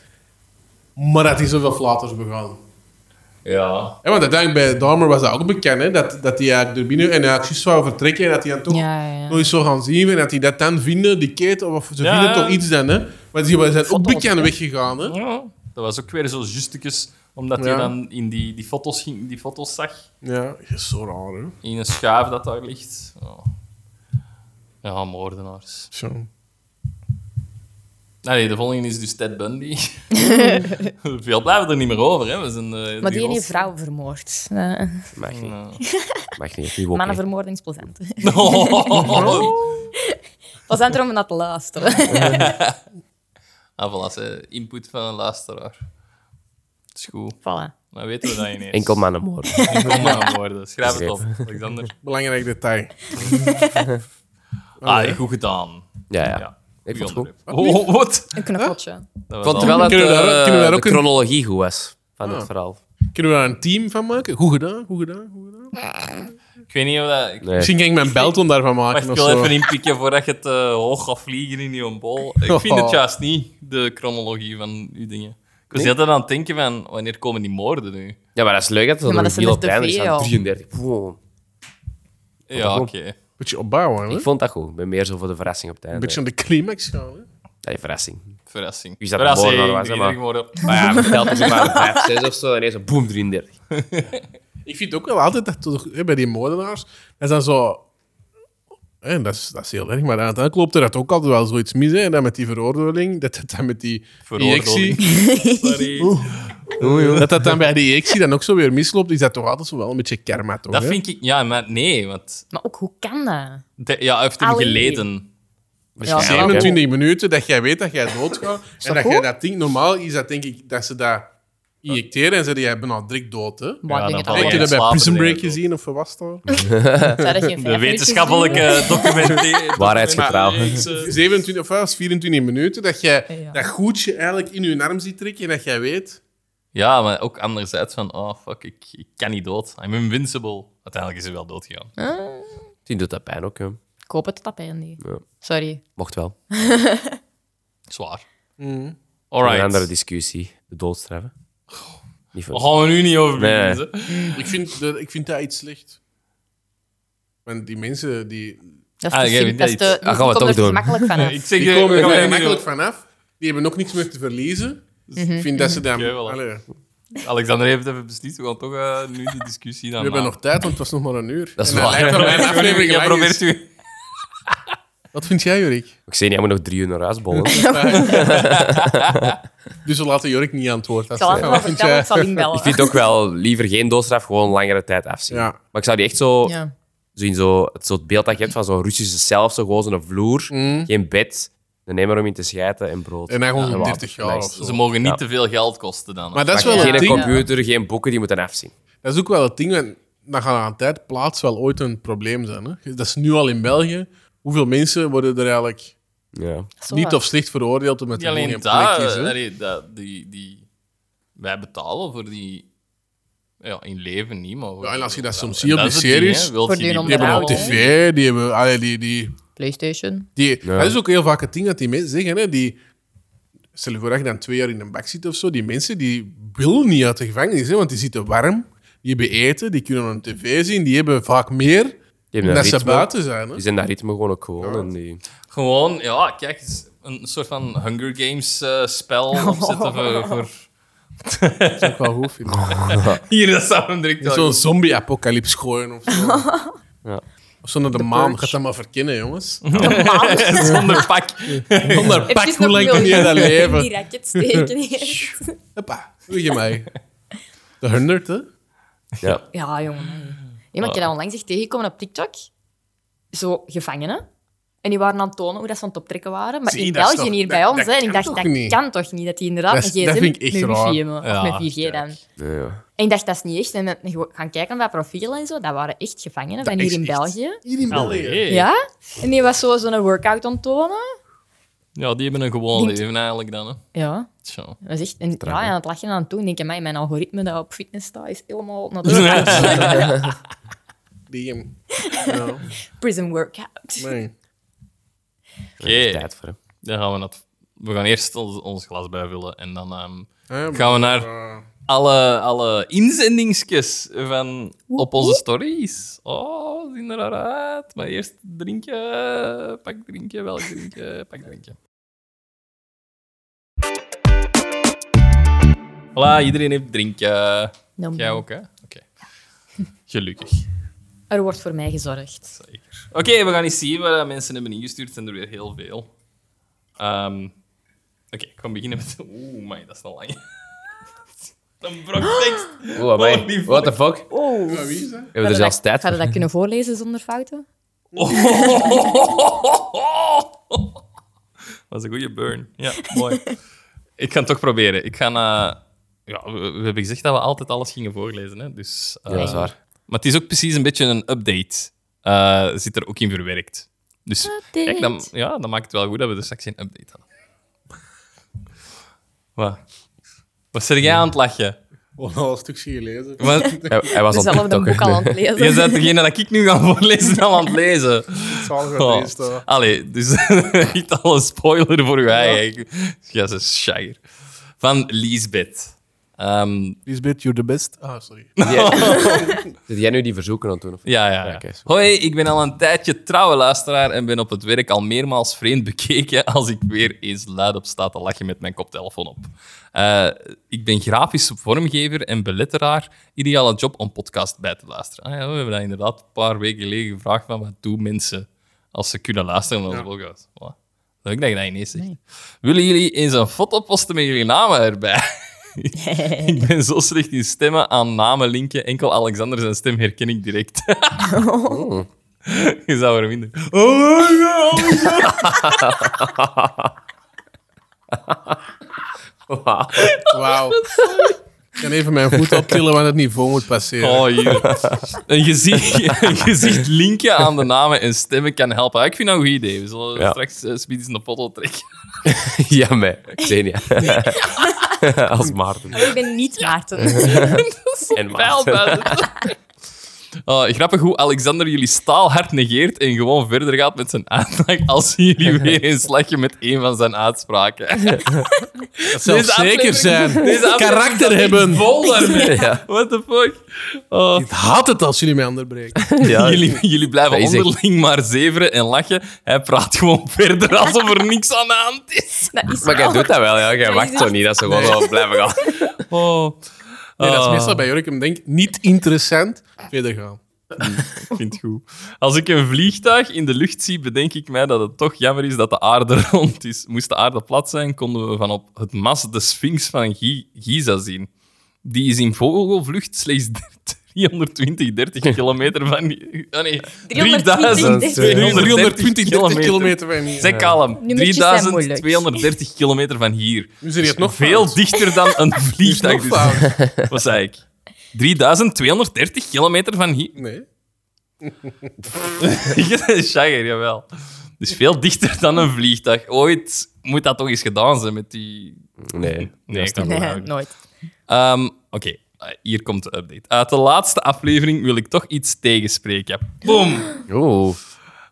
Speaker 3: Maar dat is zoveel flaters begaan.
Speaker 1: Ja.
Speaker 3: Ja, want uiteindelijk bij Dahmer was dat ook bekend, hè, dat, dat hij eigenlijk er binnen en hij acties zou vertrekken en dat hij dan toch
Speaker 4: Ja, ja, ja.
Speaker 3: nooit zou gaan zien en dat hij dat dan vinden, die keten, of ze
Speaker 1: Ja,
Speaker 3: vinden
Speaker 1: ja.
Speaker 3: toch iets dan, hè. Want die zijn ook bekend weggegaan, hè.
Speaker 1: Ja, Dat was ook weer zo justekes, omdat
Speaker 3: Ja.
Speaker 1: je dan in die, die, foto's ging, die foto's zag,
Speaker 3: Ja, dat is zo raar, hè.
Speaker 1: in een schuif dat daar ligt. Ja, ja moordenaars.
Speaker 3: Zo.
Speaker 1: Ah, Nee, de volgende is dus Ted
Speaker 4: (laughs)
Speaker 1: Bundy. Veel blijven er niet meer over, hè. We zijn, eh,
Speaker 4: Maar die
Speaker 1: los-
Speaker 4: heeft (laughs) vrouwen vermoord. Eh,
Speaker 2: Mag niet.
Speaker 1: Ja.
Speaker 2: Mag niet. Niet woke,
Speaker 4: Mannen
Speaker 2: hè.
Speaker 4: vermoorden is plezant.
Speaker 1: (laughs)
Speaker 4: (laughs)
Speaker 1: Oh.
Speaker 4: Plezanter om naar te luisteren.
Speaker 1: Ah, voilà, ze- input van een luisteraar. Het is goed.
Speaker 4: (laughs) voilà.
Speaker 1: Dan weten we dat ineens.
Speaker 2: Enkel mannenmoord.
Speaker 1: Enkel mannenwoorden. dus Schrijf het op, Alexander.
Speaker 3: Belangrijk detail.
Speaker 1: Ah, goed gedaan.
Speaker 2: Ja, ja. Ik
Speaker 1: Wie
Speaker 2: vond het goed.
Speaker 1: onderwerp? Oh, wat?
Speaker 4: Een knopje.
Speaker 1: Dat
Speaker 2: Ik
Speaker 1: was
Speaker 2: vond wel
Speaker 1: al-
Speaker 2: dat
Speaker 3: Kunnen we daar-
Speaker 2: eh,
Speaker 3: kunnen we daar
Speaker 2: de
Speaker 3: ook een- Ah.
Speaker 2: chronologie goed was van het verhaal.
Speaker 3: Kunnen we daar een team van maken? Goed gedaan, goed gedaan, goed gedaan.
Speaker 1: Ik weet niet of dat... Ik...
Speaker 2: Nee.
Speaker 3: Misschien ging ik mijn belton daarvan
Speaker 1: Maar
Speaker 3: maken
Speaker 1: ik
Speaker 3: of
Speaker 1: wil
Speaker 3: zo.
Speaker 1: even inpikken voordat je het eh, hoog gaat vliegen in je bol. Ik vind het
Speaker 3: Oh.
Speaker 1: juist niet, de chronologie van uw dingen. Ik was net aan het denken van, wanneer komen die moorden nu?
Speaker 2: Ja, maar dat is leuk dat
Speaker 4: Ja,
Speaker 2: het
Speaker 4: maar
Speaker 2: nog
Speaker 4: dat zijn
Speaker 2: heel
Speaker 4: er
Speaker 2: op het einde
Speaker 4: te
Speaker 2: is
Speaker 4: veel.
Speaker 2: van 33. Wow.
Speaker 1: Ja,
Speaker 2: goed.
Speaker 1: oké.
Speaker 3: Beetje opbouwen, hè.
Speaker 2: Ik vond dat goed. Ik ben meer zo voor de verrassing op het einde.
Speaker 3: Een beetje aan de climax gaan, hè.
Speaker 2: Ja, die verrassing.
Speaker 1: Verrassing.
Speaker 2: Wie zat er
Speaker 1: Verrassing,
Speaker 2: moordenaar was, hè,
Speaker 1: iedereen
Speaker 2: maar-
Speaker 1: moorden. Ah
Speaker 2: Maar (laughs) ja, vertelt het maar 5, 6 of zo en ineens een boom (laughs) 33.
Speaker 3: Ik vind ook wel altijd dat toch, hè, bij die moordenaars, dat is dan zo. Hè, dat, is, dat is heel erg, maar uiteindelijk loopt er dat ook altijd wel zoiets mis. Hè, en dan met die veroordeling, dat dat dan met die
Speaker 1: Veroordeling.
Speaker 3: injectie,
Speaker 1: Sorry.
Speaker 3: dat dat dan bij die injectie dan ook zo weer misloopt, is dat toch altijd zo wel een beetje karma, toch?
Speaker 1: Dat
Speaker 3: hè?
Speaker 1: vind ik... Ja, maar nee, want...
Speaker 4: Maar ook, hoe kan dat?
Speaker 1: de- ja, hij heeft hem
Speaker 4: Allee.
Speaker 1: geleden.
Speaker 4: Ja,
Speaker 2: Ja, oké.
Speaker 3: 27 minuten dat jij weet dat jij doodgaat. en dat
Speaker 4: goed?
Speaker 3: jij dat ding... Normaal is dat denk ik dat ze dat injecteren en zeggen jij bent al direct dood, hè?
Speaker 4: Maar
Speaker 1: Ja,
Speaker 4: ik
Speaker 1: dan val
Speaker 3: Heb
Speaker 4: denk
Speaker 3: je
Speaker 1: Ja,
Speaker 3: dat bij
Speaker 1: slapen
Speaker 3: Prison
Speaker 1: dingen
Speaker 3: Break
Speaker 1: dood.
Speaker 3: gezien of was dat?
Speaker 4: dat dat er geen vijf
Speaker 1: De
Speaker 4: minuten
Speaker 1: wetenschappelijke
Speaker 3: (laughs)
Speaker 1: documentaire.
Speaker 2: Waarheidsgetrouw.
Speaker 1: Maar, eh, ik, eh,
Speaker 3: 27 of was 24 minuten dat jij
Speaker 4: Ja.
Speaker 3: dat goedje eigenlijk in je arm ziet trekken en dat jij weet.
Speaker 1: Ja, maar ook anderzijds van, oh fuck, ik, ik kan niet dood. I'm invincible. Uiteindelijk is hij wel doodgegaan.
Speaker 2: Die doet dat pijn ook, hè.
Speaker 4: Ik hoop het dat pijn niet.
Speaker 2: Ja.
Speaker 4: Sorry.
Speaker 2: Mocht wel.
Speaker 1: Zwaar.
Speaker 3: Mm.
Speaker 2: Een andere
Speaker 1: Alright.
Speaker 2: discussie. De doodstraf, hè. Niet
Speaker 1: Daar
Speaker 3: Oh.
Speaker 2: voor...
Speaker 1: gaan we nu niet over beginnen.
Speaker 2: Nee.
Speaker 1: hè.
Speaker 3: Ik vind, dat- ik vind dat iets slecht. Want die mensen die,
Speaker 4: Dat is,
Speaker 1: Ah, jij
Speaker 4: misschien-
Speaker 1: weet
Speaker 4: dat is
Speaker 1: dat
Speaker 4: te,
Speaker 2: Ah, gaan we het
Speaker 4: die komt
Speaker 2: ook
Speaker 4: er te
Speaker 2: doen.
Speaker 4: makkelijk van af.
Speaker 1: (laughs) eh, Ik zeg
Speaker 3: die
Speaker 1: je,
Speaker 3: komen
Speaker 1: we gaan
Speaker 3: er
Speaker 1: er niet
Speaker 3: makkelijk
Speaker 1: over.
Speaker 3: vanaf. Die hebben ook niks meer te verliezen. Dus ik vind dat ze dan...
Speaker 1: Oké, voilà.
Speaker 3: Allee,
Speaker 1: Alexander heeft even beslist, we gaan toch eh, nu die discussie
Speaker 3: we
Speaker 1: dan
Speaker 3: hebben nog tijd, want het was nog maar een uur.
Speaker 2: Dat is
Speaker 3: En
Speaker 2: waar.
Speaker 3: lijkt wel
Speaker 2: (laughs)
Speaker 3: mijn aflevering
Speaker 1: Jij
Speaker 3: lang is.
Speaker 1: probeert u...
Speaker 3: Wat vind jij, Jorik?
Speaker 2: Ik zei niet, hij moet nog drie uur naar huis
Speaker 4: (laughs)
Speaker 2: bollen. ik
Speaker 3: Dus we laten Jorik niet antwoorden.
Speaker 4: Ik zal het wel
Speaker 3: Wat vind
Speaker 4: vertellen, ik
Speaker 3: jij?
Speaker 4: zal inbellen.
Speaker 2: vind ook wel liever geen doodstraf, gewoon langere tijd afzien.
Speaker 3: Ja.
Speaker 2: Maar ik zou die echt zo...
Speaker 4: Ja.
Speaker 2: zo in zo, het, zo het beeld dat je hebt van zo'n Russische cel of zo, gewoon zo'n vloer, geen bed, een emmer om in te schijten en brood.
Speaker 3: En dan gewoon
Speaker 2: water.
Speaker 3: 30 jaar of
Speaker 2: Nice.
Speaker 3: zo.
Speaker 1: Ze mogen niet
Speaker 2: Ja.
Speaker 1: te veel geld kosten dan. hè.
Speaker 3: Maar dat is
Speaker 2: Maar
Speaker 3: wel
Speaker 4: Ja.
Speaker 3: het
Speaker 2: geen
Speaker 3: ding.
Speaker 2: computer, geen boeken, die moeten afzien.
Speaker 3: Dat is ook wel het ding. En dan gaan aan tijd plaats wel ooit een probleem zijn. Hè? Dat is nu al in België. Hoeveel mensen worden er eigenlijk
Speaker 2: Ja.
Speaker 4: Zo
Speaker 3: niet
Speaker 4: wel.
Speaker 3: of slecht veroordeeld omdat
Speaker 1: Niet
Speaker 3: ze gewoon
Speaker 1: alleen eh,
Speaker 3: geen
Speaker 1: daar,
Speaker 3: plek is? hè?
Speaker 1: allee, dat- die, die, wij betalen voor die... Ja, in leven niet, maar... voor-
Speaker 3: Ja, en als je dat soms
Speaker 1: En
Speaker 3: ziet op
Speaker 1: is
Speaker 3: die
Speaker 1: het ding,
Speaker 3: series,
Speaker 1: hè. Wilt
Speaker 4: Voor
Speaker 1: je
Speaker 4: die
Speaker 1: niet-
Speaker 3: Die hebben op
Speaker 4: Ja.
Speaker 3: tv, die hebben... allee, die, die,
Speaker 4: eh, PlayStation.
Speaker 3: die,
Speaker 2: Ja.
Speaker 3: Dat is ook heel vaak het ding dat die mensen zeggen. Hè? Die, stel je voor dat je dan twee jaar in een bak zit of zo. Die mensen die willen niet uit de gevangenis, hè, want die zitten warm. Die hebben eten, die kunnen een tv zien. Die hebben vaak meer
Speaker 2: Die hebben
Speaker 3: omdat
Speaker 2: dat
Speaker 3: ze
Speaker 2: ritme.
Speaker 3: buiten zijn. Hè?
Speaker 2: Die zijn dat ritme gewoon ook gewoon. En die...
Speaker 1: Gewoon, ja, kijk, het is een soort van Hunger Games eh, spel opzetten voor... voor...
Speaker 3: Dat is ook wel goed, vind ik.
Speaker 1: Hier, dat zou hem direct wel-
Speaker 3: Zo'n zombie-apocalypse gooien (laughs) of zo.
Speaker 2: Ja.
Speaker 3: Of zo naar de, maan. Gaat dat maar verkennen,
Speaker 1: (laughs)
Speaker 3: jongens.
Speaker 1: zonder pak.
Speaker 3: Zonder pak, hoe lang kun je dat leven?
Speaker 4: (laughs) Die racket steken.
Speaker 3: (laughs) Hoppa, doe je mij. De honderd, hè?
Speaker 2: Ja.
Speaker 4: ja, jongen. Nee, maar ik heb dat onlangs echt tegengekomen op TikTok. Zo, gevangenen. En die waren aan het tonen hoe dat ze aan het optrekken waren. Maar
Speaker 3: Zie,
Speaker 4: in
Speaker 3: dat is
Speaker 4: België
Speaker 3: toch-
Speaker 4: hier bij
Speaker 3: dat-
Speaker 4: ons.
Speaker 3: dat
Speaker 4: hè. En
Speaker 3: kan
Speaker 4: ik dacht,
Speaker 3: toch
Speaker 4: dat
Speaker 3: niet?
Speaker 4: kan toch niet? Dat die inderdaad
Speaker 3: Dat is-
Speaker 4: een
Speaker 3: dat
Speaker 4: gsm
Speaker 3: vind
Speaker 4: met
Speaker 3: ik echt
Speaker 4: wifi
Speaker 3: raar.
Speaker 4: hebben.
Speaker 1: Ja,
Speaker 4: of met 4G dan.
Speaker 2: Ja, ja.
Speaker 4: En ik dacht, dat is niet echt. En we gewoon gaan kijken naar profielen en zo. Dat waren echt gevangenen. van hier
Speaker 3: is
Speaker 4: in
Speaker 3: echt-
Speaker 4: België.
Speaker 3: Hier in
Speaker 1: Nou,
Speaker 3: België.
Speaker 1: Allee.
Speaker 4: Ja? En die was zo zo'n workout aan het tonen.
Speaker 1: Ja, die hebben een gewoon leven eigenlijk dan. Hè.
Speaker 4: Ja.
Speaker 1: Zo.
Speaker 4: Dat is echt... En, ja,
Speaker 2: Traag, hè?
Speaker 4: en dat lag je aan toe. En denk je, "Amai, mijn algoritme dat op fitness staat, is helemaal...
Speaker 3: (laughs)
Speaker 4: naar de-
Speaker 3: Die hem. Ja,
Speaker 4: Prison workout.
Speaker 3: nee.
Speaker 1: Oké,
Speaker 2: Er is tijd voor. hè.
Speaker 1: dan gaan we dat... We gaan eerst ons, ons glas bijvullen en dan ehm,
Speaker 3: Hè,
Speaker 1: gaan we naar
Speaker 3: eh,
Speaker 1: alle, alle inzendingsjes van op onze stories. Oh, zien er raar uit. Maar eerst drinken, pak drinken, welk drinken, pak drinken. Voilà, iedereen heeft drinken.
Speaker 4: Nou,
Speaker 1: Jij ook, hè? Oké. Gelukkig.
Speaker 4: Er wordt voor mij gezorgd.
Speaker 1: Zeker. Oké, we gaan eens zien wat eh, mensen hebben ingestuurd. Het zijn er weer heel veel. Ehm, Oké, ik ga beginnen met... Oeh, man, dat is een lange. (laughs) Een brok tekst.
Speaker 2: Oeh, amai.
Speaker 1: Holy fuck.
Speaker 2: What the fuck? We
Speaker 4: Oh.
Speaker 3: ja, wie is dat?
Speaker 2: hebben er zelfs tijd
Speaker 4: Hadden
Speaker 2: voor.
Speaker 4: dat kunnen voorlezen zonder
Speaker 2: (laughs)
Speaker 4: fouten?
Speaker 1: (laughs) Dat is Oh! een goede burn. Ja,
Speaker 2: (laughs)
Speaker 1: mooi. ik ga het toch proberen. Ik ga... eh, ja, we, we hebben gezegd dat we altijd alles gingen voorlezen, hè? Dus, eh,
Speaker 2: Ja, dat is waar.
Speaker 1: Maar het is ook precies een beetje een update. Eh, zit er ook in verwerkt. Dus
Speaker 4: Update.
Speaker 1: kijk, dan, ja, dan maakt het wel goed dat we er straks geen update hadden. (laughs) Wat? Wat zit jij aan het lachen?
Speaker 3: Oh, al een stukje gelezen. (laughs)
Speaker 1: Wat?
Speaker 2: Hij, hij was
Speaker 4: Dus
Speaker 2: aan
Speaker 4: al op de
Speaker 2: TikTok. hè.
Speaker 4: boek al aan het lezen.
Speaker 1: Je bent degene dat ik nu ga (laughs) voorlezen al aan het lezen.
Speaker 3: Het zal
Speaker 1: Oh.
Speaker 3: wel staan.
Speaker 1: Allee, dus (laughs) niet al een spoiler voor u eigen. Ja, ze is shagger. Van Lisbeth. Ehm,
Speaker 3: Lisbeth, you're the best. Ah,
Speaker 1: (laughs)
Speaker 3: sorry.
Speaker 2: Zit jij nu die verzoeken aan het doen? Of?
Speaker 1: ja, ja. ja.
Speaker 2: Ja, oké, sorry.
Speaker 1: Hoi, ik ben al een tijdje trouwe luisteraar en ben op het werk al meermaals vreemd bekeken als ik weer eens luid op sta te lachen met mijn koptelefoon op. Eh, ik ben grafisch vormgever en beletteraar. Ideale job om podcast bij te luisteren. Ah ja, we hebben dat inderdaad een paar weken geleden gevraagd van wat doen mensen als ze kunnen luisteren naar onze podcast. Voilà. Leuk dat je dat ineens zegt. Willen jullie eens een foto posten met jullie namen erbij? ik ben zo slecht in stemmen aan namen linken. Enkel Alexander zijn stem herken ik direct. (laughs) Je zou er minder. Oh, ja, oh, ja.
Speaker 3: Wauw. Ik kan even mijn voet optillen, want het niveau moet passeren.
Speaker 1: Oh, hier. Een
Speaker 3: (laughs)
Speaker 1: gezicht, een gezicht linken aan de namen en stemmen kan helpen. Ah, Ik vind dat een goed idee. We zullen
Speaker 2: Ja.
Speaker 1: straks uh, Speedies in de pottel (laughs) trekken.
Speaker 2: (laughs) ja, mij. (laughs) Xenia. Als Maarten.
Speaker 4: Ik ben niet
Speaker 2: (laughs)
Speaker 4: Maarten.
Speaker 2: En
Speaker 1: Pijl
Speaker 2: Maarten.
Speaker 1: buiten. (laughs) Ah, grappig hoe Alexander jullie staalhard negeert en gewoon verder gaat met zijn aandacht als
Speaker 3: (laughs)
Speaker 1: jullie weer in slagje met een van zijn uitspraken.
Speaker 3: Dat zelfs
Speaker 1: Deze
Speaker 3: zeker
Speaker 1: aflevering-
Speaker 3: zijn.
Speaker 1: Deze aflevering
Speaker 3: Karakter
Speaker 1: staat echt
Speaker 3: hebben.
Speaker 1: Vol
Speaker 3: (laughs)
Speaker 1: daarmee.
Speaker 2: Ja.
Speaker 1: What the fuck? Ah.
Speaker 3: Ik haat het als jullie mij onderbreken.
Speaker 2: Ja.
Speaker 1: (laughs) jullie, jullie blijven
Speaker 2: Dat is echt-
Speaker 1: onderling maar zeveren en lachen. Hij praat gewoon (laughs) verder alsof er niks aan de hand is.
Speaker 4: Dat is
Speaker 2: Maar jij
Speaker 4: wel-
Speaker 2: doet dat wel, ja. Jij
Speaker 4: Dat
Speaker 2: wacht
Speaker 4: is
Speaker 2: zo
Speaker 4: echt-
Speaker 2: niet dat ze gewoon zo blijven gaan.
Speaker 1: Oh.
Speaker 3: Nee, dat is
Speaker 1: Ah.
Speaker 3: meestal bij Jurkum. Denk, niet interessant, verder gaan.
Speaker 1: Ik vind het goed. Als ik een vliegtuig in de lucht zie, bedenk ik mij dat het toch jammer is dat de aarde (laughs) rond is. Moest de aarde plat zijn, konden we vanop het mas de Sphinx van Gi- Giza zien. Die is in vogelvlucht slechts (laughs) 320, 30 kilometer van... Ah nee,
Speaker 4: 320.
Speaker 1: 320
Speaker 3: 30
Speaker 1: kilometer.
Speaker 3: kilometer van hier.
Speaker 1: Zeg kalm,
Speaker 4: Nummertjes zijn moeilijk.
Speaker 1: 3230 kilometer van hier.
Speaker 3: Nu zit je het nog
Speaker 1: Veel
Speaker 3: fout.
Speaker 1: dichter dan een
Speaker 3: Nu is het
Speaker 1: vliegtuig.
Speaker 3: (laughs) nog fout.
Speaker 1: Dus- Wat zei ik? 3230 kilometer van hier.
Speaker 3: Nee.
Speaker 1: (laughs) Shagger, jawel. Dus veel dichter dan een vliegtuig. Ooit moet dat toch eens gedaan zijn met die...
Speaker 2: Nee.
Speaker 1: Nee, ik kan
Speaker 4: Nee,
Speaker 1: het niet.
Speaker 4: nooit.
Speaker 1: Ehm, Oké, eh, hier komt de update. Uit de laatste aflevering wil ik toch iets tegenspreken. Boom!
Speaker 2: Oeh.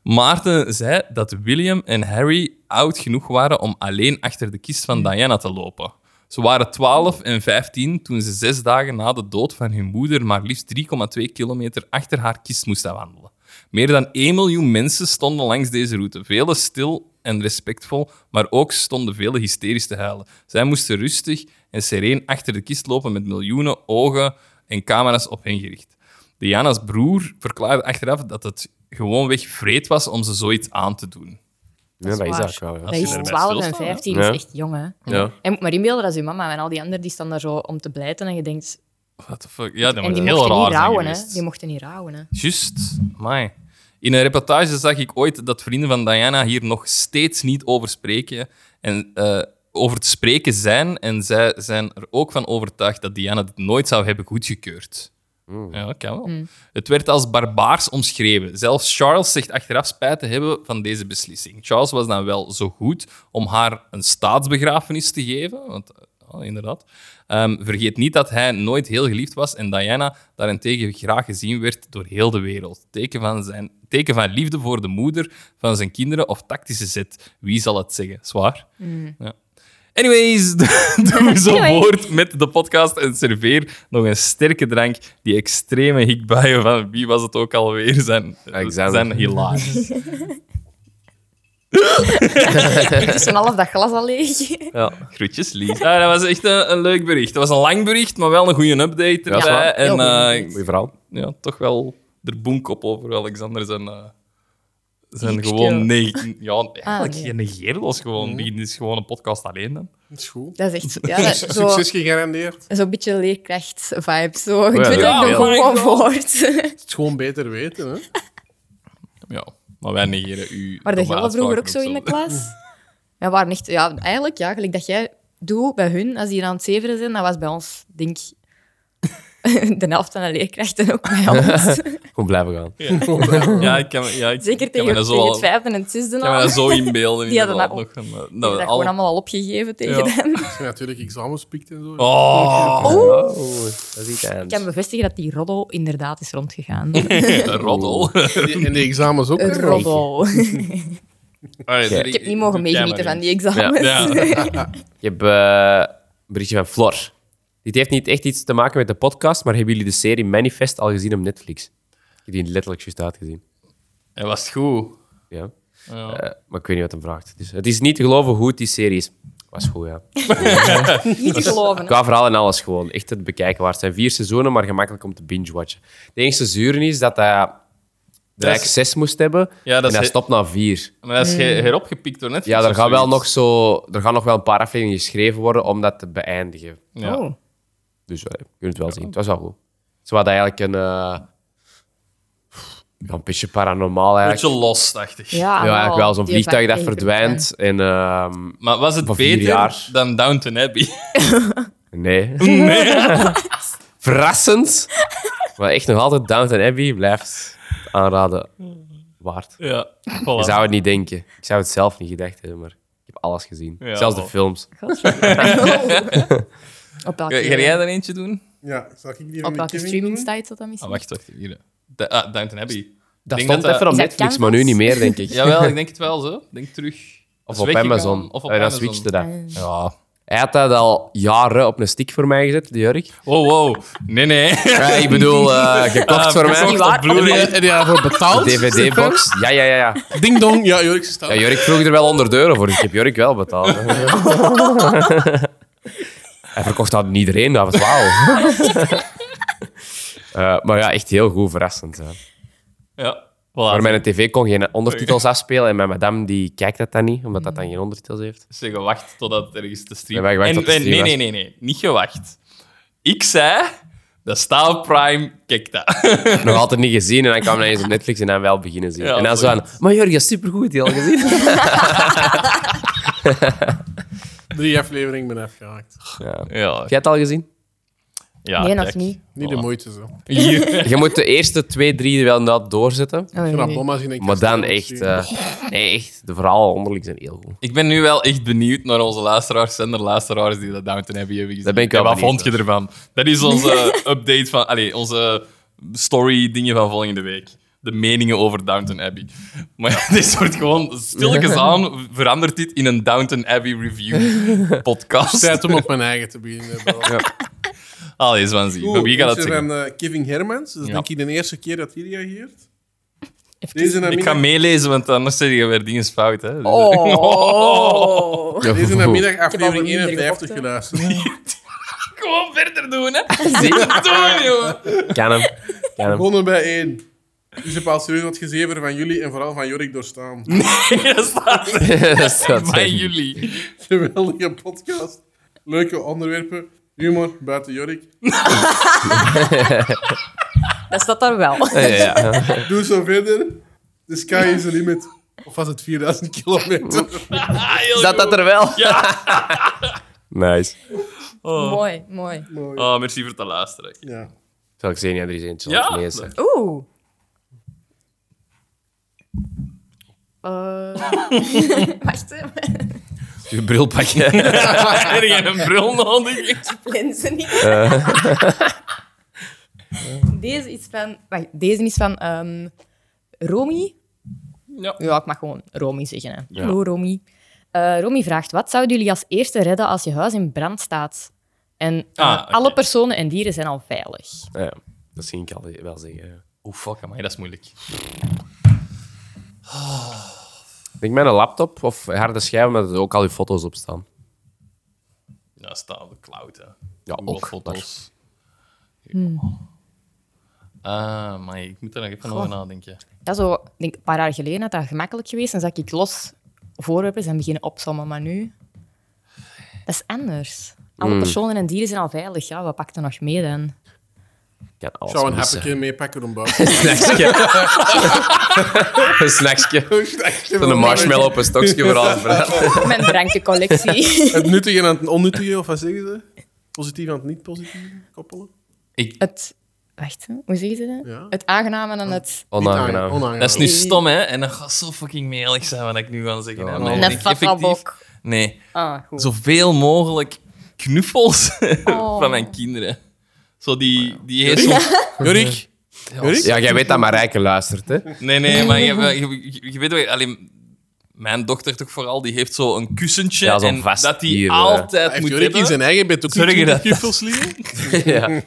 Speaker 1: Maarten zei dat William en Harry oud genoeg waren om alleen achter de kist van Diana te lopen. Ze waren 12 en 15 toen ze zes dagen na de dood van hun moeder maar liefst 3,2 kilometer achter haar kist moesten wandelen. Meer dan 1 miljoen mensen stonden langs deze route. Velen stil en respectvol, maar ook stonden velen hysterisch te huilen. Zij moesten rustig en sereen achter de kist lopen met miljoenen ogen en camera's op hen gericht. Diana's broer verklaarde achteraf dat het gewoonweg vreed was om ze zoiets aan te doen.
Speaker 2: Ja, dat is
Speaker 4: waar.
Speaker 2: eigenlijk wel,
Speaker 4: Dat
Speaker 2: ja.
Speaker 1: je
Speaker 4: is
Speaker 1: daarbij
Speaker 4: 12 en
Speaker 1: stilstaat,
Speaker 4: 15,
Speaker 2: hè?
Speaker 4: is
Speaker 2: Ja.
Speaker 4: echt jong, hè.
Speaker 2: Ja.
Speaker 4: En moet maar inbeelden dat is je mama en al die anderen die staan daar zo om te blijten en je denkt...
Speaker 1: What the fuck? Ja, dat
Speaker 4: En
Speaker 1: moet
Speaker 4: die
Speaker 1: heel
Speaker 4: mochten
Speaker 1: raar
Speaker 4: niet
Speaker 1: zijn
Speaker 4: rouwen, hè.
Speaker 1: geweest.
Speaker 4: Die mochten niet rouwen, hè.
Speaker 1: Juist, amai. In een reportage zag ik ooit dat vrienden van Diana hier nog steeds niet over spreken en eh, over te spreken zijn. En zij zijn er ook van overtuigd dat Diana dit nooit zou hebben goedgekeurd. Ja, dat kan wel. Het werd als barbaars omschreven. Zelfs Charles zegt achteraf spijt te hebben van deze beslissing. Charles was dan wel zo goed om haar een staatsbegrafenis te geven. Want, ja, inderdaad. Ehm, vergeet niet dat hij nooit heel geliefd was en Diana daarentegen graag gezien werd door heel de wereld. Teken van, zijn, teken van liefde voor de moeder van zijn kinderen of tactische zet. Wie zal het zeggen? Zwaar. Ja. Anyways, (laughs) doe zo
Speaker 4: Anyway.
Speaker 1: voort met de podcast en serveer nog een sterke drank. Die extreme hikbuien van wie was het ook alweer zijn,
Speaker 2: Alexander.
Speaker 1: zijn
Speaker 4: (laughs)
Speaker 1: hilarisch.
Speaker 4: Dus van half dat glas al leeg. (laughs)
Speaker 2: Ja.
Speaker 1: Groetjes, Lies. Ah, dat was echt een, een leuk bericht. Het was een lang bericht, maar wel een goede update
Speaker 2: dat is
Speaker 1: erbij.
Speaker 2: waar.
Speaker 1: En
Speaker 4: Heel goed.
Speaker 1: eh, ik-
Speaker 2: Goeie verhaal.
Speaker 1: ja, toch wel er boek op over Alexander zijn... eh, zijn
Speaker 4: Hipstil.
Speaker 1: gewoon negen. Ja, eigenlijk
Speaker 4: Ah, nee.
Speaker 1: je negeert als gewoon. Die is gewoon een podcast alleen. Dan.
Speaker 3: Dat is goed.
Speaker 4: Dat is echt...
Speaker 2: (laughs)
Speaker 4: Ja, dat, zo,
Speaker 3: Succes gegarandeerd.
Speaker 4: zo'n beetje leerkracht-vibe. Zo. Ik
Speaker 2: ja,
Speaker 4: weet
Speaker 2: ja,
Speaker 4: ook nog
Speaker 2: ja.
Speaker 4: gewoon voort.
Speaker 3: Het is gewoon beter weten, hè?
Speaker 1: Ja, maar wij negeren u.
Speaker 4: Maar de
Speaker 1: domme
Speaker 4: Gelle vroeger ook
Speaker 1: uitspraken
Speaker 4: zo in de
Speaker 1: ook
Speaker 4: klas. Ja, waren echt... Ja, eigenlijk, ja, gelijk dat jij doet bij hun, als die aan het zeveren zijn, dat was bij ons, denk ik... (laughs) De helft van de leerkrachten ook bij ons.
Speaker 2: Gewoon blijven gaan.
Speaker 1: Ja, ik kan, me- ja, ik,
Speaker 4: Zeker
Speaker 1: ik kan me
Speaker 4: tegen,
Speaker 1: dat zo
Speaker 4: tegen
Speaker 1: al-
Speaker 4: het vijfde en het zesde
Speaker 1: Ik kan me
Speaker 4: al.
Speaker 1: dat zo inbeelden.
Speaker 4: Die hadden
Speaker 1: inderdaad,
Speaker 4: dat ook.
Speaker 1: nog een, eh,
Speaker 4: Dat
Speaker 1: nou,
Speaker 4: we dat
Speaker 1: al-
Speaker 4: gewoon allemaal al opgegeven tegen
Speaker 1: Ja.
Speaker 4: hem.
Speaker 3: Ja, natuurlijk examenspiekt en zo.
Speaker 1: Oh,
Speaker 2: Oh, dat is iets
Speaker 4: Ik
Speaker 2: anders.
Speaker 4: kan bevestigen dat die roddel inderdaad is rondgegaan.
Speaker 1: de roddel.
Speaker 3: Die- En die examens ook.
Speaker 4: Het
Speaker 3: hè?
Speaker 4: roddel. Ik heb niet mogen meegenieten van die examens.
Speaker 1: Ja,
Speaker 4: (laughs)
Speaker 2: Je hebt eh, een berichtje van Flor. Dit heeft niet echt iets te maken met de podcast, maar hebben jullie de serie Manifest al gezien op Netflix? Ik heb die letterlijk juist uitgezien.
Speaker 1: Hij was goed.
Speaker 2: Ja.
Speaker 1: Ja.
Speaker 2: Eh, maar ik weet niet wat hem vraagt. Dus het is niet te geloven hoe goed die serie is. Was goed, ja.
Speaker 4: Niet te geloven. hè.
Speaker 2: Qua verhaal en alles gewoon. Echt het bekijken waard. Het zijn vier seizoenen, maar gemakkelijk om te binge-watchen. Het enige zure is dat hij
Speaker 1: is-
Speaker 2: gelijk zes moest hebben.
Speaker 1: Ja, dat
Speaker 2: en
Speaker 1: is
Speaker 2: hij
Speaker 1: he-
Speaker 2: stopt na vier.
Speaker 1: Maar dat is
Speaker 4: Hmm.
Speaker 1: ge- heropgepikt door Netflix.
Speaker 2: Ja, er
Speaker 1: of
Speaker 2: gaan, wel nog
Speaker 1: zoiets.
Speaker 2: zo, er gaan nog wel een paar afleveringen geschreven worden om dat te beëindigen.
Speaker 1: Ja.
Speaker 4: Oh.
Speaker 2: Dus eh, je kunt het wel zien. Het was wel goed. Ze hadden eigenlijk een... eh, Ja, een beetje paranormaal
Speaker 1: Een
Speaker 2: eigenlijk.
Speaker 1: beetje losachtig.
Speaker 2: Ja, eigenlijk wel. Zo'n
Speaker 4: die
Speaker 2: vliegtuig dat
Speaker 4: vaak
Speaker 2: verdwijnt. En, ehm,
Speaker 1: Maar was het
Speaker 2: Van vier
Speaker 1: beter
Speaker 2: jaar.
Speaker 1: dan Downton Abbey?
Speaker 2: ehm,
Speaker 4: (laughs)
Speaker 2: nee. (laughs) Verrassend. Maar echt nog altijd Downton Abbey blijft aanraden waard.
Speaker 1: (laughs) ja, voilà.
Speaker 2: Je zou het niet denken. Ik zou het zelf niet gedacht hebben, maar ik heb alles gezien.
Speaker 1: Ja,
Speaker 2: Zelfs de
Speaker 1: wel.
Speaker 2: films.
Speaker 4: Op
Speaker 1: Ga ga jij
Speaker 4: welke,
Speaker 1: er eentje doen?
Speaker 3: Ja, zal ik die
Speaker 4: op welke streaming site dat dan
Speaker 1: Ah,
Speaker 4: misschien?
Speaker 1: wacht, wacht. Hier. Da- ah, Downton Abbey.
Speaker 2: Dat
Speaker 1: denk
Speaker 2: stond
Speaker 1: dat eh, dat-
Speaker 2: even op
Speaker 4: Is dat
Speaker 2: Netflix, maar
Speaker 4: Canvas?
Speaker 2: nu niet meer, denk
Speaker 1: (laughs)
Speaker 2: ik.
Speaker 1: Jawel,
Speaker 2: (laughs)
Speaker 1: ik denk het wel zo. Ik Denk terug. Dat
Speaker 2: Of
Speaker 1: is
Speaker 2: op
Speaker 1: weggegaan,
Speaker 2: Amazon.
Speaker 1: Of op
Speaker 2: en dan
Speaker 1: Amazon.
Speaker 2: switchte dat.
Speaker 1: Ja.
Speaker 2: Hij had dat al jaren op een stick voor mij gezet, die jurk.
Speaker 1: Wow, wow. Nee, nee.
Speaker 2: Ja, ik bedoel, (laughs) eh, gekocht
Speaker 1: Ah,
Speaker 2: voor mij.
Speaker 4: niet waar.
Speaker 1: Blu-ray.
Speaker 3: En daarvoor
Speaker 2: (laughs)
Speaker 3: betaald?
Speaker 2: DVD-box. Ja, ja, ja, ja.
Speaker 3: Ding dong. Ja, Jorik is
Speaker 2: Ja, Jorik vroeg er wel 100 euro voor. dus Ik heb Jorik wel betaald. Hij verkocht dat aan iedereen. Dat was wauw. Eh, maar ja, echt heel goed, verrassend. hè.
Speaker 1: (laughs) Ja, voilà.
Speaker 2: Maar mijn tv kon geen ondertitels afspelen en mijn madame die kijkt dat dan niet, omdat dat dan geen ondertitels heeft.
Speaker 1: Ze gewacht totdat het ergens te stream.
Speaker 2: We hebben gewacht
Speaker 1: en,
Speaker 2: tot de
Speaker 1: en-
Speaker 2: stream
Speaker 1: nee, nee, nee, nee. Niet gewacht. Ik zei, dat staat op Prime, kijk dat.
Speaker 2: Nog altijd niet gezien en dan kwam ineens op Netflix en dan wel beginnen zien.
Speaker 1: Ja,
Speaker 2: en dan zo aan,
Speaker 1: zoiets.
Speaker 2: maar Jurgen, dat is supergoed, die al gezien.
Speaker 3: Drie afleveringen ben afgehaakt.
Speaker 2: (laughs) ja.
Speaker 1: Ja,
Speaker 2: Heb jij het al gezien?
Speaker 1: ja
Speaker 4: nee, nog
Speaker 1: kijk.
Speaker 4: niet.
Speaker 3: Niet
Speaker 1: Oh.
Speaker 3: de moeite zo.
Speaker 1: Hier. (laughs)
Speaker 2: Je moet de eerste twee, drie wel inderdaad doorzetten.
Speaker 4: Oh, nee,
Speaker 3: Ik
Speaker 4: nee.
Speaker 3: heb bomma's in één
Speaker 2: Maar
Speaker 3: keer
Speaker 2: dan
Speaker 3: staan
Speaker 2: echt,
Speaker 3: opzien.
Speaker 2: eh, nee, echt, de verhalen onderling zijn heel goed.
Speaker 1: Ik ben nu wel echt benieuwd naar onze luisteraars. Zijn er luisteraars die dat Downton Abbey hebben gezien?
Speaker 2: Daar ben ik
Speaker 1: En
Speaker 2: wel
Speaker 1: Wat
Speaker 2: benieuwd
Speaker 1: vond je ervan? Dat is
Speaker 4: (laughs)
Speaker 1: onze update van... Allee, onze story-dingen van volgende week. De meningen over Downton Abbey. Maar (laughs) dit wordt gewoon... Stilletjes aan verandert dit in een Downton Abbey
Speaker 4: (laughs)
Speaker 1: review podcast.
Speaker 3: Tijd om op mijn eigen te beginnen. bro.
Speaker 1: Allee, Zwanzi.
Speaker 3: Oeh,
Speaker 1: Wie gaat dat
Speaker 3: is er
Speaker 1: zeggen?
Speaker 3: van eh, Kevin Hermans. Dat is
Speaker 1: Ja.
Speaker 3: denk ik de eerste keer dat hij reageert.
Speaker 4: Even-
Speaker 3: Deze namiddag,
Speaker 1: Ik ga meelezen, want anders zeg je weer dingen fout. Hè. (laughs)
Speaker 2: Oh.
Speaker 4: Oh.
Speaker 3: deze namiddag
Speaker 4: Ik
Speaker 3: aflevering
Speaker 4: heb al minder
Speaker 3: 51
Speaker 4: gevochten.
Speaker 3: geluisterd.
Speaker 1: Gewoon verder doen,
Speaker 2: (laughs)
Speaker 1: hè. Zeker doen, jongen.
Speaker 2: Kan hem. Kan hem.
Speaker 3: Begonnen bij één. Dus heb al serieus wat gezever van jullie en vooral van Jorik doorstaan. (laughs)
Speaker 1: Dat staat er
Speaker 2: (laughs) Dat staat
Speaker 1: bij
Speaker 2: er.
Speaker 1: jullie.
Speaker 3: Geweldige podcast. Leuke onderwerpen. Humor buiten Jorik.
Speaker 4: Dat staat daar
Speaker 1: (laughs)
Speaker 4: wel.
Speaker 2: Ja, ja, ja.
Speaker 3: Doe zo verder. The sky is the limit. Of was het 4000 kilometer?
Speaker 1: Ah, heel
Speaker 2: Zat dat
Speaker 1: goed.
Speaker 2: er wel?
Speaker 1: Ja.
Speaker 2: (laughs) Nice.
Speaker 1: Oh.
Speaker 4: Mooi, mooi.
Speaker 3: Mooi.
Speaker 1: Oh, merci voor het luisteren.
Speaker 3: Ja.
Speaker 2: Zal ik Xenia er eens eentje
Speaker 1: Ja.
Speaker 2: laten lezen?
Speaker 4: Oeh. Eh, (laughs) wacht, hè.
Speaker 2: Je bril
Speaker 1: (laughs)
Speaker 2: pakken.
Speaker 1: Heb je een bril nodig?
Speaker 4: lenzen niet. Deze is van, wacht, deze is van ehm, Romy.
Speaker 1: Ja.
Speaker 4: ja, ik mag gewoon Romy zeggen. Hè. Hallo Romy. Eh, Romy vraagt: Wat zouden jullie als eerste redden als je huis in brand staat? En eh,
Speaker 1: Ah, oké.
Speaker 4: alle personen en dieren zijn al veilig.
Speaker 2: (laughs) Ja, dat zie ik al wel zeggen. ja.
Speaker 1: Oeh, fuck, amai, dat is moeilijk.
Speaker 2: Ik Denk mijn laptop of harde schijf, omdat er ook al je foto's op staan.
Speaker 1: Ja, staat op de cloud, hè.
Speaker 2: Ja,
Speaker 1: Google
Speaker 2: ook,
Speaker 1: foto's. Ah, maar ik moet er nog even over nadenken.
Speaker 4: Ja, zo, ik denk, een paar jaar geleden had dat gemakkelijk geweest. Dan zag ik los voorwerpen en beginnen opzommen. Maar nu, dat is anders. Alle
Speaker 2: Hmm.
Speaker 4: personen en dieren zijn al veilig. Ja, wat pakt er nog mee dan? (laughs)
Speaker 2: Ik kan
Speaker 3: Ik
Speaker 2: alles
Speaker 3: zou een
Speaker 2: missen.
Speaker 3: hapje meepakken om (laughs) buiten.
Speaker 2: snacksje. (laughs) een snacksje. Een marshmallow op een stokje
Speaker 3: (laughs)
Speaker 2: voor alles. verder.
Speaker 4: Mijn drankencollectie.
Speaker 3: Het nuttige aan het onnuttige, of wat zeggen ze? Positief aan het niet-positieve koppelen?
Speaker 1: Ik,
Speaker 4: (laughs) het, wacht, hè, hoe zeg je dat?
Speaker 3: Ja.
Speaker 4: Het aangename en het...
Speaker 3: Niet
Speaker 2: Onaangenaam.
Speaker 3: onaangenaam.
Speaker 1: dat is nu stom, hè. En dat gaat zo fucking melig zijn wat ik nu ga zeggen. hè.
Speaker 2: Ja,
Speaker 1: Maar
Speaker 2: nee.
Speaker 1: ik
Speaker 4: Een
Speaker 1: denk
Speaker 4: fatbok.
Speaker 1: Nee,
Speaker 4: Ah,
Speaker 3: Oh.
Speaker 4: goed.
Speaker 1: zoveel mogelijk knuffels (laughs)
Speaker 4: Oh.
Speaker 1: van mijn kinderen. Zo
Speaker 3: Oh,
Speaker 1: die, die heeft zo'n-
Speaker 3: Jorik, Jorik?
Speaker 2: Ja, jij weet dat Marijke luistert, hè?
Speaker 1: Nee, nee, maar je, je, je- je weet wel... Alleen, mijn dochter toch vooral, die heeft zo'n kussentje.
Speaker 2: Ja, zo'n
Speaker 1: en
Speaker 2: vast
Speaker 1: dat die
Speaker 2: hier, eh.
Speaker 1: altijd
Speaker 3: Heeft
Speaker 1: moet
Speaker 3: Jorik in
Speaker 1: hebben.
Speaker 3: zijn eigen bed ook
Speaker 1: Zorg je (laughs) dat-
Speaker 3: knuffels liggen?
Speaker 2: Ja.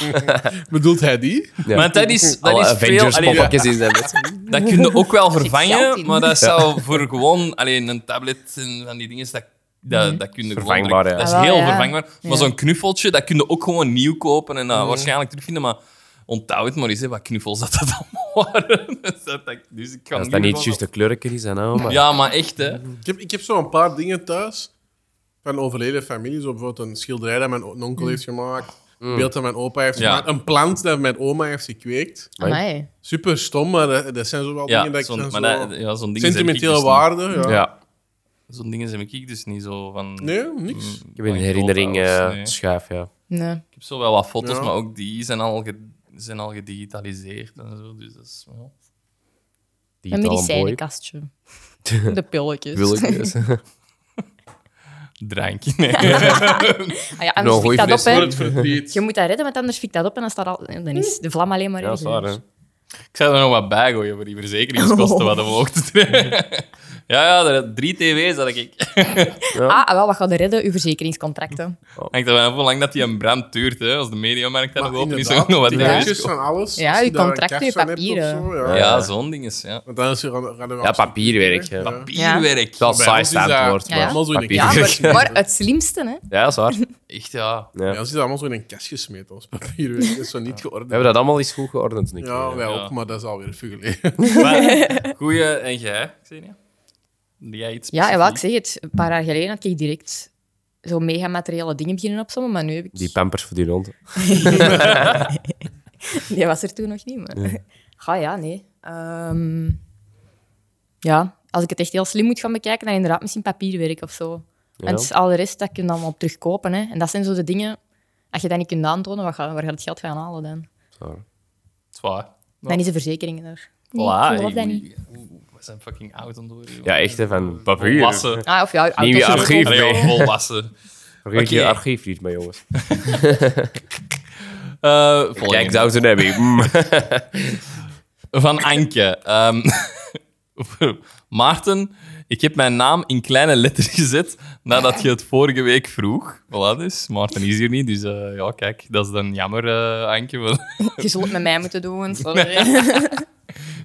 Speaker 3: Bedoelt hij die?
Speaker 2: Ja.
Speaker 1: Maar dat is, dat
Speaker 2: Alle
Speaker 1: is veel...
Speaker 2: Avengers
Speaker 1: Allee,
Speaker 2: poppetjes in zijn bed.
Speaker 1: dat kun je ook wel
Speaker 4: geld in.
Speaker 1: vervangen, maar dat zou voor gewoon... Alleen een tablet en van die dingen, dat, dat, dat kun je gewoon...
Speaker 2: Vervangbaar, ja.
Speaker 1: Dat is
Speaker 4: Ah, wel,
Speaker 1: heel
Speaker 4: ja.
Speaker 1: vervangbaar. Maar
Speaker 4: Ja.
Speaker 1: zo'n knuffeltje, dat kun je ook gewoon nieuw kopen en dat waarschijnlijk terugvinden, maar... Onthoud het maar eens, hè, wat knuffels dat dat allemaal (laughs) waren. Dus dat- dat- Dus ik kan
Speaker 2: Als
Speaker 1: nu
Speaker 2: dat niet
Speaker 1: gewoon-
Speaker 2: juist de kleurken is, dan nou, maar...
Speaker 1: Ja, maar echt, hè.
Speaker 3: Ik heb, ik heb zo een paar dingen thuis van overleden familie. Zo bijvoorbeeld een schilderij dat mijn o- onkel heeft gemaakt. beeld dat mijn opa heeft
Speaker 1: Ja.
Speaker 3: gemaakt. Een plant dat mijn oma heeft gekweekt.
Speaker 4: Amai.
Speaker 3: Super stom, maar dat, dat zijn zo wel dingen
Speaker 1: Ja,
Speaker 3: dat ik
Speaker 1: zo'n
Speaker 3: dan
Speaker 1: maar
Speaker 3: zo...
Speaker 1: dat- ja, zo'n ding
Speaker 3: sentimentele waarde, ja.
Speaker 2: Ja.
Speaker 1: Zo'n dingen zijn ik dus niet zo van...
Speaker 3: Nee, niks.
Speaker 2: Ik heb in herinnering
Speaker 1: eh,
Speaker 2: eh schuif, ja.
Speaker 4: Nee.
Speaker 1: Ik heb zo wel wat foto's,
Speaker 3: Ja.
Speaker 1: maar ook die zijn al, ge- zijn al gedigitaliseerd en zo. Dus dat is wel...
Speaker 2: Die
Speaker 4: Een
Speaker 2: taal
Speaker 4: medicijnenkastje. De pilletjes.
Speaker 2: boy. Willetjes.
Speaker 1: Drankje, nee.
Speaker 4: Ah ja, anders
Speaker 2: Nou,
Speaker 4: fik
Speaker 2: gooi
Speaker 4: dat op,
Speaker 3: Voor
Speaker 4: hè.
Speaker 3: het verdriet.
Speaker 4: Je moet dat redden, want anders fik dat op en dan, staat al, dan is de vlam alleen maar
Speaker 2: Ja, dat is
Speaker 4: erger. Ah,
Speaker 2: waar, hè.
Speaker 1: Ik zou er nog wat bij gooien voor die verzekeringskosten wat omhoog te (laughs) trekken. Ja, ja, er- drie tv's had ik.
Speaker 4: Ah, ah, wel, wat gaat er redden? Uw verzekeringscontracten.
Speaker 1: Hangt er vanaf hoe lang dat die een brand duurt. Hè. Als de mediamarkt dat nog open is, dan ook nog wat
Speaker 3: die
Speaker 1: tv's.
Speaker 3: kaartjes
Speaker 1: kopen.
Speaker 3: van alles.
Speaker 4: Ja,
Speaker 3: als
Speaker 4: je
Speaker 3: daar een
Speaker 4: contracten,
Speaker 3: kaart
Speaker 4: je
Speaker 3: van hebt of
Speaker 4: papieren.
Speaker 3: zo,
Speaker 1: Ja,
Speaker 3: ja.
Speaker 1: zo'n ding is, ja.
Speaker 3: Want dan is er, gaan er wel
Speaker 2: Ja, papierwerk,
Speaker 3: stukken,
Speaker 2: ja.
Speaker 3: hè.
Speaker 1: Papierwerk.
Speaker 2: Dat is
Speaker 3: Bij
Speaker 2: saai
Speaker 3: ons is dat-
Speaker 2: standwoord.
Speaker 4: Ja, ja.
Speaker 2: maar
Speaker 3: Allemaal zo in een
Speaker 2: papier.
Speaker 4: Ja,
Speaker 3: kast.
Speaker 4: maar, maar het slimste, hè.
Speaker 2: (laughs) Ja, dat is waar. We
Speaker 1: Echt, ja.
Speaker 3: Ja, ze is allemaal zo in een kast gesmeten, ons papierwerk. Dat is zo niet geordend.
Speaker 2: hebben dat allemaal eens goed geordend, Nick.
Speaker 3: Ja, wij
Speaker 1: Ja.
Speaker 3: ook, maar dat is alweer veel (laughs) geleden.
Speaker 1: (laughs) Maar, goeie, en jij, Xenia? Doe Jij iets
Speaker 4: Ja, en wat ik
Speaker 1: specifiek?
Speaker 4: zeg het, een paar jaar geleden had ik direct zo mega materiële dingen beginnen opzommen, maar nu heb ik...
Speaker 2: Die pampers voor die hond.
Speaker 4: (laughs) Die was er toen nog niet, maar... (laughs) Ga ja, nee. Ehm, ja, als ik het echt heel slim moet gaan bekijken, dan inderdaad misschien papierwerk of zo. En het is al de rest, dat kun je dan op terugkopen. Hè. En dat zijn zo de dingen... Als je dat niet kunt aantonen, wat ga- waar gaat het geld gaan halen dan?
Speaker 1: Zwaar.
Speaker 4: Dan is de verzekering er. Nee,
Speaker 1: Voilà,
Speaker 4: ik geloof dat
Speaker 1: hey,
Speaker 4: niet.
Speaker 1: oei, oei, We zijn fucking oud aan het worden, joh.
Speaker 2: Ja, echt, hè, van papier.
Speaker 1: Volwassen.
Speaker 4: Ah, of ja, je
Speaker 2: Nieuwe
Speaker 4: auto's-
Speaker 2: archief.
Speaker 1: Allee, joh, volwassen.
Speaker 2: Ruk je
Speaker 1: Oké.
Speaker 2: archief niet mee, jongens.
Speaker 1: Eh,
Speaker 2: Kijk,
Speaker 1: volgende.
Speaker 2: zou ze hebben. Mm.
Speaker 1: Van Anke. Ehm, (laughs) Maarten, ik heb mijn naam in kleine letters (laughs) gezet nadat je het vorige week vroeg. Voilà dus. Maarten is hier niet, dus eh, ja, kijk, dat is dan jammer, eh, Anke. (laughs) want-
Speaker 4: (laughs) Je zult het met mij moeten doen, sorry.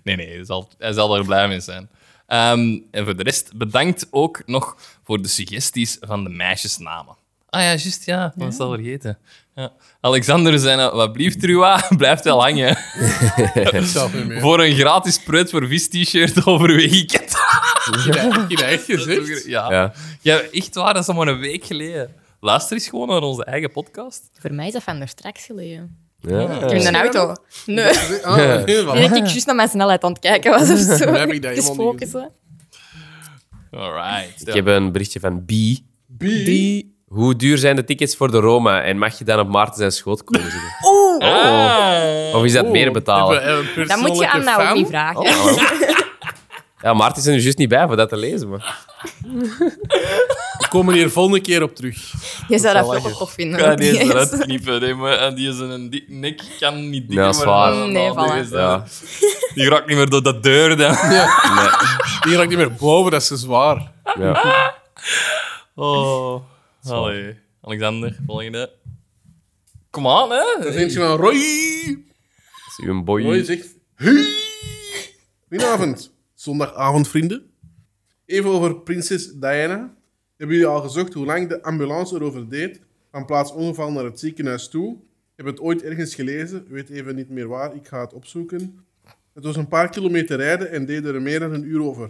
Speaker 1: Nee, nee, hij zal, hij zal er blij mee zijn. Ehm, en voor de rest, bedankt ook nog voor de suggesties van de meisjesnamen. Ah ja, juist, ja. Dat zal vergeten. Ja. Alexander zei, nou, wat blieft, Trua, (laughs) blijft wel hangen.
Speaker 3: Zelf niet meer.
Speaker 1: Voor een gratis pret voor vis t-shirt overweeg (laughs) ik het.
Speaker 3: Heb je dat echt gezegd?
Speaker 1: Ja. ja.
Speaker 2: (laughs) Ja.
Speaker 1: echt waar, dat is al maar een week geleden. Luister eens gewoon naar onze eigen podcast.
Speaker 4: Voor mij is dat van daar straks geleden.
Speaker 2: Ja.
Speaker 4: Toen in de auto. Nee.
Speaker 3: Ah, nee,
Speaker 4: Ik denk
Speaker 3: voilà.
Speaker 4: dat ik juist naar mijn snelheid aan het kijken was of zo.
Speaker 3: heb ik dat
Speaker 4: Dus
Speaker 3: helemaal niet
Speaker 4: focussen.
Speaker 1: Alright.
Speaker 2: Ik heb een berichtje van B.
Speaker 3: B.
Speaker 2: Hoe duur zijn de tickets voor de Roma? En mag je dan op Maarten zijn schoot komen zitten? Of is dat
Speaker 3: Oh,
Speaker 2: meer betalen?
Speaker 3: Hebben we een
Speaker 4: Dat moet je
Speaker 3: persoonlijke
Speaker 4: aan Naomi
Speaker 3: fan?
Speaker 4: (laughs) vragen.
Speaker 2: Ja, Maarten is er nu juist niet bij voor dat te lezen. Maar.
Speaker 3: We komen hier volgende keer op terug.
Speaker 4: Je zou dat veel tof vinden.
Speaker 1: Ik ga
Speaker 4: want
Speaker 1: (laughs) deze
Speaker 4: die
Speaker 1: eruit
Speaker 4: is-
Speaker 1: knippen. Nee, maar eh, die is een dik nek, kan niet dikker
Speaker 2: Ja,
Speaker 1: worden
Speaker 2: zwaar.
Speaker 1: dan
Speaker 4: Nee,
Speaker 1: dat. Die
Speaker 4: voilà.
Speaker 1: is dan-
Speaker 2: Ja.
Speaker 1: Die raakt niet meer door dat deur. Dan. (laughs)
Speaker 3: Die raakt niet meer boven, dat is te zwaar.
Speaker 2: Ja.
Speaker 1: Oh. Allee. Alexander, volgende. Kom aan, hè.
Speaker 3: Dat is eentje van Roy.
Speaker 2: Is u een boy?
Speaker 3: Roy zegt... Hey. Goedenavond, zondagavond, vrienden. Even over prinses Diana. Hebben jullie al gezocht hoe lang de ambulance erover deed? Van plaats ongeval naar het ziekenhuis toe. Heb het ooit ergens gelezen, weet even niet meer waar, ik ga het opzoeken. Het was een paar kilometer rijden en deed er meer dan een uur over.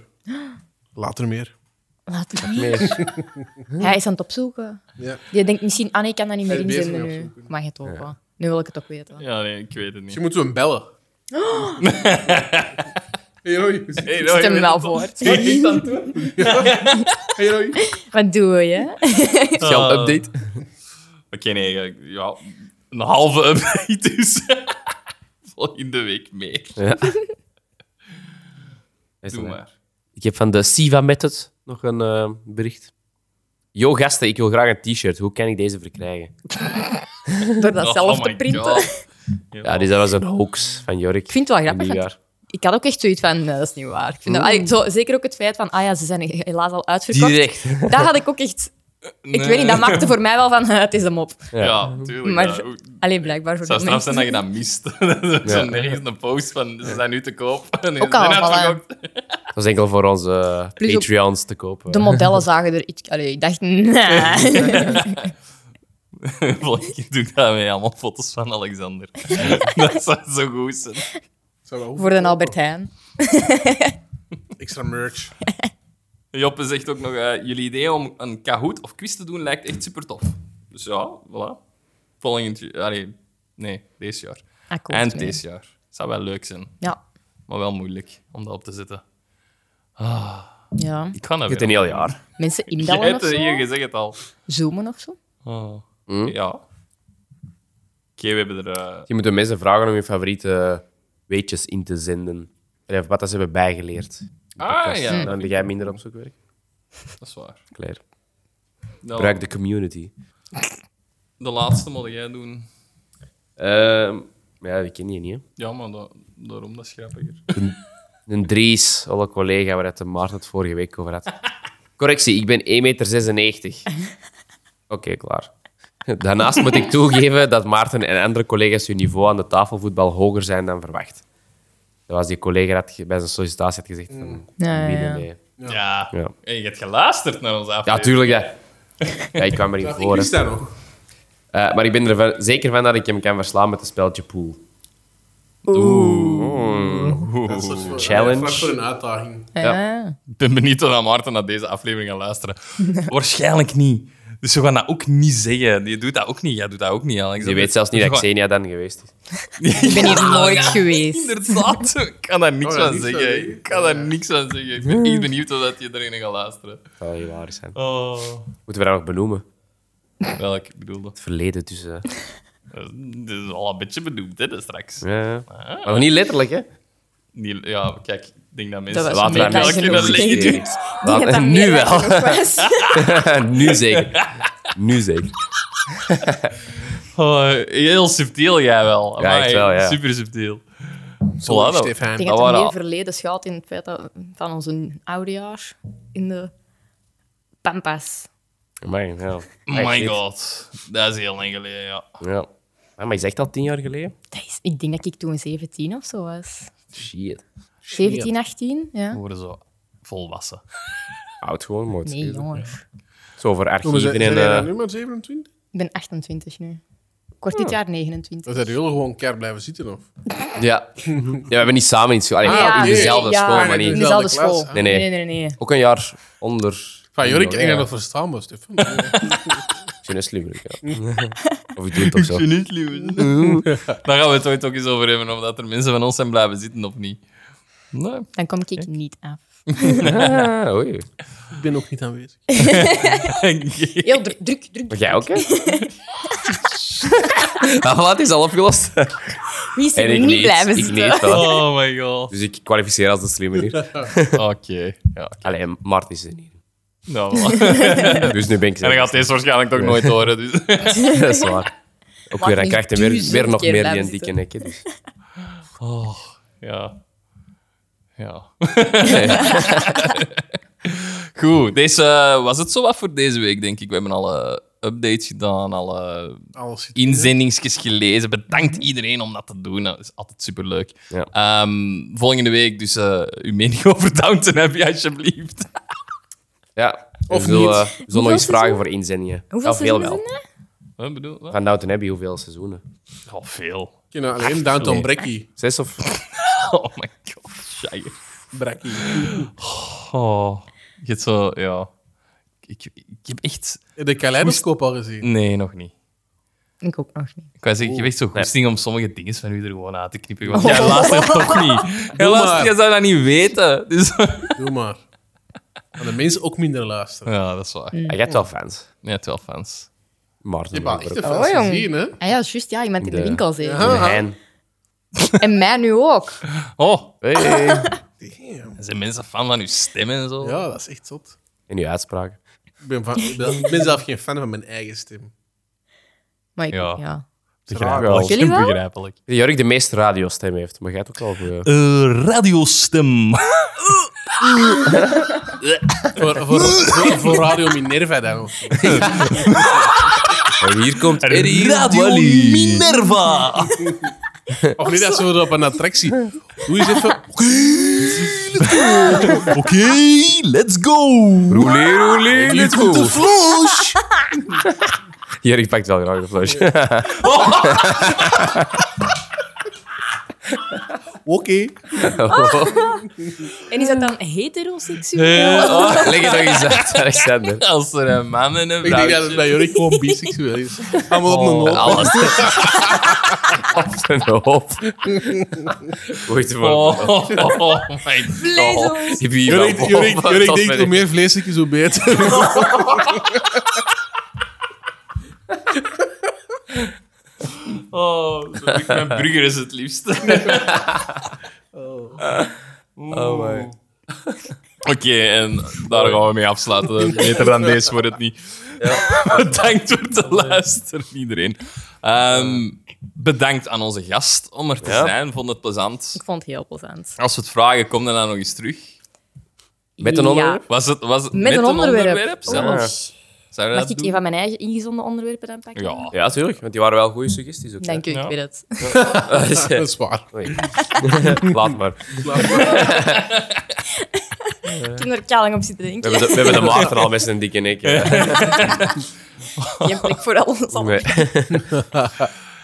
Speaker 3: Later meer.
Speaker 4: Laat het niet.
Speaker 2: Meer.
Speaker 4: Hij is aan het opzoeken.
Speaker 3: Ja.
Speaker 4: Je denkt misschien, ah nee, ik kan dat niet meer
Speaker 3: Hij is bezig
Speaker 4: inzenden
Speaker 3: met
Speaker 4: nu.
Speaker 3: opzoeken.
Speaker 4: Ik mag het ook wel. Nu wil ik het ook weten.
Speaker 1: Ja, nee, ik weet het niet.
Speaker 3: Misschien moeten we hem bellen. hey Roy, hoe
Speaker 1: Oh!
Speaker 3: zit het?
Speaker 1: Hey,
Speaker 4: Ik
Speaker 1: Roy,
Speaker 4: stem
Speaker 1: weet
Speaker 4: wel
Speaker 1: het al. (laughs)
Speaker 4: voor.
Speaker 1: Hey, ik dan toe.
Speaker 3: Hey Roy.
Speaker 4: Wat doe je?
Speaker 2: Shell update.
Speaker 1: Oké, nee, eh, ja, een halve (laughs) update dus. Volgende week meer. Doe maar.
Speaker 2: Ik heb van de Siva Method nog een eh, bericht. Yo gasten, ik wil graag een t-shirt. Hoe kan ik deze verkrijgen?
Speaker 4: Door dat
Speaker 1: Oh,
Speaker 4: zelf
Speaker 1: oh
Speaker 4: te
Speaker 1: my
Speaker 4: printen.
Speaker 1: God.
Speaker 2: Ja, dus dat was een hoax van Jorik.
Speaker 4: Ik vind het wel
Speaker 2: In
Speaker 4: grappig. want
Speaker 2: nieuwjaar.
Speaker 4: Ik had ook echt zoiets van, nee, dat is niet waar. Ik vind dat- allee, zo, zeker ook het feit van, ah ja, ze zijn helaas al uitverkocht.
Speaker 2: Direct.
Speaker 4: Dat had ik ook echt... (laughs) Ik
Speaker 1: Nee.
Speaker 4: weet niet, dat maakte voor mij wel van, "Ah, het is hem op.
Speaker 1: Ja,
Speaker 2: Ja.
Speaker 1: tuurlijk.
Speaker 4: Maar,
Speaker 1: ja. Oeh,
Speaker 4: alleen blijkbaar voor
Speaker 1: Het zou
Speaker 4: de
Speaker 1: straf
Speaker 4: mensen.
Speaker 1: zijn dat je dat
Speaker 2: (laughs)
Speaker 1: mist. dat is
Speaker 2: Ja.
Speaker 1: nergens een post van ze zijn nu te koop. Nee, (laughs)
Speaker 4: Ook
Speaker 1: ze zijn
Speaker 4: al, voilà.
Speaker 1: uitverkocht.
Speaker 2: Dat was enkel voor onze eh,
Speaker 4: Plus ook-
Speaker 2: Patreons te kopen.
Speaker 4: De
Speaker 2: (laughs)
Speaker 4: modellen zagen er iets... Allee, ik dacht,
Speaker 1: (laughs)
Speaker 4: nee. (laughs)
Speaker 1: Volgende keer doe ik daarmee allemaal foto's van Alexander. (laughs) dat zou zo goed zijn.
Speaker 3: Zou wel
Speaker 4: voor de Albert Heijn.
Speaker 3: Extra merch.
Speaker 1: Joppe zegt ook nog, eh, jullie idee om een Kahoot of quiz te doen lijkt echt super tof. Dus ja, voilà. volgend jaar. Allee, nee, deze jaar.
Speaker 4: Akkoord
Speaker 1: en
Speaker 4: mee.
Speaker 1: deze jaar. Zou wel leuk zijn,
Speaker 4: Ja.
Speaker 1: maar wel moeilijk om dat op te zetten.
Speaker 4: ja.
Speaker 1: Ik ga dat
Speaker 2: Je hebt
Speaker 1: weer
Speaker 2: een heel
Speaker 1: doen.
Speaker 2: jaar.
Speaker 4: Mensen
Speaker 1: Je
Speaker 4: indallen
Speaker 1: hebt
Speaker 4: of
Speaker 1: het hier,
Speaker 4: zo.
Speaker 1: je zegt het al.
Speaker 4: Zoomen of zo.
Speaker 1: Oh.
Speaker 2: Hmm?
Speaker 1: Ja. Oké, we hebben er... eh,
Speaker 2: Je moet de mensen vragen om je favoriete weetjes in te zenden. Allee, Of wat dat ze hebben bijgeleerd. in de
Speaker 1: Ah,
Speaker 2: podcast.
Speaker 1: ja.
Speaker 2: Dan heb jij minder op zoekwerk.
Speaker 1: dat is waar.
Speaker 2: Claire.
Speaker 1: Dan-
Speaker 2: Gebruik de community.
Speaker 1: De laatste moet jij doen.
Speaker 2: Ehm, maar ja, die ken je niet, hè?
Speaker 1: Ja, maar dat, daarom, dat is grappiger.
Speaker 2: Een Dries, alle collega waar het de Maarten het vorige week over had. Correctie, ik ben 1,96 meter. Oké, klaar. Daarnaast moet ik toegeven dat Maarten en andere collega's hun niveau aan de tafelvoetbal hoger zijn dan verwacht. Dat was die collega dat ge- bij zijn sollicitatie had gezegd. Van,
Speaker 4: Ja, ja,
Speaker 2: wie
Speaker 4: ja.
Speaker 2: dan nee.
Speaker 1: Ja.
Speaker 2: Ja.
Speaker 1: En je hebt geluisterd naar ons
Speaker 2: ja,
Speaker 1: aflevering.
Speaker 2: tuurlijk. Ja. Ja, ik kwam erin
Speaker 3: Ik
Speaker 2: voor. hè.
Speaker 3: wist dat nog.
Speaker 2: Eh, maar ik ben er van- zeker van dat ik hem kan verslaan met een spelletje pool.
Speaker 3: Dat is voor-
Speaker 2: Challenge.
Speaker 3: Dat is voor een uitdaging.
Speaker 4: Ja.
Speaker 1: Ik ben benieuwd of Maarten naar deze aflevering gaat
Speaker 2: (laughs)
Speaker 1: luisteren. Waarschijnlijk niet. Dus we gaan dat ook niet zeggen. Je doet dat ook niet. Jij doet dat ook niet, Alex.
Speaker 2: Je weet
Speaker 1: (laughs)
Speaker 2: zelfs niet
Speaker 1: Dus
Speaker 2: dat
Speaker 1: we
Speaker 2: Xenia dan geweest is.
Speaker 4: Ik
Speaker 1: (laughs)
Speaker 4: ben hier nooit geweest.
Speaker 1: gaan- Inderdaad. Ik kan daar niks
Speaker 3: Oh, ja,
Speaker 1: van
Speaker 3: niks
Speaker 1: zeggen.
Speaker 3: van zeggen.
Speaker 1: Ik kan daar niks van zeggen. Ik ben echt benieuwd of dat je erin gaat luisteren.
Speaker 2: Dat zal heel waar zijn.
Speaker 1: Oh.
Speaker 2: Moeten we dat nog benoemen?
Speaker 1: Welk? Ik bedoel dat.
Speaker 2: Het verleden tussen...
Speaker 1: Dat is al een beetje bedoeld, hè, dat straks.
Speaker 2: Ja, ja.
Speaker 1: Ah.
Speaker 2: Maar nog niet letterlijk, hè? (laughs)
Speaker 1: Niet- ja, kijk, ik denk dat mensen...
Speaker 4: Dat was
Speaker 2: Laten we
Speaker 4: meer
Speaker 2: daar
Speaker 4: dan
Speaker 1: elk kunnen
Speaker 4: genoeg.
Speaker 1: liggen.
Speaker 4: Ik denk
Speaker 2: Laat-
Speaker 4: dat dat
Speaker 2: nu
Speaker 4: meer dan
Speaker 2: wel. (laughs)
Speaker 4: genoeg was.
Speaker 2: nu
Speaker 1: (laughs)
Speaker 2: zeker. Nu zeker.
Speaker 1: Oh, heel subtiel jij wel.
Speaker 2: Ja,
Speaker 1: Amai,
Speaker 2: echt wel, ja.
Speaker 1: Super subtiel.
Speaker 3: Sorry,
Speaker 1: dat-
Speaker 4: Ik
Speaker 3: Stefan.
Speaker 4: denk
Speaker 1: Dat
Speaker 4: dat er
Speaker 1: waren-
Speaker 4: meer verleden schuilt in het feit dat, van onze oudejaars in de Pampas.
Speaker 2: Amai, ja.
Speaker 1: Oh
Speaker 2: Echt
Speaker 1: my
Speaker 2: niet.
Speaker 1: god. Dat is heel lang geleden, ja.
Speaker 2: Ja. Ah, maar je zegt al tien jaar geleden?
Speaker 4: Dat is, ik denk dat ik toen 17 of zo was.
Speaker 2: Shit.
Speaker 4: 17, 18?
Speaker 1: We
Speaker 4: Ja.
Speaker 1: worden zo volwassen.
Speaker 2: Oud gewoon, mooi.
Speaker 4: Nee, jongen.
Speaker 2: Zo voor
Speaker 3: Hoe
Speaker 2: archieven
Speaker 3: zijn
Speaker 2: en...
Speaker 3: zijn jij
Speaker 2: eh,
Speaker 3: dan nu maar 27?
Speaker 4: Ik ben 28 nu. Kort dit jaar 29.
Speaker 3: Dan zijn jullie gewoon keihard blijven zitten, of?
Speaker 2: ja. ja, we hebben niet samen iets... Allee,
Speaker 3: Ah,
Speaker 2: in
Speaker 3: nee.
Speaker 2: dezelfde
Speaker 4: Ja.
Speaker 2: school, maar
Speaker 3: nee,
Speaker 4: In
Speaker 2: niet...
Speaker 3: dus-
Speaker 4: dezelfde
Speaker 3: Dezelfde
Speaker 4: school.
Speaker 3: klas, hè?
Speaker 2: Nee, nee.
Speaker 4: nee, nee, nee.
Speaker 2: Ook een jaar onder...
Speaker 3: Van Jorik, ik denk dat
Speaker 2: ja.
Speaker 3: dat verstaanbaar, Stefan. eh, Ja.
Speaker 2: Ik vind het slimmer, ja. (laughs) Of ik doe het toch
Speaker 3: (laughs)
Speaker 2: zo.
Speaker 1: niet lief. (laughs) Daar gaan we het ooit ook eens over hebben, of dat er mensen van ons zijn blijven zitten of niet. Nee.
Speaker 4: Dan kom ik niet (laughs) af.
Speaker 2: Ah, oei.
Speaker 3: Ik ben ook niet aanwezig.
Speaker 4: Heel druk, druk, druk.
Speaker 2: Maar jij ook, hè? Nou, voilà, het is al opgelost. (laughs)
Speaker 4: Wie is er
Speaker 2: En ik
Speaker 4: niet
Speaker 2: niet.
Speaker 4: blijven
Speaker 2: ik
Speaker 4: zitten?
Speaker 2: niet wel.
Speaker 1: Oh my god.
Speaker 2: Dus ik kwalificeer als de slimme
Speaker 3: (laughs)
Speaker 2: hier.
Speaker 1: Oké. Ja.
Speaker 2: Alleen Mart is er niet.
Speaker 1: Nou,
Speaker 2: (laughs)
Speaker 1: voilà.
Speaker 2: Dus nu ben ik
Speaker 1: En dan gaat deze waarschijnlijk ook nooit horen. Dus.
Speaker 2: (laughs) Dat is waar. Ook weer, dan
Speaker 4: niet
Speaker 2: krijgt hij weer, weer
Speaker 4: duizend
Speaker 2: nog
Speaker 4: keer
Speaker 2: meer die
Speaker 4: blijven
Speaker 2: een dikke nek. hè, Dus.
Speaker 1: Ja. Ja. (laughs) Goed, deze eh, was het zo wat voor deze week, denk ik. We hebben alle updates gedaan, alle
Speaker 3: Alles zit
Speaker 1: inzendingsjes gelezen. Bedankt iedereen om dat te doen. Dat is altijd superleuk.
Speaker 2: Ja.
Speaker 1: Ehm, volgende week dus eh uw mening (laughs) over Downton Abbey, alsjeblieft.
Speaker 2: Ja. we
Speaker 3: Of
Speaker 2: zullen,
Speaker 3: niet.
Speaker 2: eh, we zullen nog eens
Speaker 4: seizoen?
Speaker 2: vragen voor inzendingen.
Speaker 4: Hoeveel
Speaker 2: Of heel
Speaker 4: seizoenen zijn
Speaker 2: wel.
Speaker 1: Wat bedoel je?
Speaker 2: Van Downton Abbey, hoeveel seizoenen?
Speaker 1: Oh, veel.
Speaker 3: Ik ken alleen Downton Brekkie.
Speaker 2: Zes of...
Speaker 1: Oh my god, shit.
Speaker 3: Brekkie.
Speaker 1: Oh, je hebt zo, ja... Ik, ik heb echt...
Speaker 3: De kaleidoscoop al gezien.
Speaker 1: Nee, nog niet.
Speaker 4: Ik ook nog niet.
Speaker 1: Ik wou zeggen, je hebt echt zo goesting om sommige dingen van u er gewoon uit te knippen. Want jij luistert toch (laughs) niet. Jij, luistert,
Speaker 3: maar.
Speaker 1: jij zou dat niet weten. Dus...
Speaker 3: Doe maar. Aan de mensen ook minder luisteren.
Speaker 1: Ja, dat is waar.
Speaker 2: Ah, jij hebt wel fans.
Speaker 1: Net wel fans.
Speaker 2: Maarten.
Speaker 3: Je hebt al echt de
Speaker 2: ook.
Speaker 3: fans
Speaker 4: Oh, jong.
Speaker 3: gezien, hè?
Speaker 4: Ah ja, juist, ja, iemand in de
Speaker 2: De-
Speaker 4: winkel zeker.
Speaker 3: Ja.
Speaker 2: De Hein.
Speaker 4: En mij nu ook.
Speaker 1: Oh,
Speaker 2: Hey.
Speaker 3: Damn.
Speaker 1: er zijn mensen fan van uw stem en zo?
Speaker 3: Ja, dat is echt zot.
Speaker 2: In uw uitspraak.
Speaker 3: Ik ben, van, ik ben- ik ben zelf geen fan van mijn eigen stem.
Speaker 4: Maar ik,
Speaker 1: Ja.
Speaker 4: ja.
Speaker 1: Begrijpelijk.
Speaker 4: Jullie wel?
Speaker 1: Begrijpelijk.
Speaker 2: Jorik de meeste radiostem heeft, maar jij hebt ook wel... eh,
Speaker 1: radiostem.
Speaker 3: Voor, voor, voor, voor Radio Minerva dan. of zo.
Speaker 2: En hier komt Eddie
Speaker 1: Radio
Speaker 2: Wally.
Speaker 1: Minerva. (laughs)
Speaker 3: Of niet dat ze worden op een attractie. Doe eens even...
Speaker 1: Oké, let's go.
Speaker 2: Roelie, roelie, let's go.
Speaker 1: flush.
Speaker 2: Jorik pakt wel graag de flush.
Speaker 3: Oké.
Speaker 4: En is dat dan heteroseksueel?
Speaker 1: Ja.
Speaker 2: Leg het nog eens uit, Alexander.
Speaker 1: (laughs) Als er een man en een
Speaker 3: Ik denk dat
Speaker 1: vrouw...
Speaker 3: het bij Jorik gewoon biseksueel is. Allemaal Ah, op
Speaker 1: Oh,
Speaker 3: een hoop.
Speaker 1: alles.
Speaker 2: Op zijn hoofd. Ooit voor.
Speaker 1: Oh, oh my god.
Speaker 4: Vleesels.
Speaker 2: Heb je hier
Speaker 3: Jorik,
Speaker 2: wel-
Speaker 3: (laughs) Jorik,
Speaker 2: Tot
Speaker 3: Jorik denkt,
Speaker 2: ben
Speaker 3: hoe
Speaker 2: ik-
Speaker 3: meer vlees ik is, hoe (laughs) beter.
Speaker 1: Oh, zo doe ik mijn burger is het liefst. (laughs)
Speaker 2: Oh my.
Speaker 1: Oké, en daar gaan we mee afsluiten. Beter dan deze wordt het niet. (laughs) Bedankt voor het luisteren, iedereen. Ehm, bedankt aan onze gast om er te
Speaker 2: Ja.
Speaker 1: zijn. Vond het plezant.
Speaker 4: Ik vond het heel plezant.
Speaker 1: Als we het vragen, kom dan, dan nog eens terug.
Speaker 2: Met een
Speaker 4: Ja.
Speaker 2: onderwerp?
Speaker 1: Was het, was het
Speaker 4: Met, een onderwerp.
Speaker 1: zelf?
Speaker 4: Oeh.
Speaker 1: Zou je
Speaker 4: Mag
Speaker 1: dat
Speaker 4: ik
Speaker 1: doen?
Speaker 4: een van mijn eigen ingezonden onderwerpen dan pakken?
Speaker 1: Ja.
Speaker 2: Ja, tuurlijk. Want die waren wel goede suggesties ook. hè.
Speaker 4: Dank u,
Speaker 1: Ja.
Speaker 4: ik weet het.
Speaker 2: (laughs) Dus, eh,
Speaker 3: Dat is waar.
Speaker 2: oei. Laat maar. We
Speaker 4: Ik heb er kaling op zitten denken.
Speaker 2: hebben de, we hebben de Maarten al met zijn dikke nek. hè.
Speaker 4: Je hebt plek voor alles anders.
Speaker 2: (laughs) Nee.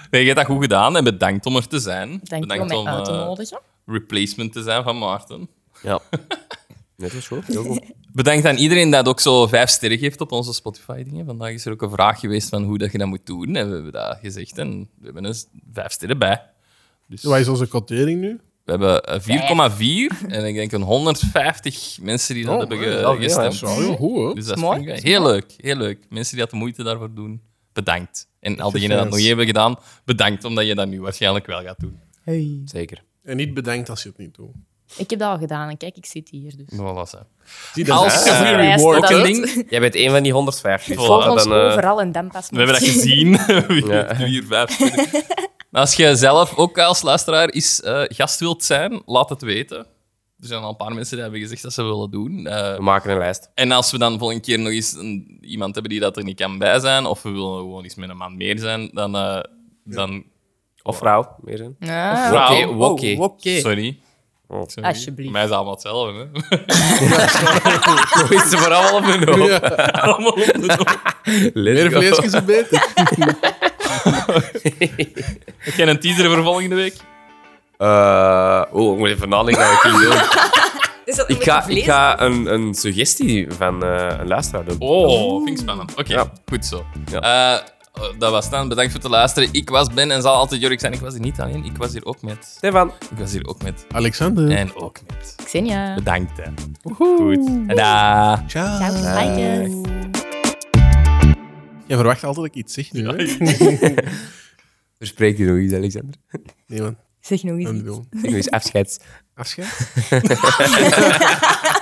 Speaker 1: Nee, je hebt dat goed gedaan en bedankt om er te zijn.
Speaker 4: Dank je om
Speaker 1: bedankt
Speaker 4: mij uit te
Speaker 1: eh,
Speaker 4: nodigen.
Speaker 1: replacement te zijn van Maarten.
Speaker 2: Ja. Net was goed. Heel goed.
Speaker 1: Bedankt aan iedereen dat ook zo vijf sterren geeft op onze Spotify-dingen. Vandaag is er ook een vraag geweest van hoe dat je dat moet doen. En we hebben dat gezegd en we hebben er vijf sterren bij. Dus
Speaker 3: Wat is onze quotering nu?
Speaker 1: we hebben eh, 4,4 en ik denk een 150 mensen die dat
Speaker 2: Oh,
Speaker 1: hebben
Speaker 2: dat is
Speaker 1: ge-
Speaker 2: wel veel,
Speaker 1: gestemd.
Speaker 2: hè.
Speaker 3: Dat is wel heel Oh, goed, hoor.
Speaker 1: Dus dat
Speaker 4: Mooi.
Speaker 1: vind ik heel leuk, heel leuk. Mensen die dat de moeite daarvoor doen, bedankt. En al diegenen dat
Speaker 3: fans.
Speaker 1: nog niet hebben gedaan, bedankt omdat je dat nu waarschijnlijk wel gaat doen.
Speaker 4: Hey.
Speaker 2: Zeker.
Speaker 3: En niet bedenkt als je het niet doet.
Speaker 4: Ik heb dat al gedaan en kijk, ik zit hier dus.
Speaker 1: Voilà, zo.
Speaker 3: Zie, dat
Speaker 1: Als-
Speaker 3: is echt een goede
Speaker 4: Ja, ja,
Speaker 3: reward,
Speaker 4: dat
Speaker 3: hè?
Speaker 4: is-
Speaker 1: ding.
Speaker 2: Jij bent een van die 150.
Speaker 4: Volg
Speaker 2: Voilà,
Speaker 4: ons
Speaker 2: dan, eh,
Speaker 4: overal en dan pas
Speaker 1: We hebben dat gezien. (laughs) Wie heeft Vier, vijf sterren. Als je zelf ook als luisteraar eens eh, gast wilt zijn, laat het weten. Er zijn al een paar mensen die hebben gezegd dat ze willen doen. Eh,
Speaker 2: We maken een lijst.
Speaker 1: en als we dan volgende keer nog eens een- iemand hebben die dat er niet kan bij zijn, of we willen gewoon eens met een man meer zijn, dan... eh, dan
Speaker 2: Of vrouw. Meer in.
Speaker 4: (laughs) Ja,
Speaker 1: Vrouw.
Speaker 2: Oké, wokie.
Speaker 1: Oh, wokie. Sorry.
Speaker 2: Oh.
Speaker 1: Sorry.
Speaker 4: Alsjeblieft.
Speaker 1: Mij is allemaal hetzelfde.
Speaker 2: (laughs)
Speaker 1: Hè?
Speaker 2: Is ze vooral op hun hoofd.
Speaker 3: Ja,
Speaker 1: allemaal op de dood.
Speaker 3: meer vlees is het beter.
Speaker 1: Heb jij een teaser voor volgende week?
Speaker 2: Eh, oh, ik moet even nadenken wat ik hier wil.
Speaker 4: Is dat
Speaker 2: Ik ga, ik ga een, een suggestie van eh, een luisteraar doen.
Speaker 1: Oh, vind ik spannend. Oké,
Speaker 2: Ja.
Speaker 1: goed zo. Eh, dat was dan. Bedankt voor het luisteren. Ik was Ben en zal altijd Jorik zijn. Ik was hier niet alleen. Ik was hier ook met.
Speaker 2: Stefan.
Speaker 1: Ik was hier ook met.
Speaker 3: Alexander.
Speaker 2: Hm.
Speaker 1: En ook met.
Speaker 4: Xenia.
Speaker 1: Bedankt, hè. Goed. Dadah.
Speaker 3: Ciao.
Speaker 4: Ciao, spijtjes.
Speaker 3: Je verwacht altijd dat ik iets zeg nu, hè?
Speaker 2: Verspreek je nog iets, Alexander?
Speaker 3: Nee, man.
Speaker 4: Zeg nog eens.
Speaker 3: Dat
Speaker 4: iets.
Speaker 3: bedoel.
Speaker 2: Zeg nog eens afscheids.
Speaker 3: Afscheid?